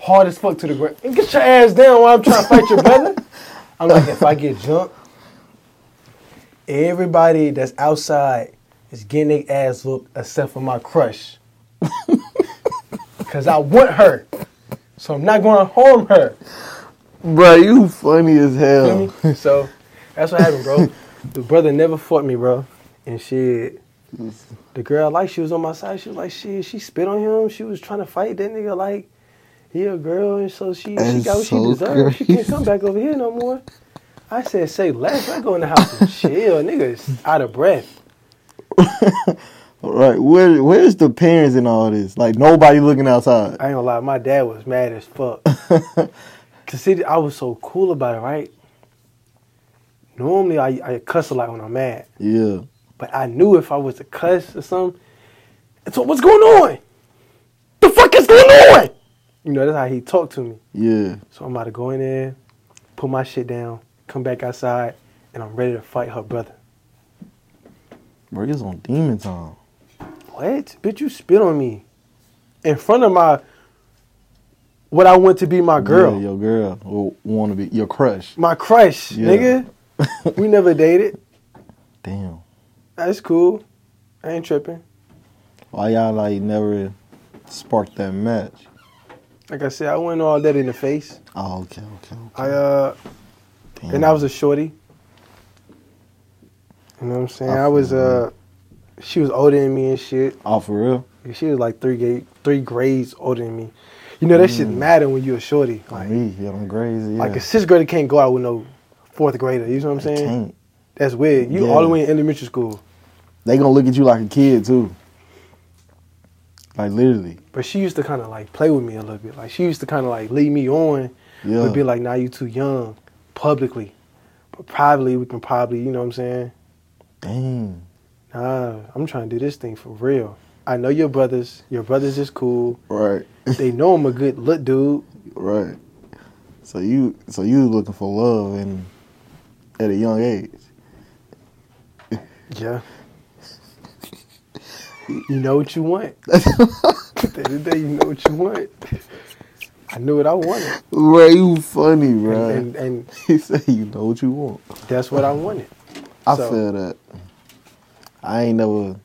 S1: hard as fuck to the ground. And get your ass down while I'm trying to fight your brother. I'm like, if I get jumped, everybody that's outside is getting their ass whooped except for my crush. Cause I want her. So I'm not gonna harm her.
S2: Bro, you funny as
S1: Feel
S2: hell.
S1: me? So that's what happened, bro. The brother never fought me, bro. And shit. The girl like she was on my side. She was like, shit, she spit on him. She was trying to fight that nigga like he a girl and so she she
S2: That's
S1: got what
S2: so
S1: she deserved. She can't come back over here no more. I said, say less. I go in the house and chill. Nigga is out of breath.
S2: Right. Where where's the parents in all this? Like nobody looking outside.
S1: I ain't gonna lie, my dad was mad as fuck. Cause see, I was so cool about it, right? Normally, I, I cuss a lot when I'm mad,
S2: Yeah.
S1: but I knew if I was to cuss or something, so what's going on? The fuck is going on? You know, that's how he talked to me.
S2: Yeah.
S1: So I'm about to go in there, put my shit down, come back outside, and I'm ready to fight her brother.
S2: Bro, you was on demon time.
S1: What? Bitch, you spit on me in front of my what I want to be my girl.
S2: Yeah, your girl. Or wanna be your crush.
S1: My crush,
S2: Yeah.
S1: nigga. we never dated.
S2: Damn.
S1: That's cool. I ain't tripping.
S2: Why y'all like never sparked that match?
S1: Like I said, I went all that in the face.
S2: Oh, okay, okay, okay.
S1: I uh
S2: Damn.
S1: and I was a shorty. You know what I'm saying?
S2: I
S1: I, was
S2: feel
S1: uh she was older than me and shit.
S2: Oh for real?
S1: She was like three ga- three grades older than me. You know that shit matter when you're a shorty.
S2: Like
S1: Like
S2: me, Mm. Oh, yeah, I'm crazy. Yeah.
S1: like a sixth grader can't go out with no fourth grader. You know what I'm
S2: They
S1: saying?
S2: can't.
S1: That's weird. You all the
S2: Yeah.
S1: way in elementary school.
S2: They gonna look at you like a kid too. Like literally.
S1: But she used to kind of like play with me a little bit. Like she used to kind of like lead me on,
S2: Yeah.
S1: but be like, "Now nah, you too young," publicly, but privately we can probably, you know what I'm saying?
S2: Dang.
S1: Nah, I'm trying to do this thing for real. I know your brothers. Your brothers is cool.
S2: Right.
S1: They know I'm a good look dude.
S2: Right. So you so you was looking for love and at a young age.
S1: Yeah. You know what you want. At the end of the day, you know what you want. I knew what I wanted,
S2: Bro, you funny,
S1: and,
S2: bro.
S1: and, and
S2: he said you know what you want.
S1: that's what I wanted.
S2: I
S1: So-
S2: feel that. I ain't never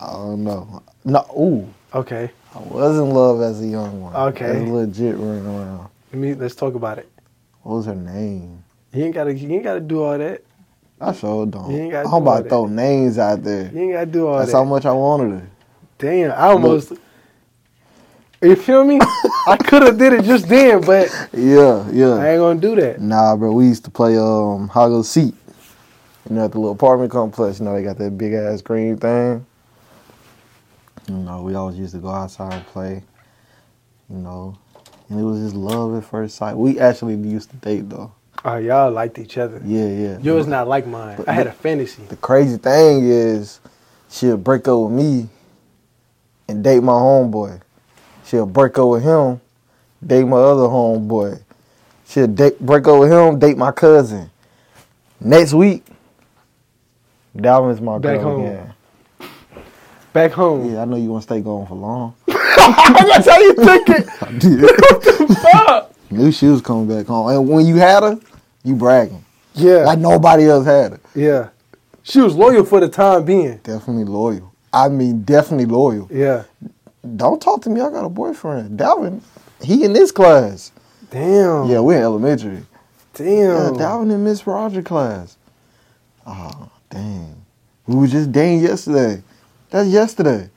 S2: I don't know. No ooh.
S1: Okay,
S2: I was in love as a young one.
S1: Okay.
S2: As a legit running around.
S1: let me let's talk about it.
S2: What was her name?
S1: You ain't gotta, you ain't gotta do all that.
S2: I sure don't.
S1: You ain't gotta
S2: I'm
S1: do all
S2: about to
S1: that.
S2: throw names out there.
S1: You ain't gotta do all
S2: That's
S1: that.
S2: how much I wanted her.
S1: Damn, I almost. You feel me? I could have did it just then, but
S2: Yeah, yeah.
S1: I ain't gonna do that.
S2: Nah, bro, we used to play um Hoggle Seat. You know, at the little apartment complex, you know, they got that big ass green thing. You know, we always used to go outside and play. You know. And it was just love at first sight. We actually used to date though.
S1: Oh, y'all liked each other.
S2: Yeah, yeah.
S1: Yours not like mine.
S2: But-
S1: I had a fantasy.
S2: The crazy thing is she'll break up with me and date my homeboy. She'll break up with him, date my other homeboy. She'll date, break up with him, date my cousin. Next week, Dalvin's my
S1: Back
S2: girl
S1: home.
S2: again.
S1: Back home.
S2: Yeah, I know you want to stay going for long.
S1: That's how you think it.
S2: I did. Knew she was coming back home. And when you had her, you bragging.
S1: Yeah,
S2: Like nobody else had her.
S1: yeah. She was loyal for the time being.
S2: Definitely loyal. I mean, definitely loyal.
S1: Yeah.
S2: Don't talk to me. I got a boyfriend. Dalvin, he in this class.
S1: Damn.
S2: Yeah, we're in elementary. Yeah,
S1: Damn.
S2: Dalvin in Miss Roger class. Oh, dang. We was just dating yesterday. That's yesterday.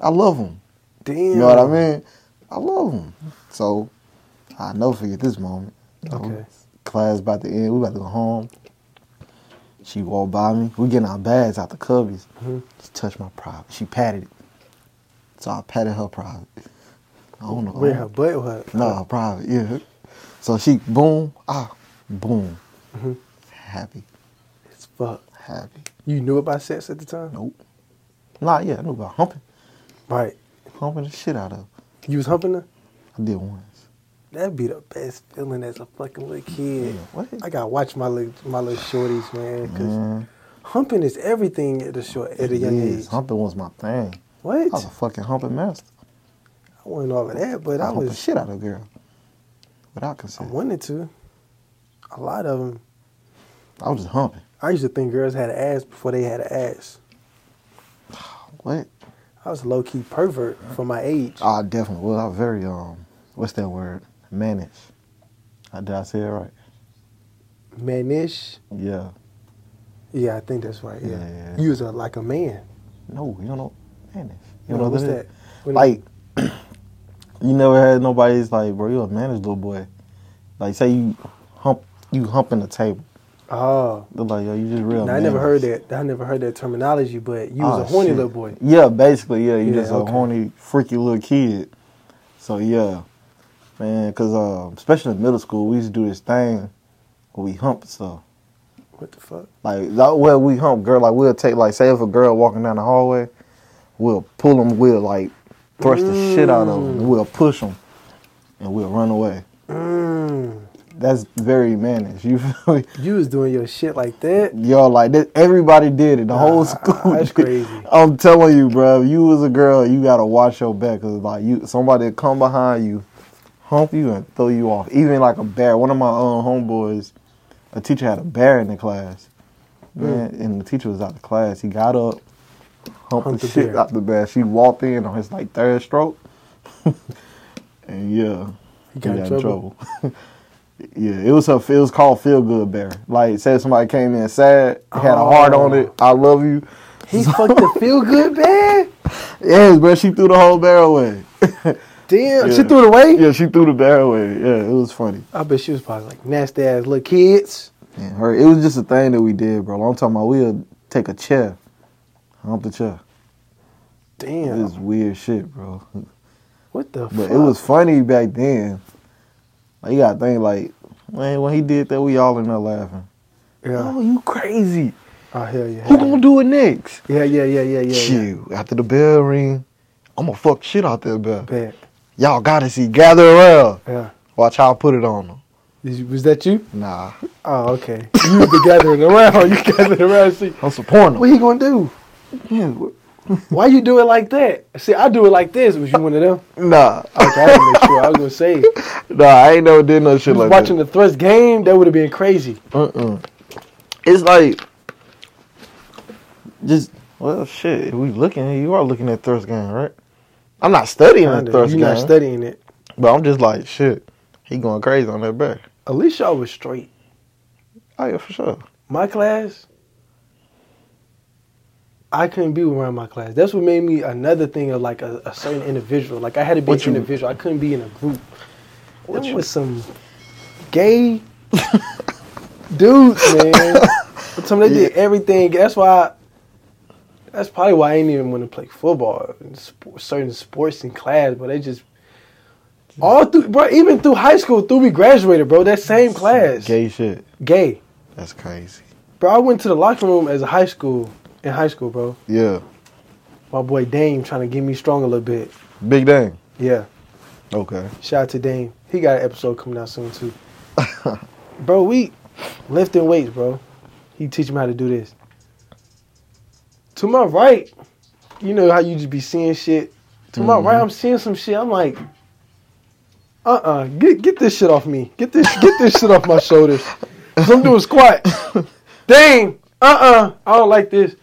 S2: I love him.
S1: Damn.
S2: You know what I mean? I love him. So I know for at this moment. you know,
S1: Okay.
S2: Class about to end. We about to go home. She walked by me. We getting our bags out the cubbies.
S1: Mhm.
S2: She touched my private. She patted it. So I patted her private. I don't know.
S1: Where her butt was.
S2: No, private, yeah. So she boom, ah, boom.
S1: Mhm.
S2: Happy,
S1: It's fuck.
S2: happy.
S1: You knew about sex at the time?
S2: Nope. Nah, yeah, I knew about humping.
S1: Right.
S2: Humping the shit out of her.
S1: You was humping her?
S2: I did once.
S1: That'd be the best feeling as a fucking little kid.
S2: Yeah, what?
S1: I gotta watch my little my little shorties, man, because
S2: Man,
S1: humping is everything at a short at a
S2: it
S1: young
S2: is.
S1: age.
S2: Humping was my thing. I
S1: What?
S2: was a fucking humping master.
S1: I wasn't all of that, but
S2: I
S1: I
S2: humped the
S1: was.
S2: shit out of a girl. Without
S1: I
S2: consent.
S1: wanted to. A lot of them.
S2: I was just humping.
S1: I used to think girls had an ass before they had an ass.
S2: What?
S1: I was a low key pervert for my age.
S2: I definitely was. I was very, um, what's that word? Managed. I Did I say it right?
S1: Manish.
S2: Yeah.
S1: Yeah, I think that's right. Yeah.
S2: Yeah, yeah, yeah.
S1: You was a, like a man.
S2: No, you don't know managed.
S1: No,
S2: You know what
S1: what's
S2: that is?
S1: that? What is-
S2: like you never had nobody's like, bro, you a managed little boy. Like say you hump you humping the table.
S1: oh,
S2: They're like, yo, you just real.
S1: now, I never heard
S2: managed.
S1: that. I never heard that terminology, but you was
S2: Oh,
S1: a horny
S2: shit.
S1: little boy.
S2: Yeah, basically, yeah, you
S1: Yeah,
S2: just a
S1: okay.
S2: horny, freaky little kid. So yeah, man, cause uh, especially in middle school, we used to do this thing where we hump stuff.
S1: What the fuck?
S2: Like that where we hump girl, like we'll take like say if a girl walking down the hallway, we'll pull them, we'll like thrust the shit out of them, we'll push them, and we'll run away.
S1: Mm,
S2: That's very managed. You feel me?
S1: you was doing your shit like that.
S2: Yo, like that, everybody did it. The whole school.
S1: that's
S2: did.
S1: crazy.
S2: I'm telling you, bro. If you was a girl, you gotta watch your back, cause like you, somebody come behind you, hump you, and throw you off. Even like a bear. One of my own homeboys, a teacher had a bear in the class.
S1: Hmm.
S2: Man, and the teacher was out of class. He got up, humped
S1: Humped
S2: the
S1: the
S2: shit
S1: bear.
S2: out the bear. She walked in on his like third stroke, and yeah.
S1: You
S2: He
S1: got in trouble.
S2: yeah, it was a it was called Feel Good Bear. Like say somebody came in sad, had a heart on it, I love you.
S1: He fucked the feel good bear.
S2: Yes, bro, she threw the whole bear away.
S1: Damn,
S2: Yeah.
S1: she threw it away.
S2: yeah, she threw the bear away. Yeah, it was funny.
S1: I bet she was probably like nasty ass little kids.
S2: Yeah, her it was just a thing that we did, bro. I'm talking about we'll take a chair. Hump the chair. It
S1: Damn,
S2: was weird shit, bro.
S1: what the
S2: But
S1: fuck?
S2: it was funny back then. Like you gotta think like man, when he did that, we all in there laughing.
S1: yeah.
S2: Oh, you crazy.
S1: Oh hell yeah.
S2: Who gonna do it next?
S1: Yeah yeah yeah yeah yeah. yeah.
S2: Shoot, after the bell ring, I'm gonna fuck shit out there, bell.
S1: Bad.
S2: Y'all gotta see, gather around.
S1: Yeah.
S2: Watch how I put it on them.
S1: Did you, was that you?
S2: Nah,
S1: Oh, okay. You were gathering around. You gathered around. See,
S2: I'm supporting
S1: what
S2: them.
S1: you gonna do?
S2: Yeah, what-
S1: Why you do it like that? See, I do it like this. Was you one of them?
S2: Nah,
S1: Okay, I had to make sure. I was gonna say, if you
S2: nah, I ain't never did no shit
S1: was
S2: like
S1: watching
S2: that.
S1: the Thrust game, that would have been crazy.
S2: Uh-uh. It's like just well, shit. If we looking, you are looking at Thirst Game, right? I'm not studying
S1: Kinda.
S2: the Thirst
S1: You're
S2: Game,
S1: not studying it.
S2: but I'm just like, shit. He going crazy on that back.
S1: At least y'all was straight.
S2: Oh yeah, for sure.
S1: My class, I couldn't be around my class. That's what made me another thing of like a, a certain individual. Like I had to be
S2: What
S1: an
S2: you-
S1: individual. I couldn't be in a group.
S2: What
S1: Them
S2: you-
S1: was some gay dudes, man. But some they did everything. That's why. that's probably why I ain't even want to play football. Sp- certain sports in class, but they just all through, bro. Even through high school, through we graduated, bro. That same class,
S2: Gay shit.
S1: gay.
S2: That's crazy.
S1: Bro, I went to the locker room as a high school in high school, bro.
S2: Yeah.
S1: My boy Dame trying to get me strong a little bit.
S2: Big dang.
S1: Yeah.
S2: Okay.
S1: Shout out to Dame. He got an episode coming out soon too. bro, we lifting weights, bro. He teach me how to do this. To my right, you know how you just be seeing shit. To my right, I'm seeing some shit. I'm like, uh uh get get this shit off me. Get this get this shit off my shoulders. i I'm doing squats. Dame, uh uh I don't like this.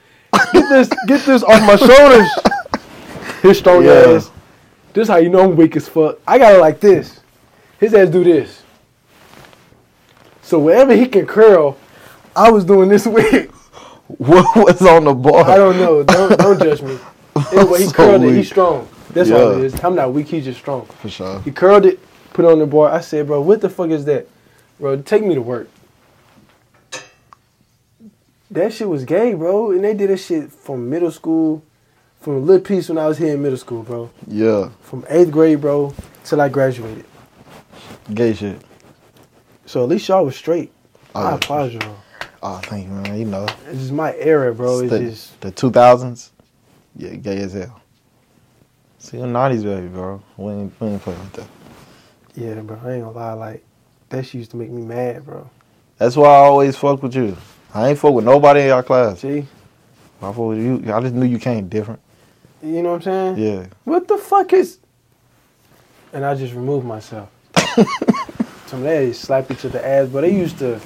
S1: Get this get this off my shoulders. His strong
S2: Yeah.
S1: ass. This how you know I'm weak as fuck. I got it like this. His ass do this. So wherever he can curl, I was doing this week.
S2: What was on the bar?
S1: I don't know. Don't don't judge me. Anyway, he
S2: So
S1: curled it.
S2: weak.
S1: He's strong. That's all it
S2: Yeah.
S1: is. I'm not weak. He's just strong.
S2: For sure.
S1: He curled it, put it on the bar. I said, bro, what the fuck is that? Bro, take me to work. That shit was gay, bro. And they did that shit from middle school, from a little piece when I was here in middle school, bro.
S2: Yeah.
S1: From eighth grade, bro, till I graduated.
S2: Gay shit.
S1: So at least y'all was straight.
S2: Oh,
S1: I
S2: yeah.
S1: apologize, bro.
S2: Oh, thank you, man. You know.
S1: It's just my era, bro. It's
S2: the,
S1: just
S2: the 2000s. Yeah, gay as hell. See, the 90s, baby, bro. We ain't, we ain't playing with that.
S1: yeah, bro. I ain't gonna lie, like that shit used to make me mad, bro.
S2: That's why I always fuck with you. I ain't fuck with nobody in your class. I
S1: See,
S2: fuck with you. I just knew you came different.
S1: you know what I'm saying?
S2: Yeah.
S1: What the fuck is? And I just removed myself. Some they slap each other ass, but they used to.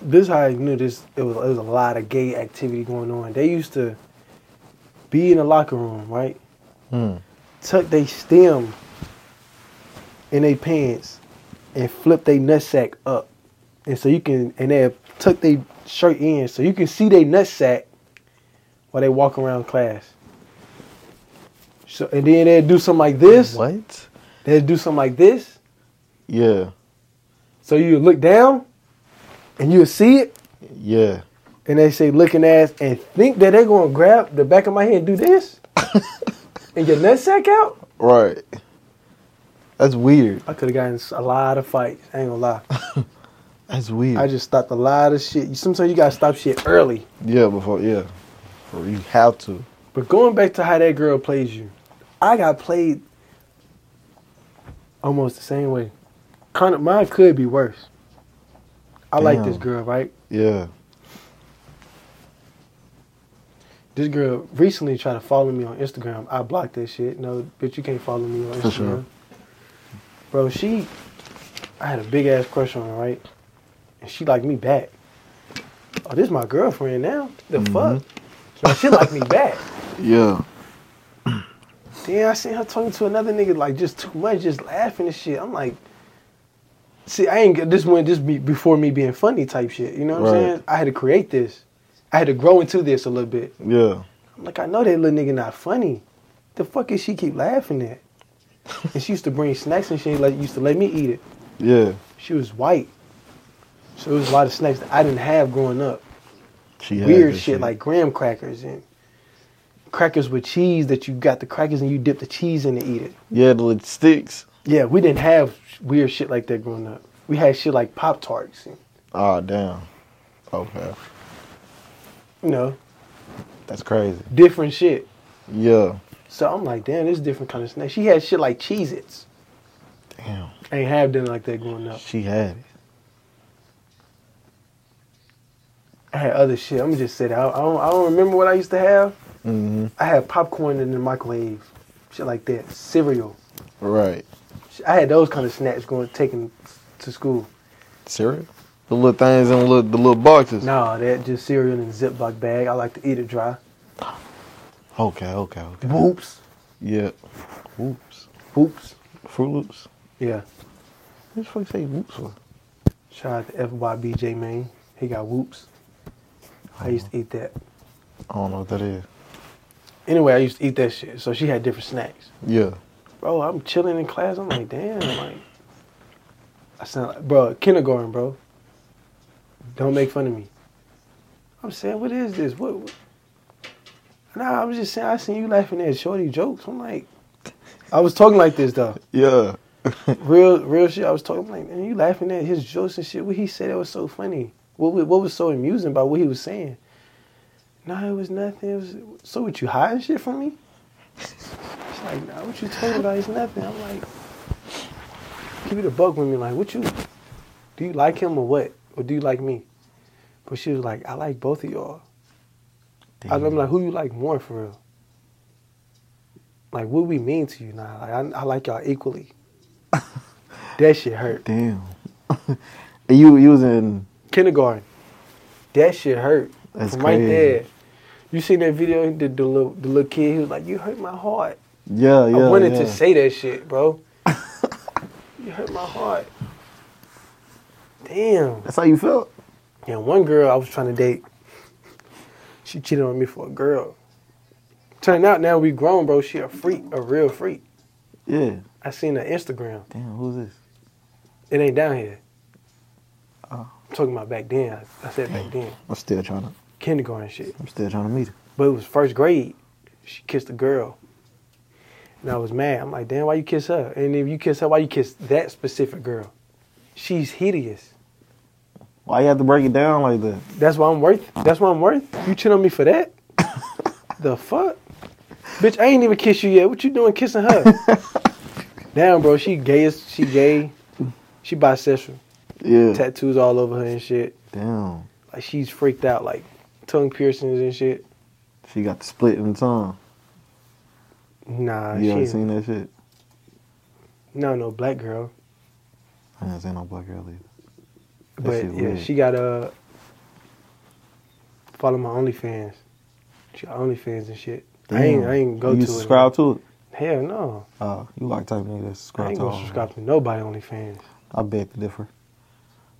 S1: This how I knew this. It was it was a lot of gay activity going on. They used to be in the locker room, right?
S2: Hmm.
S1: Tuck they stem in they pants and flip they nutsack up, and so you can and they tuck they shirt in so you can see they nutsack while they walk around class. So and then they do something like this.
S2: What?
S1: They do something like this.
S2: Yeah.
S1: So you look down and you'll see it.
S2: Yeah.
S1: And they say looking ass and think that they're gonna grab the back of my head and do this and get nutsack out.
S2: Right. That's weird.
S1: I could have gotten s- a lot of fights. I ain't gonna lie.
S2: That's weird.
S1: I just stopped a lot of shit. You- Sometimes you gotta stop shit early.
S2: yeah, before, yeah. Or you have to.
S1: But going back to how that girl plays you, I got played almost the same way. Kind of mine could be worse. I like this
S2: Damn.
S1: girl, right?
S2: Yeah.
S1: This girl recently tried to follow me on Instagram. I blocked that shit. No, bitch, you can't follow me on
S2: For
S1: Instagram.
S2: sure.
S1: Bro, she, I had a big ass crush on her, right? And she liked me back. Oh, this my girlfriend now. The fuck?
S2: Mm-hmm.
S1: So she liked me back.
S2: Yeah.
S1: Then I seen her talking to another nigga like just too much, just laughing and shit. I'm like, see, I ain't get this one. This be before me being funny type shit. You know what I'm
S2: Right.
S1: saying? I had to create this. I had to grow into this a little bit.
S2: Yeah.
S1: I'm like, I know that little nigga not funny. The fuck is she keep laughing at? and she used to bring snacks and shit. Like used to let me eat it.
S2: Yeah.
S1: She was white, so it was a lot of snacks that I didn't have growing up.
S2: She had
S1: Weird
S2: that
S1: shit, like graham crackers and crackers with cheese that you got the crackers and you dip the cheese in to eat it.
S2: Yeah, the little sticks.
S1: Yeah, we didn't have weird shit like that growing up. We had shit like Pop Tarts,
S2: Ah, damn. Okay.
S1: you know,
S2: That's crazy.
S1: different shit.
S2: Yeah.
S1: So I'm like, damn, this is different kind of snack. She had shit like Cheez Its.
S2: Damn. Damn,
S1: Ain't have dinner like that growing up.
S2: she had it.
S1: I had other shit. I'm just say that. I, I, don't, I don't remember what I used to have.
S2: Mm-hmm.
S1: I had popcorn in the microwave, shit like that. Cereal.
S2: Right.
S1: I had those kind of snacks going taken to school.
S2: Cereal. The little things in the little, the little boxes.
S1: Nah, that just cereal in a Ziploc bag. I like to eat it dry.
S2: Okay, okay, okay.
S1: Whoops.
S2: Yeah. Whoops.
S1: Whoops.
S2: Fruit Loops.
S1: Yeah.
S2: What the fuck say whoops for?
S1: Shout out to FYBJ man. He got whoops. I used to eat that.
S2: I don't know what that is.
S1: Anyway, I used to eat that shit. So she had different snacks.
S2: Yeah.
S1: Bro, I'm chilling in class. I'm like, damn, like I sound like bro, kindergarten, bro. Don't make fun of me. I'm saying, what is this? What, what? Nah, I'm just saying I seen you laughing at shorty jokes. I'm like I was talking like this though.
S2: Yeah.
S1: real real shit. I was talking I'm like, man, you laughing at his jokes and shit. What he said that was so funny. What wa- what was so amusing about what he was saying? Nah, it was nothing. It was, so what you hiding shit from me? She's like, nah, what you talking about is nothing. I'm like, keep it a buck with me. Like, what you do you like him or what? Or do you like me? But she was like, I like both of y'all. I
S2: Damn.
S1: remember like who you like more for real. Like what we mean to you now? Like I, I like y'all equally. that shit hurt.
S2: Damn. you you was in
S1: Kindergarten. That shit hurt.
S2: That's
S1: From right
S2: crazy.
S1: there. You seen that video? The, the little the little kid. He was like, "You hurt my heart."
S2: yeah yeah.
S1: I wanted
S2: yeah.
S1: to say that shit, bro. you hurt my heart. Damn.
S2: That's how you felt.
S1: And one girl I was trying to date, she cheated on me for a girl. Turned out now we grown, bro. She a freak, a real freak.
S2: Yeah.
S1: I seen her Instagram.
S2: Damn. Who's this?
S1: It ain't down here.
S2: Oh.
S1: I'm talking about back then. I- I said back then,
S2: I'm still trying to.
S1: kindergarten shit.
S2: I'm still trying to meet her.
S1: But it was first grade. She kissed a girl, and I was mad. I'm like, damn, why you kiss her? And if you kiss her, why you kiss that specific girl? She's hideous.
S2: Why you have to break it down like that?
S1: That's what I'm worth. That's what I'm worth. You cheat on me for that? the fuck, bitch! I ain't even kiss you yet. What you doing kissing her? Damn, bro. She gay. As, she gay. She bisexual.
S2: Yeah.
S1: Tattoos all over her and shit.
S2: Damn.
S1: Like she's freaked out. Like tongue piercings and shit.
S2: She got the split in the tongue.
S1: Nah,
S2: You
S1: she.
S2: ever
S1: ain't-
S2: seen that shit?
S1: No, no black girl.
S2: I ain't seen no black girl either. That
S1: But
S2: shit
S1: yeah,
S2: weird.
S1: she got uh follow my OnlyFans. She got OnlyFans and shit. I ain't.
S2: Damn.
S1: I ain't go
S2: you
S1: to
S2: subscribe to it.
S1: it. Hell no.
S2: Uh, you like type nigga that
S1: I
S2: subscribe
S1: ain't
S2: to
S1: gonna
S2: all.
S1: subscribe to nobody OnlyFans.
S2: I beg to differ.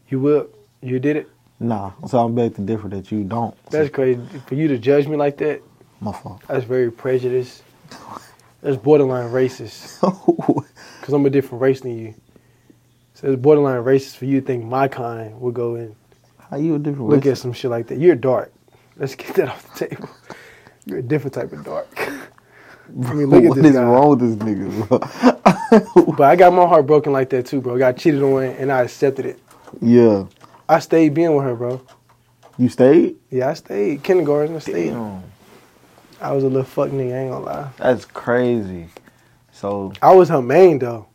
S1: You will. You did it.
S2: Nah, so I beg to differ that you don't.
S1: That's crazy. For you to judge me like that,
S2: my fault.
S1: that's very prejudiced. That's borderline racist. Because I'm a different race than you. So it's borderline racist for you to think my kind would go in.
S2: How you a different
S1: Look at
S2: race?
S1: some shit like that. You're dark. Let's get that off the table. You're a different type of dark. I mean, look at
S2: What
S1: this
S2: is
S1: guy.
S2: wrong with this nigga? bro?
S1: But I got my heart broken like that too, bro. I got cheated on and I accepted it.
S2: yeah.
S1: I stayed being with her, bro.
S2: You stayed?
S1: Yeah, I stayed. Kindergarten, I stayed.
S2: Damn.
S1: I was a little fuck nigga, I ain't gonna lie.
S2: That's crazy. So
S1: I was her main though.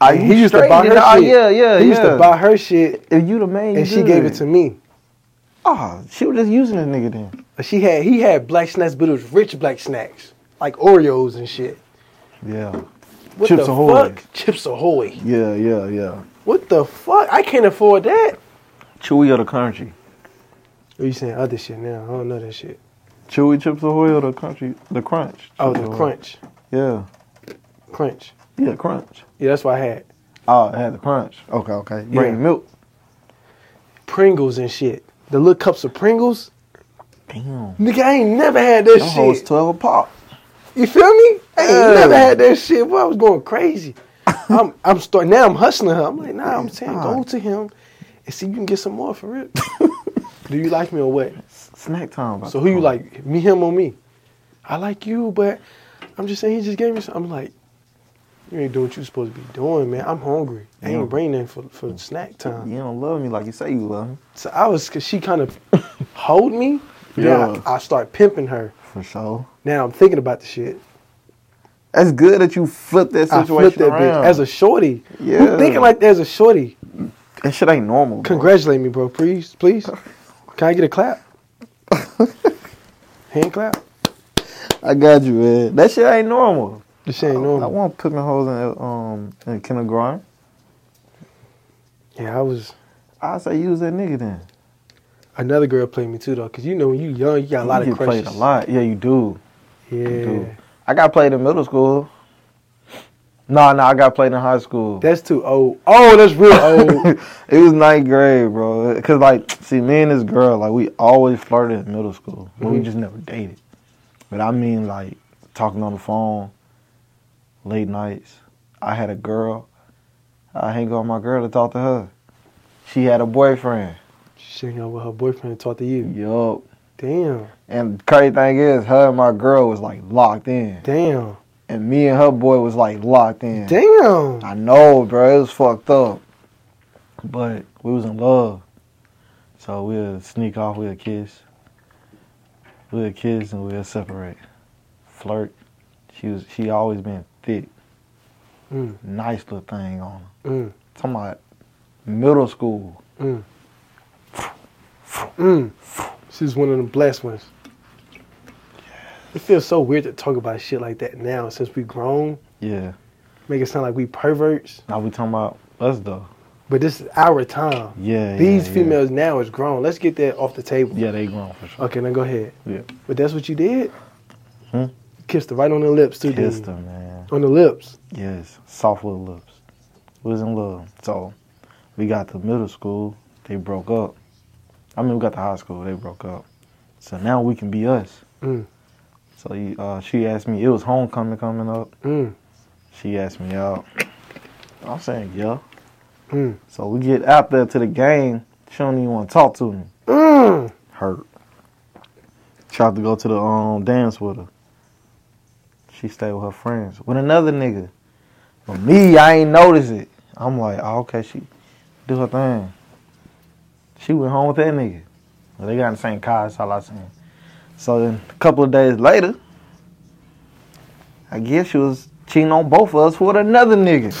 S2: I
S1: he used to buy her shit.
S2: yeah, yeah,
S1: he
S2: yeah.
S1: used to buy her shit
S2: If you the main,
S1: and she gave it to me.
S2: Ah, she was just using this nigga then.
S1: But She had he had black snacks, but it was rich black snacks. Like Oreos and shit.
S2: Yeah,
S1: What
S2: Chips
S1: the
S2: Ahoy.
S1: fuck? Chips Ahoy.
S2: yeah, yeah, yeah.
S1: What the fuck? I can't afford that.
S2: Chewy of the country.
S1: Are you saying other shit now? I don't know that shit.
S2: Chewy chips ahoy or the country, the crunch.
S1: Oh,
S2: Chips
S1: the
S2: Ahoy.
S1: crunch.
S2: Yeah,
S1: Crunch.
S2: yeah, crunch.
S1: Yeah, that's what I had.
S2: Oh, it had the crunch. Okay, okay. Bring
S1: Yeah.
S2: milk.
S1: Pringles and shit. The little cups of Pringles.
S2: Damn.
S1: Nigga, I ain't never had that
S2: Them hoes
S1: shit.
S2: twelve a pop.
S1: you feel me? I ain't
S2: Yeah.
S1: never had that shit. Boy, I was going crazy. I'm I'm starting now. I'm hustling her. I'm like, nah. I'm saying go
S2: God.
S1: to him and see if you can get some more for real. Do you like me or what?
S2: S- Snack time. about
S1: So
S2: to
S1: who you
S2: come.
S1: like? Me, him, or me? I like you, but I'm just saying he just gave me. Some. I'm like, you ain't doing what you supposed to be doing, man. I'm hungry. I
S2: Yeah.
S1: ain't bringing nothing for for snack time.
S2: You don't love me like you say you love me.
S1: So I was, cause she kind of hold me.
S2: Yeah.
S1: Then I, I start pimping her.
S2: For sure.
S1: Now I'm thinking about the shit.
S2: That's good that you flipped that
S1: I
S2: situation
S1: flipped that
S2: around.
S1: bitch as a shorty.
S2: Yeah.
S1: Who thinking like that as a shorty?
S2: that shit ain't normal. bro.
S1: Congratulate me, bro. Please, please. Can I get a clap? Hand clap.
S2: I got you, man. That shit ain't normal.
S1: This shit ain't
S2: I
S1: normal.
S2: want to put my hoes in um in kindergarten.
S1: Yeah, I was.
S2: I say use that nigga then.
S1: Another girl played me too though, cause you know when you young, you got a lot
S2: you
S1: of
S2: get
S1: crushes.
S2: played a lot. Yeah, you do.
S1: Yeah,
S2: do. I got played in middle school. No, no, I got played in high school.
S1: that's too old. Oh, that's real old.
S2: it was ninth grade, bro. Cause like, see, me and this girl, like, we always flirted in middle school, but we
S1: Mhm.
S2: just never dated. But I mean, like, talking on the phone, late nights. I had a girl. I hang on my girl to talk to her. She had a boyfriend.
S1: she hang out with her boyfriend and talk to you.
S2: Yup.
S1: Damn,
S2: And crazy thing is, her and my girl was like locked in,
S1: damn,
S2: and me and her boy was like locked in.
S1: damn.
S2: I know, bro. It was fucked up. But we was in love. So we'll sneak off, we'll kiss. We'll kiss and we'll separate. Flirt. She was she always been thick.
S1: Mm,
S2: Nice little thing on her.
S1: mm,
S2: Talking about middle school.
S1: mm. Mm. She's one of them blessed ones. It feels so weird to talk about shit like that now since we grown.
S2: Yeah.
S1: Make it sound like we perverts.
S2: Now we talking about us though.
S1: But this is our time.
S2: Yeah. yeah,
S1: These
S2: yeah.
S1: females now is grown. Let's get that off the table.
S2: Yeah, they grown for sure.
S1: Okay, now go ahead.
S2: Yeah.
S1: But that's what you did?
S2: Hmm?
S1: Kissed her right on the lips too, didn't
S2: Kissed
S1: you?
S2: her, man.
S1: On the lips.
S2: Yes. Soft little lips. We was in love. So we got to middle school, they broke up. I mean, we got to high school, they broke up. So now we can be us.
S1: Mm.
S2: So you, uh, she asked me, it was homecoming coming up.
S1: Mm.
S2: She asked me out. I'm saying, yeah.
S1: Mm.
S2: So we get out there to the game. She don't even want to talk to me.
S1: Mm.
S2: Hurt. Tried to go to the um, dance with her. She stayed with her friends, with another nigga. But me, I ain't notice it. I'm like, oh, okay, she do her thing. She went home with that nigga. Well, they got in the same car, that's all I seen. So then a couple of days later, I guess she was cheating on both of us with another nigga.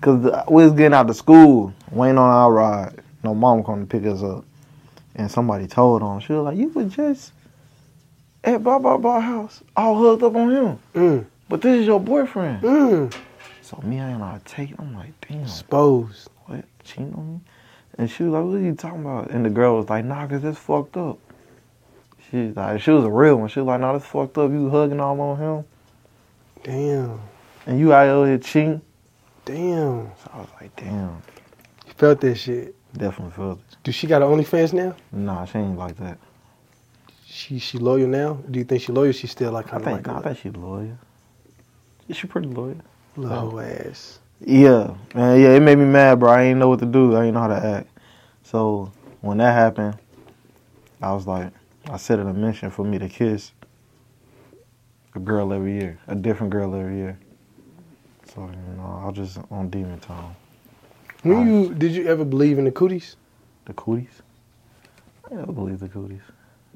S2: Cause the- we was getting out of school, waiting on our ride. No mom come to pick us up. And somebody told on. She was like, You were just at blah blah blah house, all hooked up on him.
S1: Mm.
S2: But this is your boyfriend.
S1: Mm.
S2: So me and I take, I'm like, damn,
S1: Exposed.
S2: what? Cheating on me? And she was like, what are you talking about? And the girl was like, nah, cause that's fucked up. She was like, she was a real one. She was like, nah, that's fucked up. You hugging all on him.
S1: Damn.
S2: And you out here cheating.
S1: Damn.
S2: So I was like, damn,
S1: You felt that shit.
S2: definitely felt it.
S1: Do she got her OnlyFans now?
S2: Nah, she ain't like that.
S1: She she loyal now? Do you think she loyal? She still like
S2: I
S1: kind of
S2: think,
S1: like
S2: I
S1: a
S2: think she loyal. Yeah, she pretty loyal.
S1: little hoe ass.
S2: Yeah, man, yeah, it made me mad, bro. I ain't know what to do. I ain't know how to act. So when that happened, I was like, I set it a mission for me to kiss a girl every year, a different girl every year. So you know, I was just on demon time.
S1: When you did you ever believe in the cooties?
S2: The cooties? I never believe the cooties.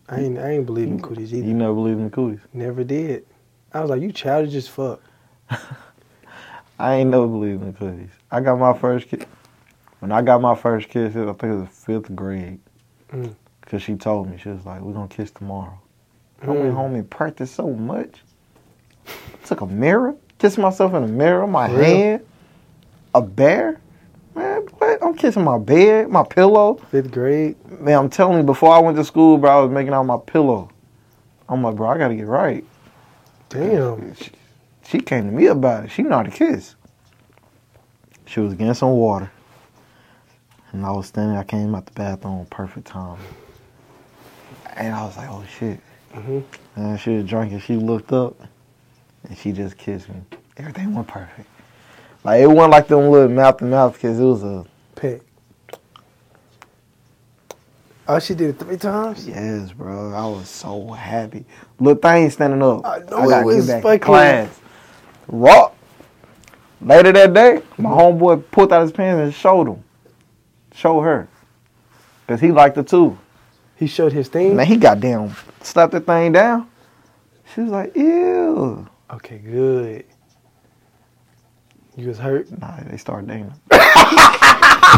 S1: I ain't I ain't believe in
S2: Mm.
S1: cooties either.
S2: You never believe in the cooties?
S1: Never did. I was like, you childish as fuck.
S2: I ain't never believed in the cooties. I got my first kiss. When I got my first kiss, I think it was fifth grade.
S1: Mm.
S2: Cause she told me she was like, "We're gonna kiss tomorrow." I went
S1: Mm.
S2: home and practiced so much. Took a mirror, kissed myself in the mirror, my
S1: For real?
S2: hand, a bear. Man, what? I'm kissing my bed, my pillow.
S1: Fifth grade.
S2: Man, I'm telling you, before I went to school, bro, I was making out my pillow. I'm like, bro, I gotta get right.
S1: Damn.
S2: She, she came to me about it. She know how to kiss. She was getting some water. And I was standing, I came out the bathroom, perfect time. And I was like, oh shit.
S1: Mhm.
S2: And she was drinking. She looked up and she just kissed me. Everything went perfect. Like it wasn't like them little mouth to mouth kiss. It was a
S1: Peck. Oh, she did it three times?
S2: yes, bro. I was so happy. Little thing standing up.
S1: I know
S2: gotta
S1: it was
S2: get back
S1: fucking-
S2: to class. Rock. Later that day, my homeboy pulled out his pants and showed him, showed her, cause he liked it too.
S1: He showed his thing?
S2: Man, he got down, slapped the thing down. She was like, ew.
S1: Okay, good. You was hurt?
S2: Nah, they start dating.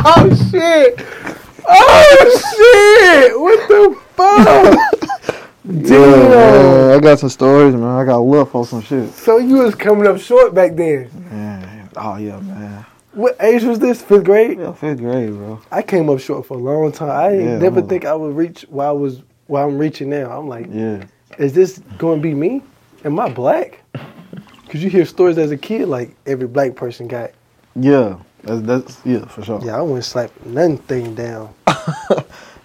S1: Oh shit! Oh shit! What the fuck?
S2: Yeah, man, I got some stories, man. I got love for some shit.
S1: so you was coming up short back then.
S2: Man. Oh yeah, man.
S1: What age was this? Fifth grade?
S2: Yeah, fifth grade, bro.
S1: I came up short for a long time. I ain't
S2: Yeah,
S1: never
S2: I'm a-
S1: think I would reach where I was where I'm reaching now. I'm like,
S2: Yeah.
S1: is this going to be me? Am I black? Because you hear stories as a kid, like every black person got.
S2: Yeah. That's that's yeah, for sure.
S1: Yeah, I wouldn't slap nothing down.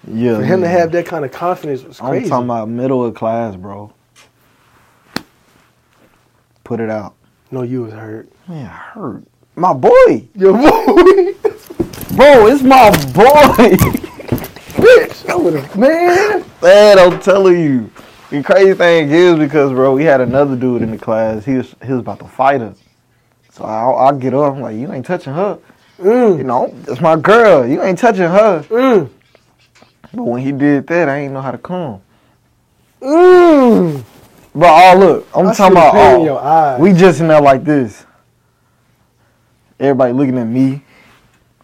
S2: Yeah.
S1: For him to
S2: man.
S1: have that kind of confidence was
S2: I'm
S1: crazy.
S2: talking about middle of class, bro. Put it out.
S1: no, you was hurt.
S2: Man, I hurt. My boy.
S1: Your boy,
S2: Bro, it's my boy.
S1: bitch. I would have, man.
S2: Man, I'm telling you. The crazy thing is because bro, we had another dude in the class. He was he was about to fight us. So I I get up, I'm like, you ain't touching her. You
S1: Mm,
S2: know, it's my girl. You ain't touching her.
S1: mm,
S2: But when he did that, I ain't know how to calm.
S1: mm.
S2: Bro, oh look, I'm
S1: I see
S2: talking
S1: the
S2: about
S1: pain in
S2: oh,
S1: your eyes.
S2: we just in there like this. Everybody looking at me,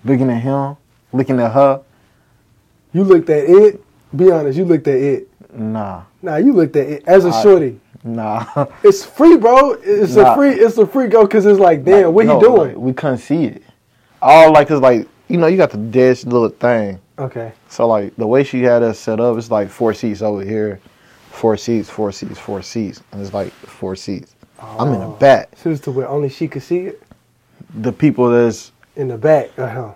S2: looking at him, looking at her.
S1: You looked at it. Be honest, you looked at it.
S2: Nah,
S1: Nah, you looked at it as a
S2: I-
S1: shorty.
S2: nah.
S1: It's free, bro. It's
S2: Nah.
S1: a free. It's a free go because it's like, damn, what
S2: No,
S1: you doing?
S2: like, we couldn't see it. All like, cause like you know, you got the dead little thing.
S1: okay,
S2: So like the way she had us set up, it's like four seats over here, four seats, four seats, four seats, and it's like four seats. I'm in the
S1: Oh.
S2: back.
S1: so it's to where only she could see it
S2: The people that's
S1: in the back. Uh-huh.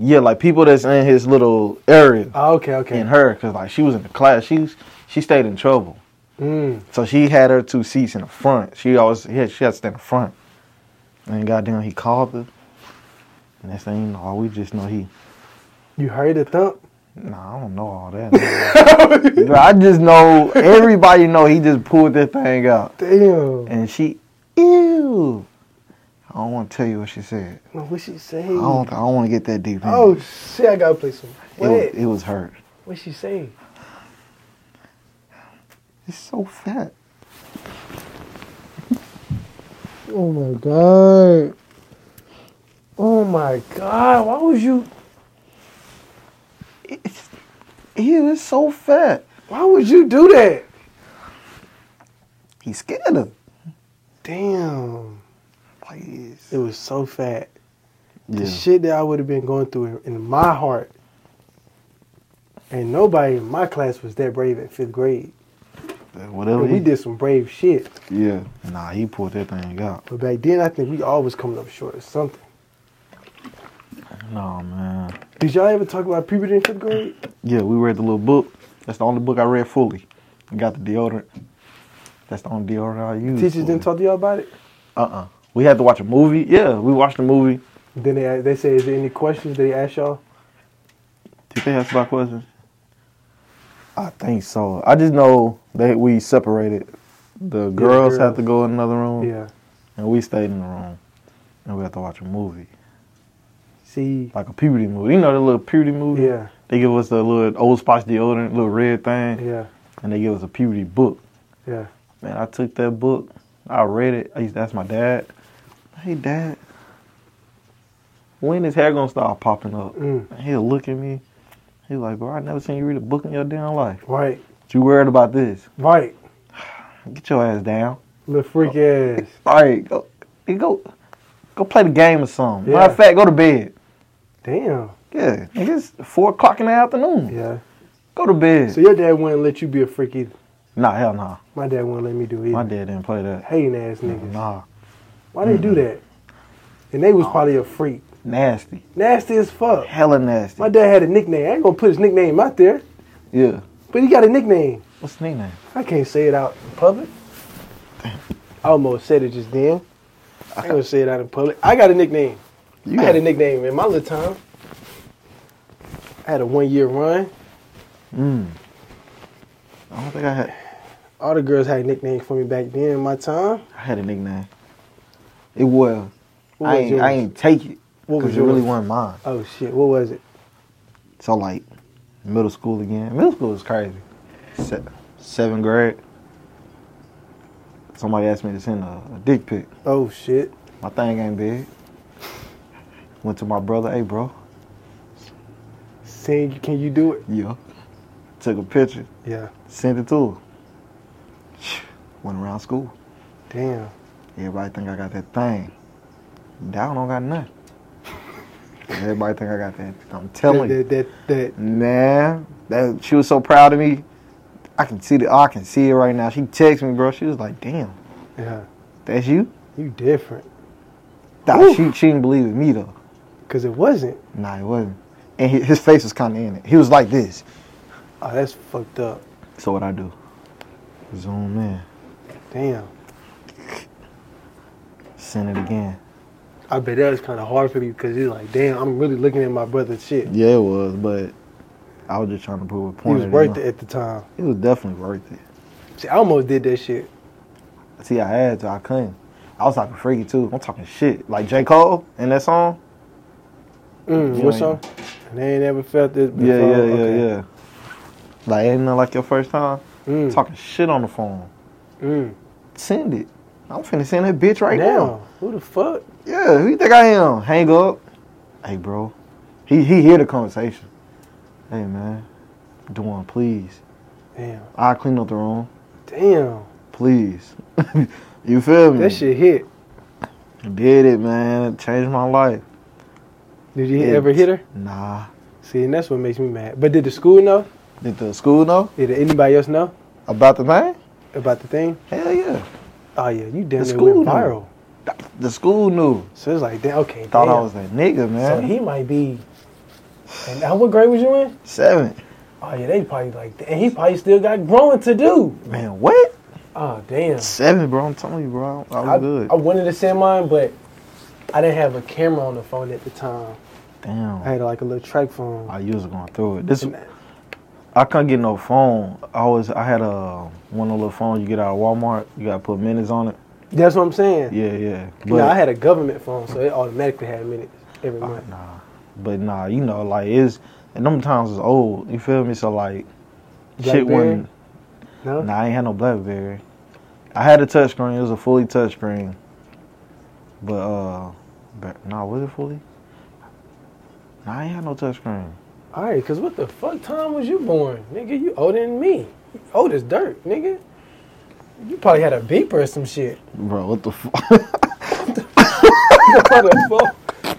S2: yeah, like people that's in his little area.
S1: Oh, okay, okay.
S2: and her because like she was in the class. She was- she stayed in trouble,
S1: Mm.
S2: so she had her two seats in the front. She always yeah she had to stay in the front. And goddamn, he called her. Next thing you know, we just know he.
S1: You heard the thump?
S2: Nah, I don't know all that. man. Bro, I just know everybody know he just pulled that thing out,
S1: Damn.
S2: and she, ew. I don't want to tell you what she said.
S1: No, what she
S2: I
S1: saying?
S2: don't. I don't want to get that deep in.
S1: Oh shit! I gotta play some.
S2: it
S1: What?
S2: was, it was hurt.
S1: What she saying?
S2: It's so fat.
S1: Oh my god! Oh my god! Why was you?
S2: It's, ew, it's so fat.
S1: Why would you do that?
S2: He scared her.
S1: Damn!
S2: Like,
S1: It was so fat.
S2: yeah.
S1: The shit that I would have been going through in, in my heart. And nobody in my class was that brave at fifth grade.
S2: Whatever
S1: And we did some brave shit.
S2: Yeah. Nah, he pulled that thing out.
S1: But back then, I think we all was coming up short or something.
S2: No, man.
S1: Did y'all ever talk about puberty in fifth grade?
S2: Yeah, we read the little book. That's the only book I read fully. I got the deodorant. That's the only deodorant I used.
S1: Teachers didn't talk to y'all about it?
S2: Uh uh We had to watch a movie. Yeah, we watched a movie.
S1: Then they they say, is there any questions they ask y'all?
S2: Did they ask about questions? I think so. I just know that we separated. The girls had
S1: girls.
S2: to go in another room,
S1: Yeah.
S2: and we stayed in the room, and we had to watch a movie,
S1: See.
S2: like a puberty movie. You know the little puberty movie?
S1: Yeah.
S2: They give us a little old spice deodorant, little red thing,
S1: Yeah.
S2: and they give us a puberty book.
S1: Yeah.
S2: Man, I took that book, I read it. I used to ask my dad, "Hey, dad, when is hair gonna start popping up?"
S1: Mm.
S2: And He'll look at me. He's like, "Bro, I never seen you read a book in your damn life.
S1: Right.
S2: But you worried about this?
S1: Right.
S2: Get your ass down.
S1: Little freak ass.
S2: All right, go, you go, go play the game or something.
S1: Yeah.
S2: Matter of fact, go to bed.
S1: Damn.
S2: Yeah, nigga, it's four o'clock in the afternoon.
S1: Yeah.
S2: Go to bed.
S1: So your dad wouldn't let you be a freak either.
S2: nah, hell nah.
S1: My dad wouldn't let me do it.
S2: My
S1: either.
S2: dad didn't play that.
S1: Hating ass niggas.
S2: Nah,
S1: Why they do that? And they was probably a freak.
S2: nasty.
S1: Nasty as fuck.
S2: Hella nasty.
S1: My dad had a nickname. I ain't gonna put his nickname out there,
S2: Yeah.
S1: but he got a nickname.
S2: What's the nickname?
S1: I can't say it out in public. I almost said it just then. I ain't gonna say it out in public. I got a nickname.
S2: You
S1: I had a nickname in my little time. I had a one year run.
S2: Mm. I don't think I had.
S1: All the girls had nicknames for me back then in my time.
S2: I had a nickname. It was.
S1: What
S2: I
S1: was
S2: ain't.
S1: yours?
S2: I ain't take it
S1: What was
S2: because it really
S1: yours?
S2: wasn't mine.
S1: Oh shit, what was it?
S2: So like, middle school again. Middle school was crazy. Se- seventh grade. Somebody asked me to send a, a dick pic.
S1: Oh shit.
S2: My thing ain't big. Went to my brother, hey bro.
S1: Saying can you do it?
S2: Yeah. Took a picture,
S1: Yeah.
S2: sent it to him. Went around school.
S1: Damn.
S2: Everybody think I got that thing. Down don't got nothing. Everybody think I got that. I'm telling you.
S1: That that that,
S2: Man, that she was so proud of me. I can see the I can see it right now. She texted me, bro. She was like, damn,
S1: that yeah.
S2: that's you?
S1: You different.
S2: Nah,
S1: Woo.
S2: she she didn't believe in me though.
S1: Cause it wasn't.
S2: Nah, it wasn't. And he, his face was kind of in it. He was like this.
S1: Oh, that's fucked up.
S2: So what I do? Zoom in,
S1: Damn.
S2: send it again.
S1: I bet that was kind of hard for you because you're like, damn, I'm really looking at my brother's shit.
S2: Yeah, it was, but I was just trying to prove a
S1: He
S2: point.
S1: was worth it at the time.
S2: It was definitely worth it.
S1: See, I almost did that shit.
S2: See, I had to. I couldn't. I was talking freaky too. I'm talking shit like J Cole in that song.
S1: Mm,
S2: Yeah,
S1: what's
S2: yeah.
S1: up? And they ain't ever felt this before.
S2: Yeah, yeah, yeah, yeah. Hmm. Like ain't nothing like your first time.
S1: yeah. Mm,
S2: Talking shit on the phone.
S1: mm.
S2: Send it. I'm finna send that bitch right now.
S1: now, who the fuck?
S2: Yeah, who you think I am? Hang up. Hey, bro. He he hear the conversation. Hey, man. Doing, please.
S1: Damn,
S2: I clean up the room, Mm.
S1: damn,
S2: please. you feel me?
S1: that shit hit.
S2: Did it, man. It changed my life.
S1: Did you
S2: It-
S1: ever hit her?
S2: Nah.
S1: See, and that's what makes me mad. But did the school know?
S2: Did the school know
S1: Did anybody else know
S2: about the thing?
S1: about the thing?
S2: Hell yeah.
S1: Oh yeah, you damn
S2: The
S1: near
S2: school
S1: went
S2: knew.
S1: viral.
S2: The school knew.
S1: So it's like, damn, okay,
S2: Thought I
S1: damn.
S2: was that nigga,
S1: So
S2: man.
S1: he might be. And how what grade was you in?
S2: Seven.
S1: Oh yeah, they probably like, and he probably still got growing to do.
S2: Man, what?
S1: Oh damn.
S2: Seven, bro. I'm telling you, bro. I, I was
S1: I,
S2: good.
S1: I wanted to send mine, but I didn't have a camera on the phone at the time.
S2: Damn.
S1: I had like a little track phone.
S2: I used to going through it. This
S1: And that-
S2: I couldn't get no phone. I always I had a one of the little phones you get out of Walmart. You gotta put minutes on it.
S1: that's what I'm saying.
S2: Yeah, yeah. But
S1: No, I had a government phone, so it automatically had minutes every
S2: uh,
S1: month.
S2: nah, but nah, you know, like it's and them times is old. You feel me? So like, shit
S1: Blackberry?
S2: wasn't.
S1: No,
S2: Nah, I ain't had no BlackBerry. I had a touchscreen. It was a fully touchscreen. But uh, but, nah, was it fully? Nah, I ain't had no touchscreen.
S1: all right, cause what the fuck time was you born, nigga? You older than me. You old as dirt, nigga. You probably had a beeper or some shit.
S2: Bro, what the fuck?
S1: What the fuck?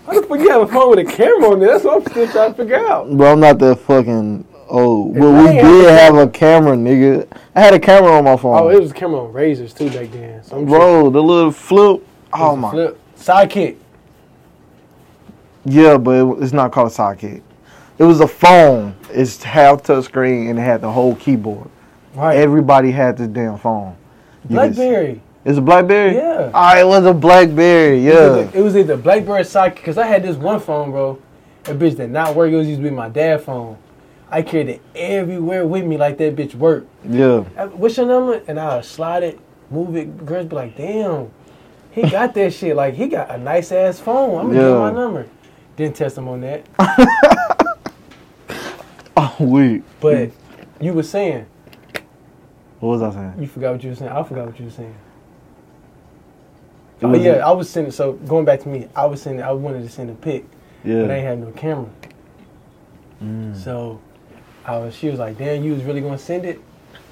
S1: How the fuck you have a phone with a camera on it? That's what I'm still trying to figure out.
S2: Bro, I'm not that fucking old. But
S1: I
S2: we
S1: ain't had
S2: did have a camera, nigga. I had a camera on my phone.
S1: Oh, it was a camera on razors too back then. So I'm sure it
S2: Bro, the little flip.
S1: was
S2: Oh
S1: a
S2: my.
S1: flip. sidekick.
S2: Yeah, but it, it's not called a socket. It was a phone. It's half touch screen and it had the whole keyboard.
S1: Right.
S2: Everybody had this damn phone. You could-
S1: Blackberry.
S2: It's a BlackBerry.
S1: Yeah.
S2: Ah, it was a BlackBerry.
S1: It was
S2: Yeah.
S1: either- It was either BlackBerry Socket because I had this one phone, bro. That bitch did not work. It was used to be my dad's phone. I carried it everywhere with me like that bitch worked.
S2: Yeah.
S1: I- What's your number? And I'll slide it, move it. Girls be like, damn, he got that shit. Like, he got a nice ass phone. I'm going to give him my
S2: Yeah.
S1: number. Didn't test him on that.
S2: Oh, wait.
S1: But you were saying,
S2: What was I saying?
S1: you forgot what you were saying. I forgot what you were saying.
S2: It
S1: oh,
S2: was
S1: yeah,
S2: a-
S1: I was sending. So going back to me, I was sending, I wanted to send a pic. but I ain't
S2: Yeah.
S1: had no camera.
S2: Mm.
S1: So I was, she was like, "Damn, you was really gonna send it?"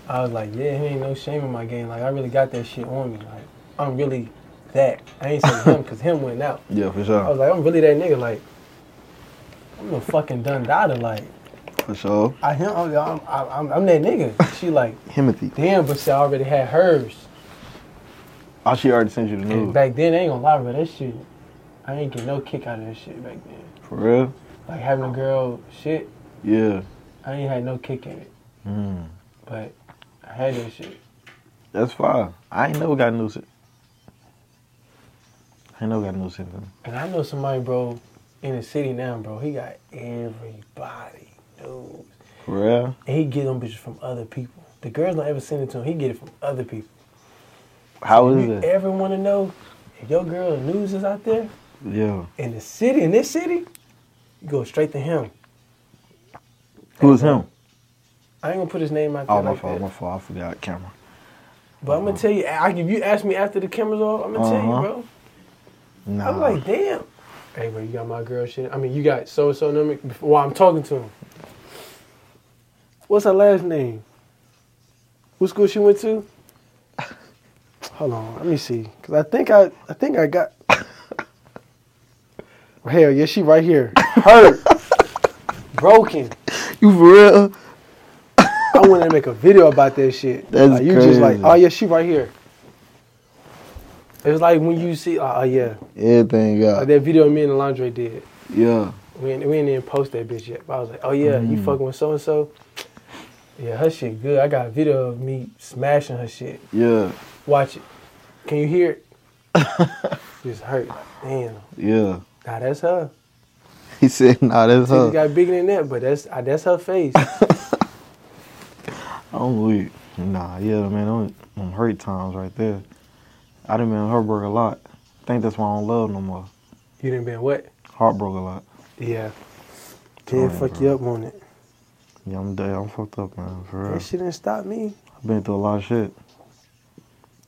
S1: I was like, "Yeah, there ain't no shame in my game. Like I really got that shit on me. Like I'm really that. I ain't saying him because him went out.
S2: Yeah, for
S1: I was
S2: sure.
S1: like, I'm really that nigga. Like I'm the fucking Dundada. Like
S2: For sure.
S1: I him, I'm, I'm, I'm, I'm that nigga. She like,
S2: Himothy.
S1: damn, but she already had hers.
S2: Oh, she already sent you the
S1: And
S2: news.
S1: back then, I ain't gonna lie, bro. That shit, I ain't get no kick out of that shit back then.
S2: For real?
S1: Like having a girl, shit,
S2: Yeah.
S1: I ain't had no kick in it.
S2: Mm.
S1: But I had that shit.
S2: That's fine. I ain't never got a new shit. I ain't never got a new shit. man.
S1: And I know somebody, bro, in the city now, bro. He got everybody knows.
S2: For real?
S1: And he get them bitches from other people. The girls don't ever send it to him. He get it from other people.
S2: How
S1: If
S2: is
S1: you
S2: it?
S1: ever want to know if your girl in news is out there
S2: Yeah.
S1: in the city, in this city, you go straight to him.
S2: Who is him?
S1: I ain't gonna put his name out there.
S2: Oh, my
S1: like
S2: fault,
S1: that.
S2: my fault. I forgot camera.
S1: But I'm gonna tell you, I, if you ask me after the cameras off, I'm gonna tell
S2: Uh-huh.
S1: you, bro.
S2: Nah.
S1: I'm like, damn. Hey, bro, you got my girl shit. I mean, you got so so number before while I'm talking to him. What's her last name? What school she went to? Hold on, let me see. Cause I think I I think I got. Hell yeah, she right here. Hurt, broken.
S2: you for real?
S1: I wanted to make a video about that shit.
S2: That's
S1: Like, you just like,
S2: crazy.
S1: oh yeah, she right here. It's like when you see, oh yeah,
S2: Everything
S1: like
S2: got.
S1: that video me and Landre did.
S2: Yeah.
S1: We ain't, we ain't even post that bitch yet. But I was like, oh yeah,
S2: Mm.
S1: you fucking with so and so. Yeah, her shit good. I got a video of me smashing her shit.
S2: Yeah.
S1: Watch it. Can you hear it? Just hurt. Damn.
S2: Yeah.
S1: Nah, that's her.
S2: He said, nah, that's
S1: She
S2: her.
S1: got bigger than that, but that's uh, that's her face.
S2: I'm weak. Nah, yeah, man, I'm, I'm hurt times right there. I done been heartbroken a lot. I think that's why I don't love no more.
S1: you didn't been what?
S2: Heartbroken a lot.
S1: Yeah.
S2: Damn,
S1: Did fuck you up on it.
S2: Yeah, I'm dead. I'm fucked up, man, for real.
S1: That shit didn't stop me.
S2: I've been through a lot of shit.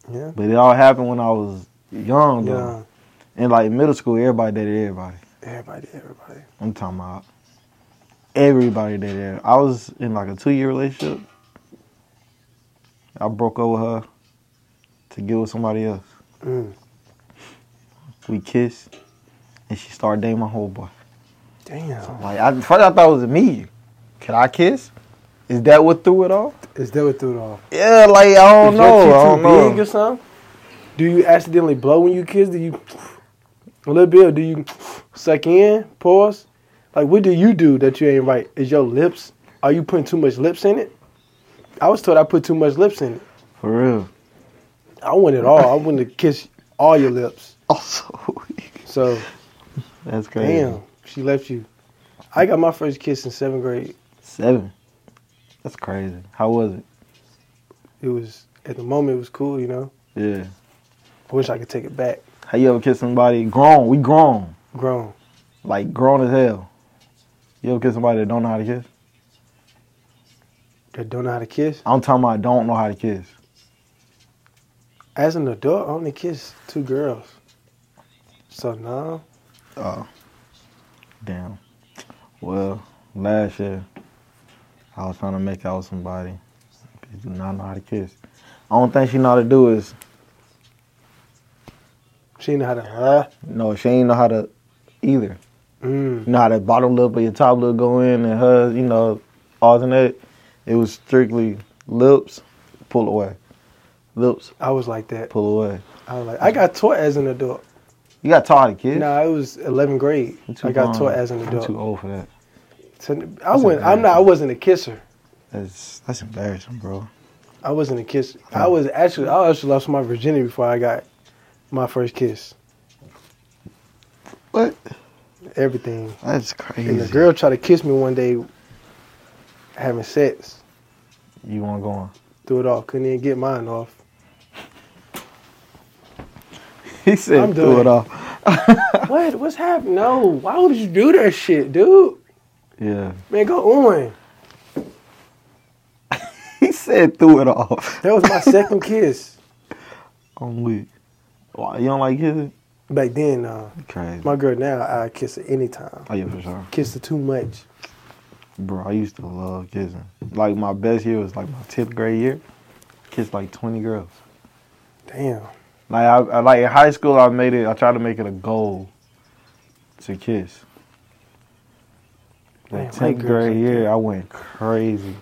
S1: Yeah.
S2: But it all happened when I was young, though.
S1: Yeah.
S2: In like middle school, everybody dated everybody.
S1: Everybody, everybody.
S2: I'm talking about everybody dated. everybody. I was in like a two year relationship. I broke up with her to get with somebody else.
S1: Mm.
S2: We kissed, and she started dating my whole boy.
S1: Damn.
S2: Like I, first, I thought it was me. Can I kiss? Is that what threw it off?
S1: Is that what threw it off?
S2: Yeah, like I don't
S1: Is your
S2: know.
S1: too
S2: I don't
S1: big
S2: know.
S1: or something? Do you accidentally blow when you kiss? Do you a little bit? Or do you suck in? Pause. Like what do you do that you ain't right? Is your lips? Are you putting too much lips in it? I was told I put too much lips in it.
S2: For real.
S1: I want it all. I want to kiss all your lips.
S2: Oh, Also,
S1: So
S2: that's crazy.
S1: damn, she left you. I got my first kiss in seventh grade.
S2: Seven. That's crazy. How was it?
S1: It was at the moment it was cool, you know.
S2: Yeah.
S1: I wish I could take it back.
S2: How you ever kiss somebody grown? We grown.
S1: Grown.
S2: like grown as hell. You ever kiss somebody that don't know how to kiss?
S1: That don't know how to kiss.
S2: I'm talking about don't know how to kiss.
S1: As an adult, I only kissed two girls. So now,
S2: Oh. Damn. Well, last year I was trying to make out with somebody. Bitch do not know how to kiss. Only thing she know how to do is
S1: she know how to. Huh?
S2: no, she ain't know how to either.
S1: Mm.
S2: You know how the bottom lip or your top lip go in and her, you know, alternate. It was strictly lips, pull away. Lips,
S1: I was like that.
S2: pull away.
S1: I was like, I got taught as an adult.
S2: You got tired of kids?
S1: Nah, it was 11th grade.
S2: I'm too
S1: I got
S2: grown.
S1: taught as an
S2: I'm
S1: adult.
S2: too old for that.
S1: So, I went. I'm not. I wasn't a kisser.
S2: That's that's embarrassing, bro.
S1: I wasn't a kisser. I was actually. I actually lost my virginity before I got my first kiss.
S2: What?
S1: Everything.
S2: That's crazy.
S1: And the girl tried to kiss me one day, having sex.
S2: You want to go on?
S1: Threw it off. Couldn't even get mine off.
S2: He said,
S1: I'm
S2: "Do
S1: done.
S2: it off."
S1: what? What's happening? No. Why would you do that shit, dude?
S2: Yeah.
S1: Man, go on.
S2: He said, "Do it off."
S1: That was my second kiss
S2: I'm weak. Why you don't like kissing?
S1: back then. Uh,
S2: You Crazy.
S1: my girl now, I kiss her anytime.
S2: oh yeah, for sure,
S1: Kiss her too much.
S2: bro. I used to love kissing. Like my best year was like my tenth grade year. Kissed like twenty girls.
S1: Damn.
S2: Like I, I like in high school, I made it. I tried to make it a goal to kiss.
S1: Man,
S2: Like
S1: white
S2: tenth
S1: girls
S2: grade
S1: like
S2: year, I went crazy.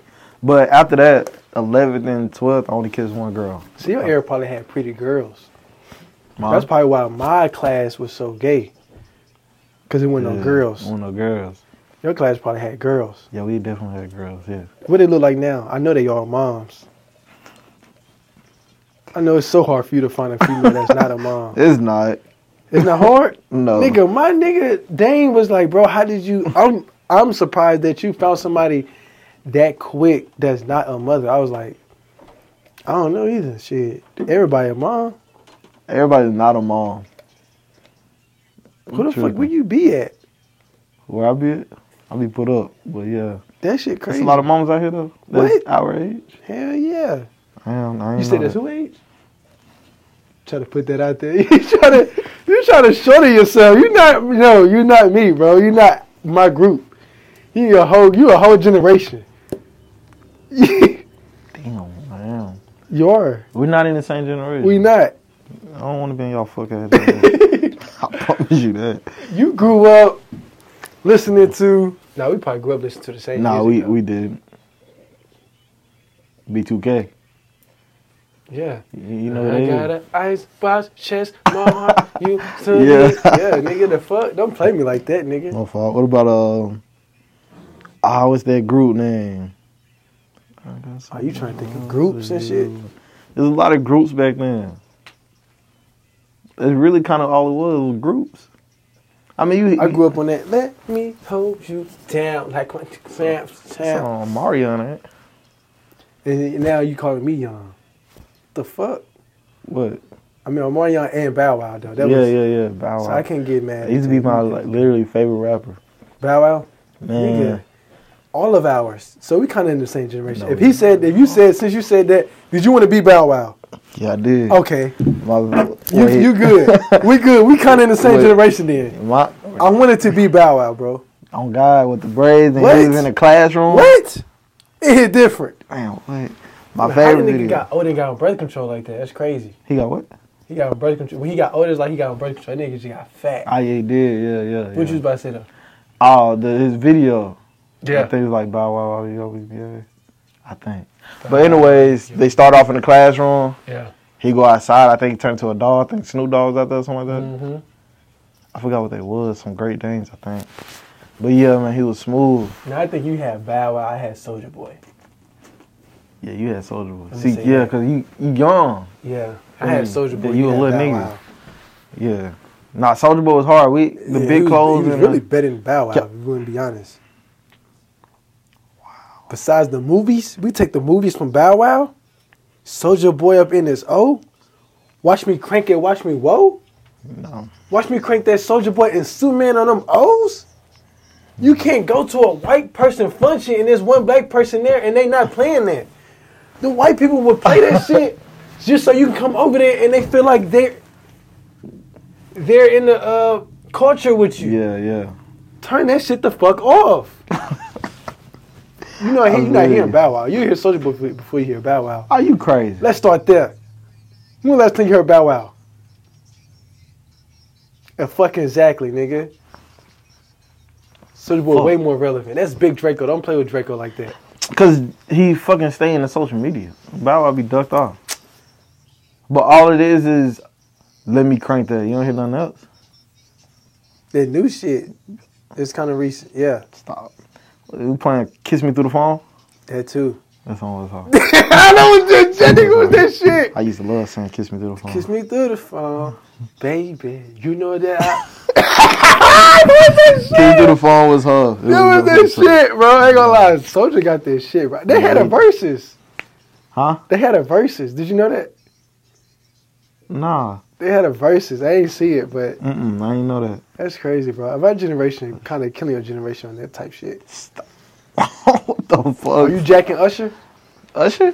S2: But after that, eleventh and twelfth, I only kissed one girl.
S1: So your era probably had pretty girls.
S2: Mom,
S1: That's probably why my class was so gay. Cause it wasn't no
S2: yeah, Mm.
S1: girls.
S2: One no girls.
S1: Your class probably had girls.
S2: Yeah, we definitely had girls. Yeah,
S1: What they look like now? I know they all moms. I know it's so hard for you to find a female that's not a mom.
S2: it's not.
S1: It's not hard.
S2: No,
S1: Nigga, my nigga Dane was like, bro, how did you? I'm I'm surprised that you found somebody that quick that's not a mother. I was like, I don't know either. Shit, everybody a mom.
S2: everybody's not a mom.
S1: Who the
S2: True.
S1: fuck would you be at?
S2: Where I be, at, I be put up. But yeah,
S1: That shit
S2: there's
S1: crazy.
S2: a lot of moms out here though. That's
S1: What?
S2: Our age.
S1: Hell yeah.
S2: Damn, I ain't
S1: You said
S2: know
S1: that's
S2: that.
S1: who age? try to put that out there. You try to
S5: You trying to shorter yourself. You not no, you not me, bro. You not my group. You a whole you a whole generation. you
S2: Damn, man.
S5: are.
S2: We're not in the same generation.
S5: We not.
S2: I don't want to be in y'all fuck ass. generation. I promise you that.
S5: You grew up listening to
S1: No, we probably grew up listening to the same
S2: Nah, we
S1: music.
S2: we did. B2K.
S1: we Yeah.
S2: You you know what
S1: I
S2: it
S1: got
S2: is.
S1: an icebox chest, my heart, you to me.
S2: Yeah.
S1: yeah, nigga, the fuck? Don't play me like that, nigga.
S2: No fault. What about um? Ah, what's that group name?
S1: Are you trying to think of groups and shit?
S2: There's a lot of groups back then. It's really kind of all it was, was groups. I mean, you.
S1: I grew up on that. Let me hold you down like Quentin Clamps.
S2: on Mario on it.
S1: And now you calling me young. The fuck?
S2: What?
S1: I mean, I'm on young and Bow Wow though. That
S2: yeah,
S1: was,
S2: yeah, yeah. Bow Wow.
S1: So I can't get mad.
S2: It used to be my like literally favorite rapper.
S1: Bow Wow.
S2: Man,
S1: Nigga, all of ours. So we kind of in the same generation.
S2: No,
S1: if
S2: we
S1: he said, if you said, since you said that, did you want to be Bow Wow?
S2: yeah, I did.
S1: Okay,
S2: My,
S1: Oh, you,
S2: wait,
S1: you good. we good. We kind of in the same
S2: Wait.
S1: generation then.
S2: my
S1: I wanted to be Bow Wow, bro.
S2: on God with the braids and
S1: What?
S2: he was in the classroom.
S1: What? It hit different.
S2: Damn, what? My
S1: Like,
S2: favorite
S1: How the nigga
S2: video.
S1: got older and got on birth control like that? That's crazy.
S2: he got what?
S1: He got on birth control. When he got older, it's like he got on birth control. That nigga just got fat.
S2: I Ah, yeah, he did. Yeah, yeah. yeah.
S1: What you was about to say though?
S2: Oh, the, his video. I
S1: Yeah.
S2: think it's like Bow Wow Wow Yo BBA. I think. But anyways, they start off in the classroom.
S1: Yeah.
S2: He go outside. I think he turned to a dog. I think Snoop Dogg's out there, or something like that.
S1: Mm-hmm.
S2: I forgot what they was. Some Great Danes, I think. But yeah, man, he was smooth.
S1: Now I think you had Bow Wow. I had Soldier Boy.
S2: Yeah, you had Soldier Boy.
S1: me
S2: See,
S1: see
S2: yeah,
S1: that.
S2: cause you you young.
S1: Yeah. I had
S2: Mm.
S1: Soldier Boy.
S2: Yeah, you a
S1: had
S2: little
S1: Bow
S2: nigga.
S1: Wow.
S2: Yeah. Nah, Soldier Boy was hard. We the
S1: Yeah, he
S2: big
S1: was-
S2: clothes
S1: He was
S2: and
S1: really
S2: the,
S1: better than Bow Wow.
S2: Yeah.
S1: If we wouldn't be honest. Besides the movies, we take the movies from Bow Wow, Soldier Boy up in his O, Watch Me Crank It, Watch Me Whoa,
S2: no.
S1: Watch Me Crank That Soldier Boy and Superman on them O's. You can't go to a white person function and there's one black person there and they not playing that. The white people would play that shit just so you can come over there and they feel like they're they're in the uh, culture with you
S2: Yeah, yeah.
S1: turn that shit the fuck off. you know,
S2: I
S1: you're not
S2: really-
S1: hearing Bow Wow. You hear Soldier Boy before- before you hear Bow Wow.
S2: Are you crazy?
S1: Let's start there. When last time you heard Bow Wow? And fucking exactly, nigga. Soldier Boy
S2: Fuck.
S1: way more relevant. That's Big Draco. Don't play with Draco like that.
S2: Cause he fucking stay in the social media. Bow Wow be ducked off. But all it is is let me crank that. You don't hear nothing else.
S1: That new shit is kind of recent. Yeah,
S2: Stop. You playing Kiss Me Through the Phone?
S1: that too.
S2: That song was hard.
S1: I know that, that nigga was that shit.
S2: I used to love saying Kiss Me Through the Phone.
S1: Kiss me through the phone, baby. You know that I.
S2: Kiss Me Through the Phone was hard. It
S1: That was
S2: it
S1: that shit, bro. I ain't gonna lie. Soldier got that shit, bro. They had a
S2: Yeah.
S1: versus.
S2: Huh?
S1: They had a versus. Did you know that?
S2: Nah.
S1: They had a versus. I ain't see it, but
S2: Mm-mm. I didn't know that.
S1: that's crazy, bro. My generation kind of killing your generation on that type shit.
S2: what the fuck?
S1: Are you Jack and Usher? Is
S2: Usher? Is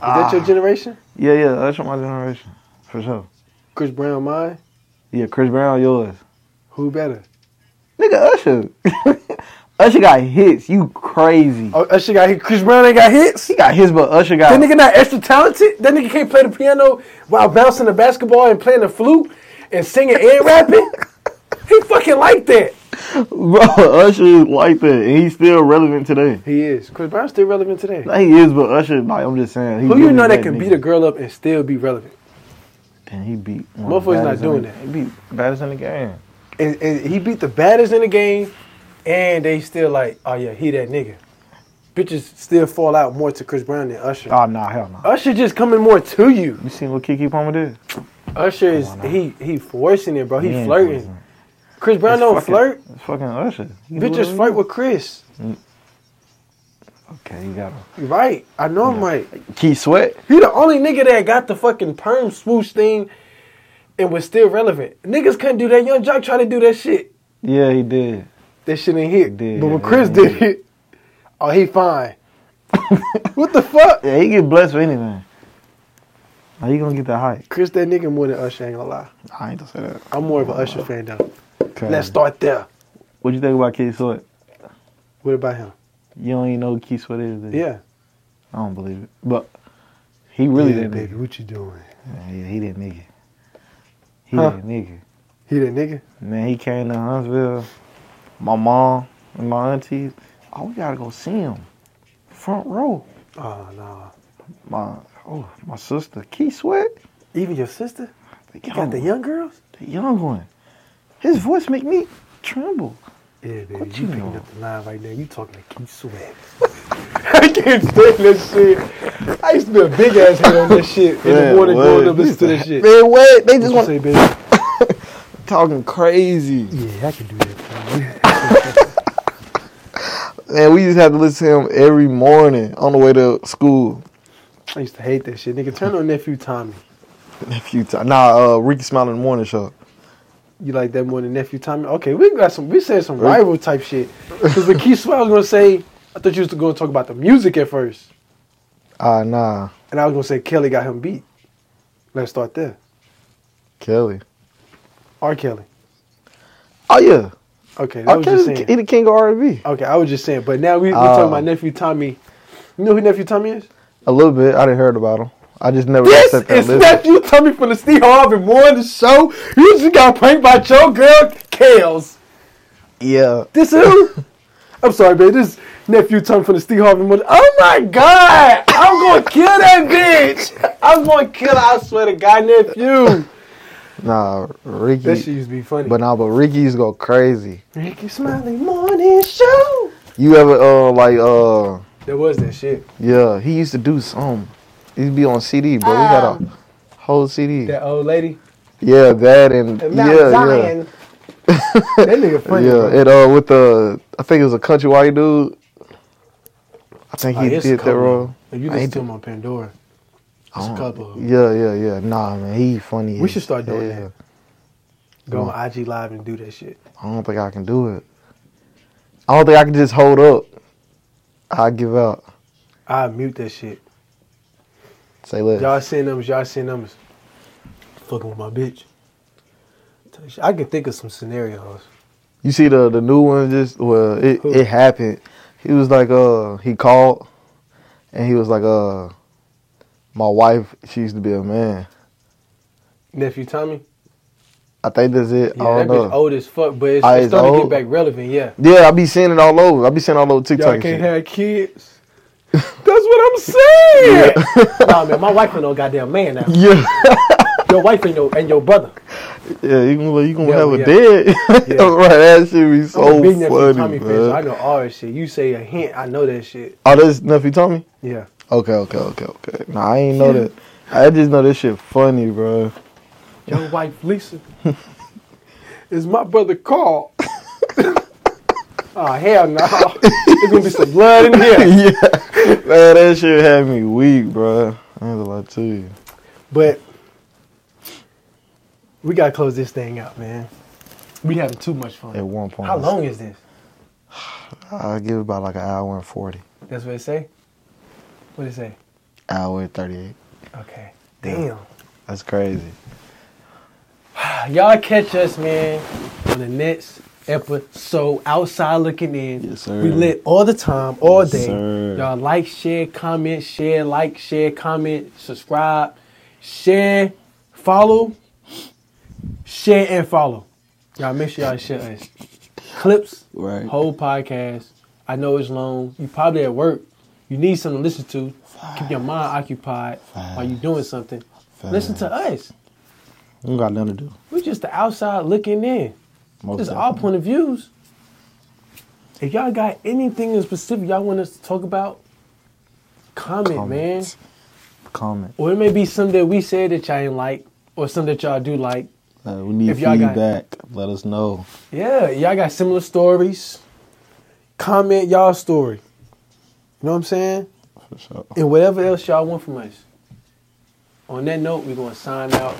S1: that
S2: Ah.
S1: your generation?
S2: Yeah, yeah. Usher my generation. For sure.
S1: Chris Brown, mine.
S2: Yeah, Chris Brown yours.
S1: Who better?
S2: Nigga, Usher. Usher got hits. You crazy.
S1: Oh, Usher got hit. Chris Brown ain't got hits.
S2: He got hits, but Usher got.
S1: That nigga not extra talented. That nigga can't play the piano while bouncing the basketball and playing the flute and singing and rapping. he fucking like that.
S2: Bro, Usher is like that, and he's still relevant today.
S1: He is. Chris Brown's still relevant today.
S2: Like, he is, but Usher, like I'm just saying, he
S1: Who you
S2: really
S1: know that can
S2: nigga.
S1: beat a girl up and still be relevant?
S2: And he beat. one
S1: Motherfucker's
S2: of the
S1: not
S2: baddest in
S1: doing
S2: the-
S1: that.
S2: He beat baddest in the game.
S1: And, and he beat the baddest in the game, and they still like, oh yeah, he that nigga. Bitches still fall out more to Chris Brown than Usher.
S2: Oh nah, hell no. Nah.
S1: Usher just coming more to you.
S2: You seen what Kiki Palmer did?
S1: Usher is
S2: Come on now.
S1: he he forcing it, bro. He
S2: ain't
S1: flirting.
S2: poison.
S1: Chris Brown
S2: It's
S1: don't
S2: fucking-
S1: flirt.
S2: It's fucking Usher. He do
S1: Bitches
S2: whatever
S1: flirt
S2: he-
S1: with Chris.
S2: Okay, you got him.
S1: You right? I know I'm right.
S2: Key Sweat.
S1: He the only nigga that got the fucking perm swoosh thing, and was still relevant. Niggas couldn't do that. Young Jock tried to do that shit.
S2: Yeah, he did.
S1: That shit ain't hit.
S2: Did,
S1: but when
S2: yeah,
S1: Chris
S2: yeah.
S1: did it, oh, he fine. what the fuck?
S2: Yeah, he get blessed for anything. How you gonna get that hype?
S1: Chris, that nigga more than Usher, ain't gonna lie.
S2: I ain't gonna say that.
S1: I'm more of an Usher fan, though.
S2: Okay.
S1: Let's start there.
S2: What you think about Keith Sweat?
S1: What about him?
S2: You don't even know who Keith Sweat is. do you?
S1: Yeah.
S2: I don't believe it, but he really
S1: yeah,
S2: that
S1: baby,
S2: nigga.
S1: what you doing?
S2: Yeah, he- he that nigga. He
S1: Huh?
S2: that nigga.
S1: He that nigga?
S2: Man, he came to Huntsville. My mom and my aunties. Oh, we gotta go see him. Front row.
S1: Oh, no.
S2: My oh, my sister Keith Sweat.
S1: Even your sister?
S2: The
S1: You
S2: young,
S1: got the
S2: one.
S1: young girls?
S2: the young one. His voice make me tremble.
S1: Yeah, baby,
S2: What
S1: you,
S2: you
S1: picking
S2: know?
S1: up the line right now. You talking to Keith Sweat. I can't stand this shit. I used to be a big ass head on this shit in the
S2: Man,
S1: morning going
S2: what?
S1: up listen to this shit.
S2: Man, what? They
S1: What
S2: just
S1: you
S2: want
S1: say, baby?
S2: talking crazy.
S1: Yeah, I can do that.
S2: Man, we just had to listen to him every morning on the way to school.
S1: I used to hate that shit. Nigga, turn on nephew Tommy.
S2: A few times. Nah, uh, Ricky Smile in the morning show.
S1: You like that more than nephew Tommy? Okay, we got some. We said some rival type shit. Cause the Keith Sweat I was gonna say, I thought you was gonna talk about the music at first,
S2: Ah, nah,
S1: and I was gonna say Kelly got him beat. Let's start there.
S2: Kelly.
S1: R. Kelly.
S2: Oh yeah,
S1: Okay, I
S2: R.
S1: was just
S2: Kelly.
S1: saying.
S2: He the king of R and B.
S1: Okay, I was just saying, but now we, we're
S2: Oh.
S1: talking about nephew Tommy. You know who nephew Tommy is?
S2: A little bit. I didn't heard about him. I just never
S1: This
S2: sat there
S1: is
S2: and listened.
S1: nephew Tommy from the Steve Harvey Morning Show. You just got pranked by your girl Kales.
S2: Yeah.
S1: This who? I'm sorry, babe. This is nephew Tommy from the Steve Harvey Morning. Oh my God! I'm gonna kill that bitch. I'm gonna kill. her, I swear to God, nephew.
S2: Nah,
S1: That shit
S2: Ricky.
S1: used to be funny.
S2: But nah, but Ricky's go crazy.
S1: Ricky Smiley Morning Show.
S2: You ever uh like uh
S1: There was that shit.
S2: yeah? He used to do some. He'd be on CD, bro. we
S1: Um,
S2: got a whole CD.
S1: That old lady.
S2: yeah, that and yeah, yeah.
S1: that nigga funny.
S2: yeah,
S1: bro.
S2: and uh, with the I think it was a country white dude. I think
S1: Oh,
S2: he
S1: it's a
S2: did that
S1: couple.
S2: role.
S1: If you
S2: I
S1: listen
S2: ain't
S1: to him on Pandora, it's a
S2: Oh,
S1: couple. of 'em.
S2: Yeah, yeah, yeah. Nah, man, he funny.
S1: We
S2: as
S1: should start doing
S2: hell.
S1: that. Go on IG Live and do that shit.
S2: I don't think I can do it. I don't think I can just hold up. I give out.
S1: I mute that shit.
S2: Say less.
S1: Y'all send numbers. Y'all send numbers. Fucking with my bitch. Tell you shit, I can think of some scenarios.
S2: You see the the new one just well it
S1: Who?
S2: it happened. He was like uh he called and he was like uh my wife she used to be a man.
S1: Nephew Tommy.
S2: I think that's it.
S1: Yeah,
S2: I don't
S1: that bitch
S2: know.
S1: old as fuck, but it's,
S2: Ah,
S1: it's
S2: it's
S1: starting to get
S2: old?
S1: back relevant. Yeah.
S2: Yeah, I be seeing it all over. I be seeing all over TikTok.
S1: Y'all
S2: and
S1: can't
S2: shit.
S1: have kids. That's what I'm saying. nah, man, my wife ain't no goddamn man now.
S2: Yeah,
S1: Your wife ain't no and your brother.
S2: yeah, you gonna you gonna
S1: Yeah,
S2: have a
S1: yeah.
S2: dead. right, that shit be
S1: I'm a
S2: so
S1: big nephew
S2: funny,
S1: Tommy fan, so I
S2: man.
S1: know all that shit. You say a hint, I know that shit.
S2: Oh, that's nephew Tommy.
S1: Yeah.
S2: Okay, okay, okay, okay. Nah, I ain't know
S1: Yeah.
S2: that. I just know this shit funny, bro.
S1: Your wife Lisa is my brother Carl. oh hell no! There's gonna be some blood in here.
S2: yeah, man, that shit had me weak, bro. I ain't gonna lie to you.
S1: But we gotta close this thing out, man. We having too much fun.
S2: At one point,
S1: How long is this?
S2: I give it about like an hour and forty,
S1: That's what it say. What it say?
S2: hour and thirty-eight.
S1: Okay.
S2: Yeah.
S1: Damn. Ah,
S2: That's crazy.
S1: Y'all catch us, man, on the next episode. Outside looking in.
S2: Yes, sir.
S1: We lit all the time, all
S2: Yes,
S1: day.
S2: sir.
S1: Y'all like, share, comment, share, like, share, comment, subscribe, share, follow, share and follow. Y'all make sure y'all share us. Clips,
S2: Right.
S1: whole podcast. I know it's long. You probably at work. You need something to listen to. Keep your mind occupied while you doing something. Listen to us.
S2: You got nothing to do.
S1: We're just the outside looking in.
S2: Most
S1: This is our
S2: definitely.
S1: point of views. If y'all got anything in specific y'all want us to talk about, comment, man.
S2: Comment. Comment.
S1: Or it may be something that we said that y'all ain't like, or something that y'all do like.
S2: Uh, we need
S1: If y'all got-
S2: feedback. Let us know.
S1: Yeah, y'all got similar stories. Comment y'all story. You know what I'm saying?
S2: For sure.
S1: And whatever else y'all want from us. On that note, we're gonna sign out.